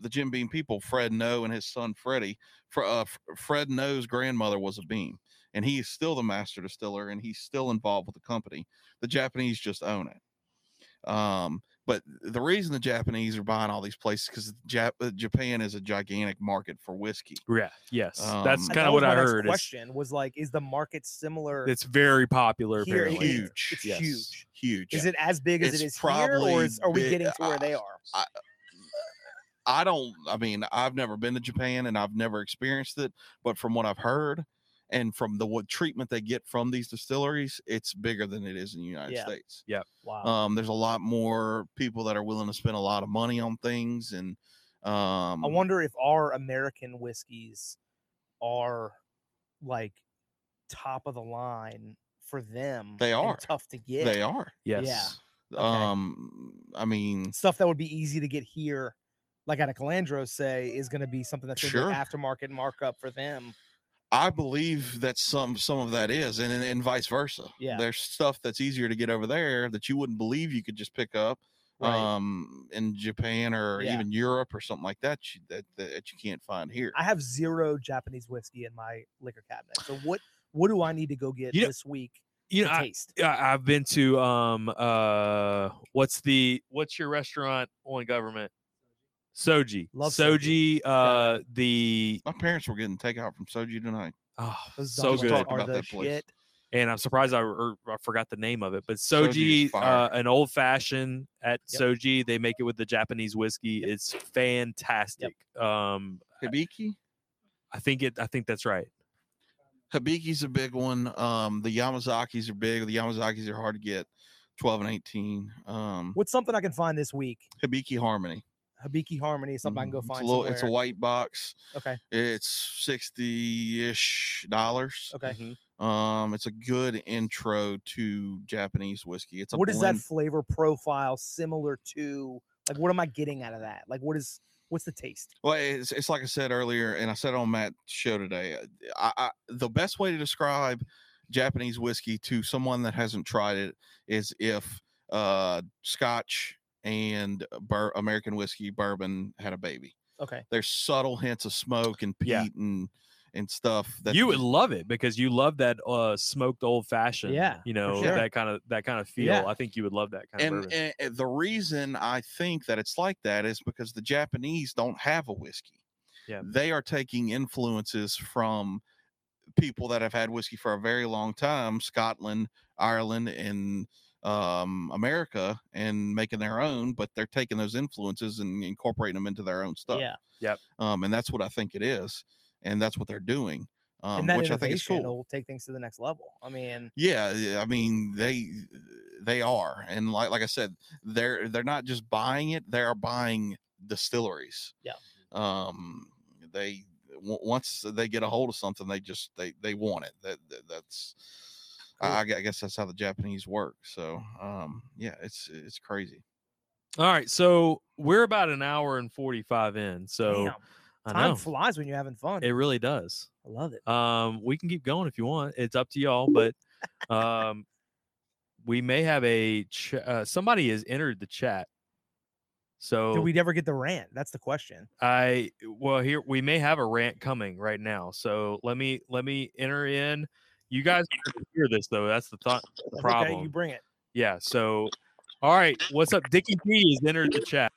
S4: the Jim Beam people, Fred No and his son Freddie, Fr- uh, F- Fred No's grandmother was a Beam, and he is still the master distiller, and he's still involved with the company. The Japanese just own it. Um, But the reason the Japanese are buying all these places because Jap- uh, Japan is a gigantic market for whiskey.
S2: Yeah. Yes.
S4: Um,
S2: That's
S4: And
S2: kind
S3: that
S2: of
S3: was
S2: what
S3: my
S2: I
S3: next
S2: heard. It's,
S3: Question was like, is the market similar?
S2: it's very popular.
S3: Here,
S2: Apparently.
S3: Huge. it's
S4: Yes.
S3: huge.
S4: Huge.
S3: is it as big as
S4: It's
S3: it is here,
S4: probably
S3: or is, are we
S4: big-
S3: getting to where they
S4: I-
S3: are?
S4: I- I don't. I mean, I've never been to Japan and I've never experienced it, but from what I've heard and from the what treatment they get from these distilleries, it's bigger than it is in the United
S3: Yeah.
S4: States.
S3: wow.
S4: Um, there's a lot more people that are willing to spend a lot of money on things, and um,
S3: I wonder if our American whiskeys are like top of the line for them.
S4: They
S3: and
S4: are.
S3: tough to get.
S4: they are.
S2: Yes.
S3: Yeah. Okay.
S4: Um, I mean,
S3: Stuff that would be easy to get here, like at a Calandro, say, is going to be something that's going to be an aftermarket markup for them.
S4: I believe that some some of that is, and and, and vice versa.
S3: Yeah.
S4: there's stuff that's easier to get over there that you wouldn't believe you could just pick up
S3: Right.
S4: um in Japan or
S3: Yeah.
S4: even Europe or something like that you, that, that that you can't find here.
S3: I have zero Japanese whiskey in my liquor cabinet. So what what do I need to go get
S2: You know-
S3: this week
S2: You know,
S3: to
S2: I,
S3: taste?
S2: I- I've been to um uh what's the what's your restaurant on government? Soji.
S3: Love
S2: Soji.
S3: Soji.
S2: Uh, the
S4: My parents were getting takeout from Soju tonight.
S2: oh,
S3: Those
S2: so
S3: dumplings
S4: We'll
S2: good.
S4: talk
S3: are
S4: about
S3: the
S4: that, please.
S3: shit.
S2: and I'm surprised I, or, I forgot the name of it. But
S4: Soji
S2: Soji,
S4: is
S2: uh,
S4: fire.
S2: an old fashioned at
S3: Yep.
S2: Soji, they make it with the Japanese whiskey. It's fantastic. Um,
S4: Hibiki.
S2: I think it. I think that's right.
S4: Hibiki's a big one. Um, the Yamazakis are big. The Yamazakis are hard to get. Twelve and eighteen. Um,
S3: What's something I can find this week?
S4: Hibiki Harmony.
S3: Hibiki Harmony is something I can go
S4: Mhm. It's a
S3: find.
S4: little- it's a
S3: somewhere.
S4: white box.
S3: Okay.
S4: It's sixty ish dollars.
S3: Okay.
S4: Um, it's a good intro to Japanese whiskey. It's a
S3: what is
S4: blend.
S3: that flavor profile similar to? Like, what am I getting out of that? Like, what is what's the taste?
S4: Well, it's, it's like I said earlier, and I said on Matt's show today. uh, I, I, the best way to describe Japanese whiskey to someone that hasn't tried it is if uh, Scotch and bur- American whiskey bourbon had a baby.
S3: Okay,
S4: There's subtle hints of smoke and peat
S2: Yeah.
S4: and and stuff that
S2: you would
S4: just-
S2: love it because you love that uh, smoked old fashioned.
S3: Yeah,
S2: you know
S3: sure.
S2: that kind of that kind of feel.
S3: Yeah.
S2: I think you would love that kind of.
S4: and,
S2: bourbon.
S4: and- and the reason I think that it's like that is because the Japanese don't have a whiskey.
S2: Yeah.
S4: They are taking influences from people that have had whiskey for a very long time, Scotland, Ireland, and um, America, and making their own, but they're taking those influences and incorporating them into their own stuff.
S3: yeah,
S4: Um, and that's what I think it is. And that's what they're doing, um,
S3: and that
S4: which I think is
S3: innovation
S4: cool.
S3: will take things to the next level. I mean,
S4: Yeah, yeah, I mean they they are, and like like I said, they're they're not just buying it; they are buying distilleries.
S3: Yeah.
S4: Um, they w- once they get a hold of something, they just they they want it. That, that- that's. I, I gue- I guess that's how the Japanese work. So, um, yeah, it's it's crazy.
S2: All right, so we're about an hour and forty five in. So
S3: damn,
S2: I
S3: time
S2: know
S3: flies when you're having fun.
S2: it really does.
S3: I love it.
S2: Um, we can keep going if you want. It's up to y'all, but um, we may have a ch- uh, somebody has entered the chat. So
S4: Oh.
S3: Did we ever get the rant? That's the question.
S2: I well here we may have a rant coming right now. So let me let me enter in. You guys are gonna hear this though. That's the thought
S3: That's
S2: problem.
S3: Okay, you bring it.
S2: yeah. So all right, what's up? Dickie P has entered the chat.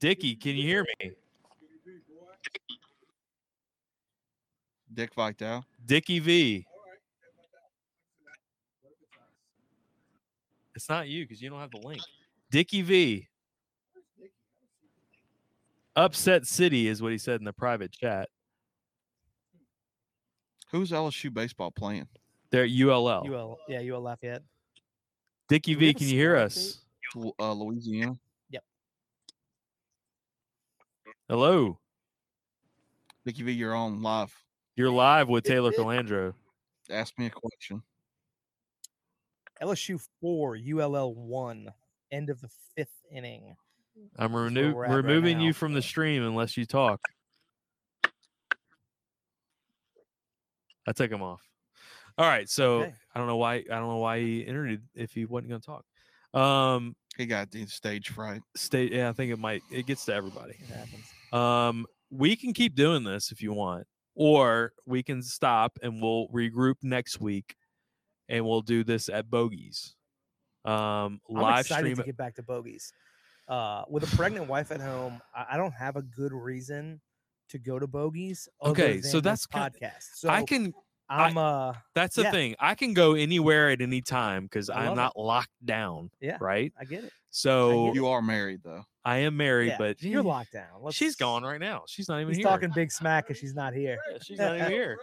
S2: Dickie, can you hear me?
S4: Dick Vitale.
S2: Dickie V. It's not you because you don't have the link. Dickie V. Upset City is what he said in the private chat.
S4: Who's LSU baseball playing?
S2: They're at
S4: Oh.
S2: ULL.
S3: You will, yeah, you will laugh yet.
S2: Dickie
S3: Do we
S2: V,
S3: have a
S2: can you hear
S3: score update?
S2: us?
S4: Lu- Uh, Louisiana.
S2: Hello.
S4: Vicky V, you're on live.
S2: You're live with Taylor Calandro.
S4: Ask me a question.
S3: LSU four, ULL one. End of the fifth inning.
S2: I'm
S3: where
S2: reno-
S3: we're at right
S2: removing you
S3: now.
S2: from the stream unless you talk. I took him off. All right, so
S3: Okay.
S2: I don't know why I don't know why he entered if he wasn't going to talk. Um,
S4: He got the stage fright.
S2: state. Yeah, I think it might. It gets to everybody.
S3: It happens.
S2: Um, we can keep doing this if you want, or we can stop and we'll regroup next week, and we'll do this at Bogies. Um,
S3: I'm
S2: live
S3: excited
S2: stream.
S3: to get back to bogeys. Uh, with a pregnant wife at home, I, I don't have a good reason to go to bogeys. other
S2: Okay, so
S3: than
S2: that's
S3: this
S2: kin-
S3: podcast. So
S2: I can.
S3: I'm uh
S2: That's the
S3: yeah.
S2: thing. I can go anywhere at any time because
S3: I
S2: I'm
S3: love it.
S2: not locked down.
S3: Yeah.
S2: Right.
S3: I get it.
S2: So
S4: You are married though.
S2: I am married,
S3: Yeah,
S2: but
S3: You're
S2: eh,
S3: locked down. Let's,
S2: she's gone right now. She's not even
S3: He's
S2: here.
S3: talking big smack because she's not here.
S2: Yeah, she's not even here.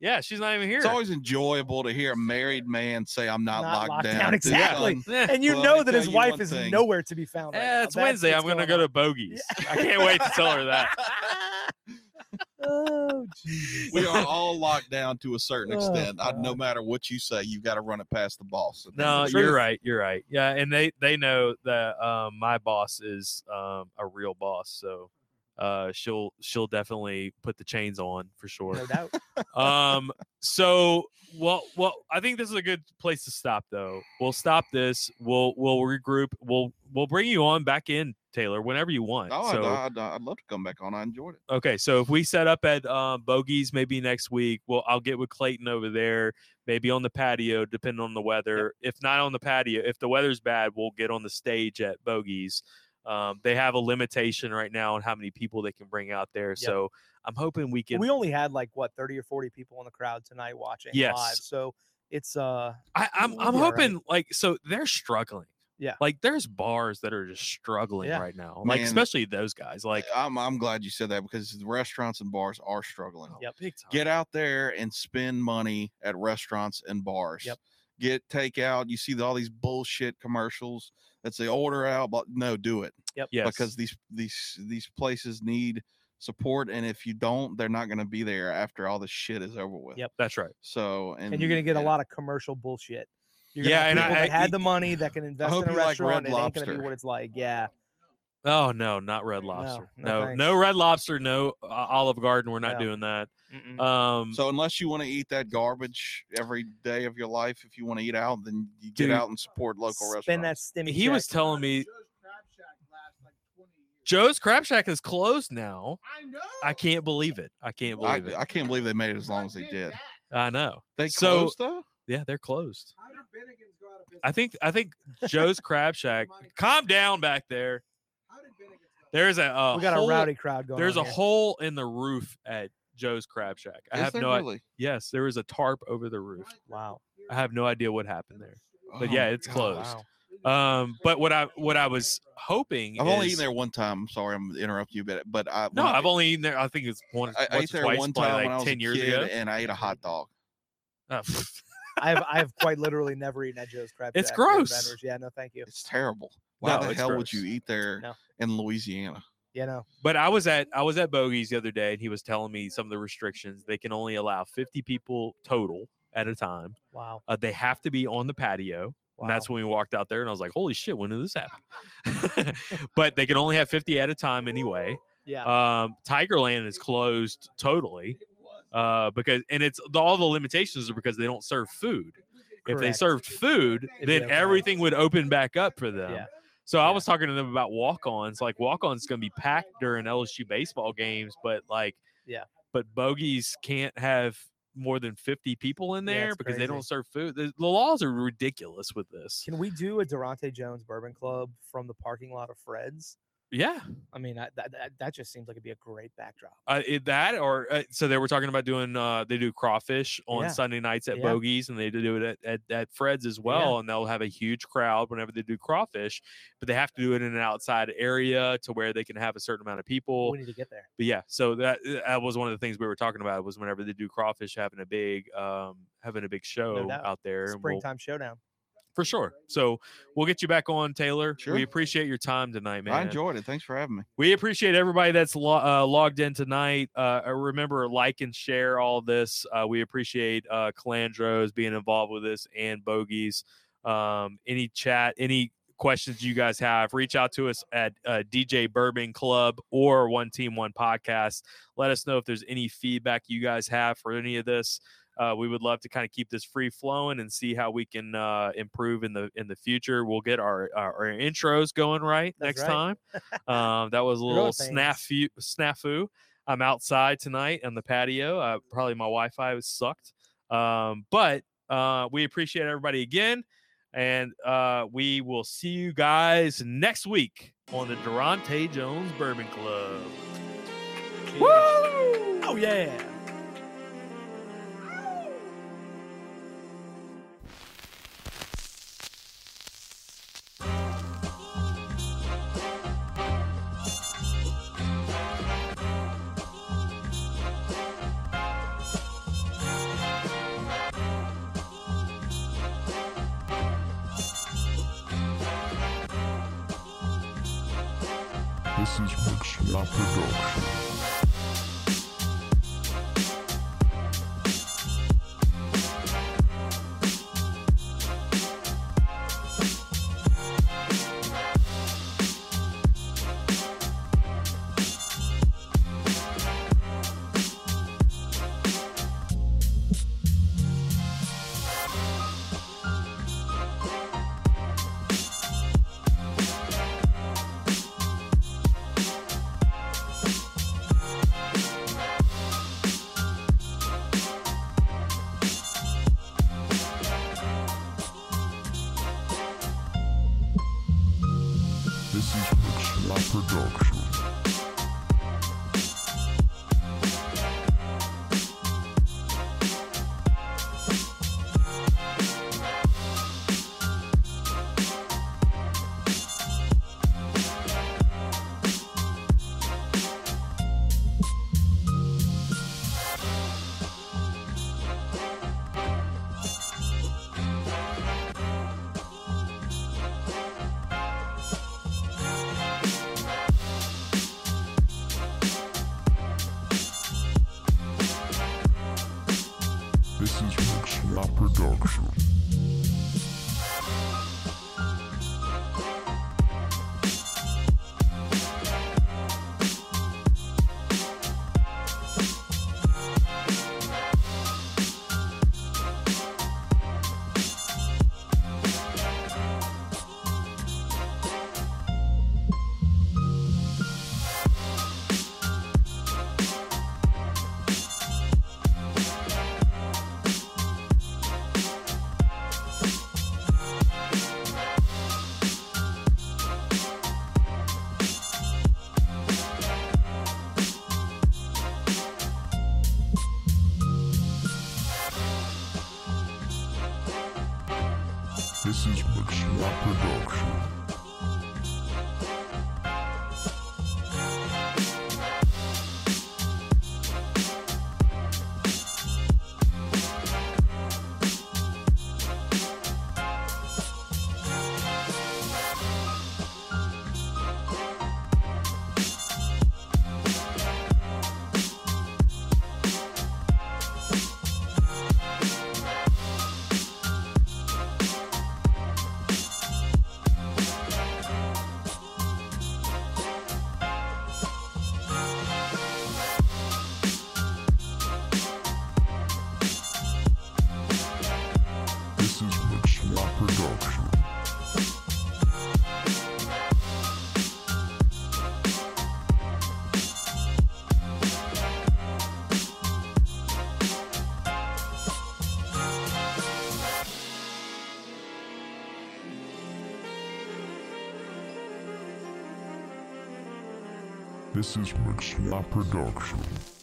S2: Yeah, she's not even here.
S4: It's always enjoyable to hear a married man say, "I'm not, locked, down." to
S3: Exactly.
S4: son."
S2: Eh,
S3: And you
S4: Well, let
S3: know
S4: me
S3: that
S4: tell
S3: his
S4: you
S3: wife
S4: one
S3: is
S4: thing.
S3: nowhere to be found. right
S2: eh,
S3: now.
S2: it's
S3: "Oh, That's
S2: Wednesday.
S3: what's
S2: I'm gonna
S3: going
S2: go to
S3: on.
S2: Bogies. I can't wait to tell her that.
S3: Oh, Jesus.
S4: we are all locked down to a certain
S3: Oh,
S4: extent. I, no
S3: God.
S4: matter what you say, you got to run it past the boss. And
S2: No,
S4: that's the
S2: you're
S4: truth.
S2: right. You're right. Yeah, and they they know that um, my boss is um, a real boss, so uh, she'll she'll definitely put the chains on for sure.
S3: No doubt.
S2: um so well well i think this is a good place to stop though we'll stop this we'll we'll regroup we'll we'll bring you on back in taylor whenever you want
S4: Oh, I'd-
S2: so
S4: I'd, I'd love to come back on. I enjoyed it.
S2: okay so if we set up at um bogies maybe next week well i'll get with clayton over there maybe on the patio depending on the weather if not on the patio if the weather's bad we'll get on the stage at bogies um, they have a limitation right now on how many people they can bring out there so i'm hoping we can
S3: we only had like what 30 or 40 people in the crowd tonight watching
S2: Yes.
S3: live. So it's uh
S2: I, I'm I'm
S3: Yeah, right.
S2: hoping like so they're struggling.
S3: Yeah.
S2: Like there's bars that are just struggling
S3: Yeah.
S2: right now. Like
S4: Man.
S2: especially those guys. Like
S4: I'm, I'm glad you said that because the restaurants and bars are struggling.
S2: oh,
S3: Yep.
S2: big time.
S4: Get out there and spend money at restaurants and bars.
S3: Yep.
S4: Get takeout. You see all these bullshit commercials that say order out, but no, do it
S2: Yes.
S4: because these these these places need support, and if you don't, they're not going to be there after all this shit is over with.
S3: Yep.
S2: that's right.
S4: So and,
S3: and you're gonna get a
S4: and
S3: lot of commercial bullshit. You're
S2: Yeah,
S3: gonna
S2: and
S3: have people
S2: I-
S3: that
S2: I-
S3: had the money that can invest
S4: hope
S3: in a
S4: you like
S3: restaurant.
S4: Red
S3: it ain't gonna be
S4: Lobster.
S3: what it's like. Yeah,
S2: Oh no, not Red Lobster.
S3: no
S2: No, no,
S3: thanks.
S2: Red Lobster. No uh, Olive Garden. We're not
S3: No. Mm.
S2: doing that. Um,
S4: So unless you want to eat that garbage every day of your life, if you want to eat out, then you get
S2: Dude,
S4: out and support local
S3: Spend that
S4: restaurants.
S3: stimmy.
S2: he was
S3: check.
S2: telling me Joe's Crab Shack is closed now.
S5: I know.
S2: I can't believe it. I can't
S4: I,
S2: believe
S4: I can't believe they made it as long as they
S5: Did
S4: did.
S5: that.
S2: it. I know.
S4: They
S2: So-
S4: closed though.
S2: Yeah, they're closed.
S5: How did Bennigan's go out of business?
S2: I think I think Joe's Crab Shack.
S5: Money.
S2: Calm down back there.
S5: How did Bennigan's go?
S2: There's a, a
S3: we got
S2: whole-
S3: a rowdy crowd going.
S2: There's a
S3: on here.
S2: hole in the roof at Joe's Crab Shack. I
S4: Is
S2: have
S4: there
S2: no. i-
S4: really?
S2: Yes, there was a tarp over the roof.
S3: Wow.
S2: I have no idea what happened there. But
S4: Oh
S2: yeah,
S4: my
S2: it's
S4: God.
S2: closed. Um, but what I what I was hoping.
S4: I've only
S2: is-
S4: eaten there one time. I'm sorry, I'm interrupting you, but but I
S2: No,
S4: when-
S2: I've only eaten there. I think it's one.
S4: I, I
S2: once
S4: ate
S2: or
S4: there
S2: twice,
S4: one
S2: probably
S4: time
S2: like
S4: when I was
S2: ten
S4: a
S2: years
S4: kid,
S2: ago.
S4: and I ate a hot dog.
S2: Oh,
S3: I've I've quite literally never eaten at Joe's Crab.
S2: It's
S3: Shack or
S2: gross.
S3: Benner's. Yeah, no, thank you.
S4: It's terrible. Why
S2: No,
S4: the
S2: it's
S4: hell would you
S2: gross.
S4: eat there
S3: No.
S4: in Louisiana?
S3: Yeah, no.
S2: but I was at I was at Bogey's the other day, and he was telling me some of the restrictions. They can only allow 50 people total at a time.
S3: Wow.
S2: Uh, they have to be on the patio.
S3: wow.
S2: And that's when we walked out there and I was like, holy shit, when did this happen? but they can only have 50 at a time anyway.
S3: yeah.
S2: Um, Tigerland is closed totally uh, because, and it's the, all the limitations are because they don't serve food. If they
S3: Correct.
S2: served food,
S3: It'd be
S2: then
S3: okay.
S2: everything would open back up for them.
S3: Yeah.
S2: So I
S3: Yeah.
S2: was talking to them about walk-ons. Like walk-ons going to be packed during LSU baseball games, but like,
S3: Yeah.
S2: But bogeys can't have more than 50 people in
S3: Yeah,
S2: there
S3: it's
S2: because they don't
S3: crazy.
S2: serve food. The, the laws are ridiculous with this.
S3: Can we do a Durante Jones Bourbon Club from the parking lot of Fred's?
S2: Yeah,
S3: I mean, I, that, that that just seems like it'd be a great backdrop.
S2: uh, it- that or uh, so they were talking about doing. Uh, they do crawfish on
S3: Yeah.
S2: Sunday nights at
S3: Yeah.
S2: Bogies, and they do it at, at, at Fred's as well. And they'll have a huge crowd whenever they do crawfish, but they have to do it in an outside area to where they can have a certain amount of people.
S3: We need to get there.
S2: But yeah, so that that was one of the things we were talking about was whenever they do crawfish, having a big um having a big show
S3: doubt.
S2: out there and we'll-
S3: Springtime showdown.
S2: for sure. So we'll get you back on, Taylor.
S4: Sure.
S2: We appreciate your time tonight, man.
S4: I enjoyed it. Thanks for having me.
S2: We appreciate everybody that's lo- uh, logged in tonight. Uh, uh, remember, like and share all this. Uh, we appreciate uh, Calandros being involved with this and Bogies. Um, any chat, any questions you guys have, reach out to us at uh, DJ Bourbon Club or One Team One Podcast. Let us know if there's any feedback you guys have for any of this. Uh, we would love to kind of keep this free flowing and see how we can uh, improve in the in the future. We'll get our our, our intros going right
S3: That's
S2: next
S3: right.
S2: time. Um, that was a
S3: They're
S2: little
S3: all things.
S2: snafu. Snafu. I'm outside tonight on the patio. Uh, probably my Wi-Fi was sucked. Um, but uh, we appreciate everybody again. And uh, we will see you guys next week on the Durante Jones Bourbon Club. Woo!
S3: Oh yeah.
S1: This is Rich La Production. This is Rich La Production. This is Rich La Production. This is Rich La Production. This is Rich La Production. This is Rich La Production.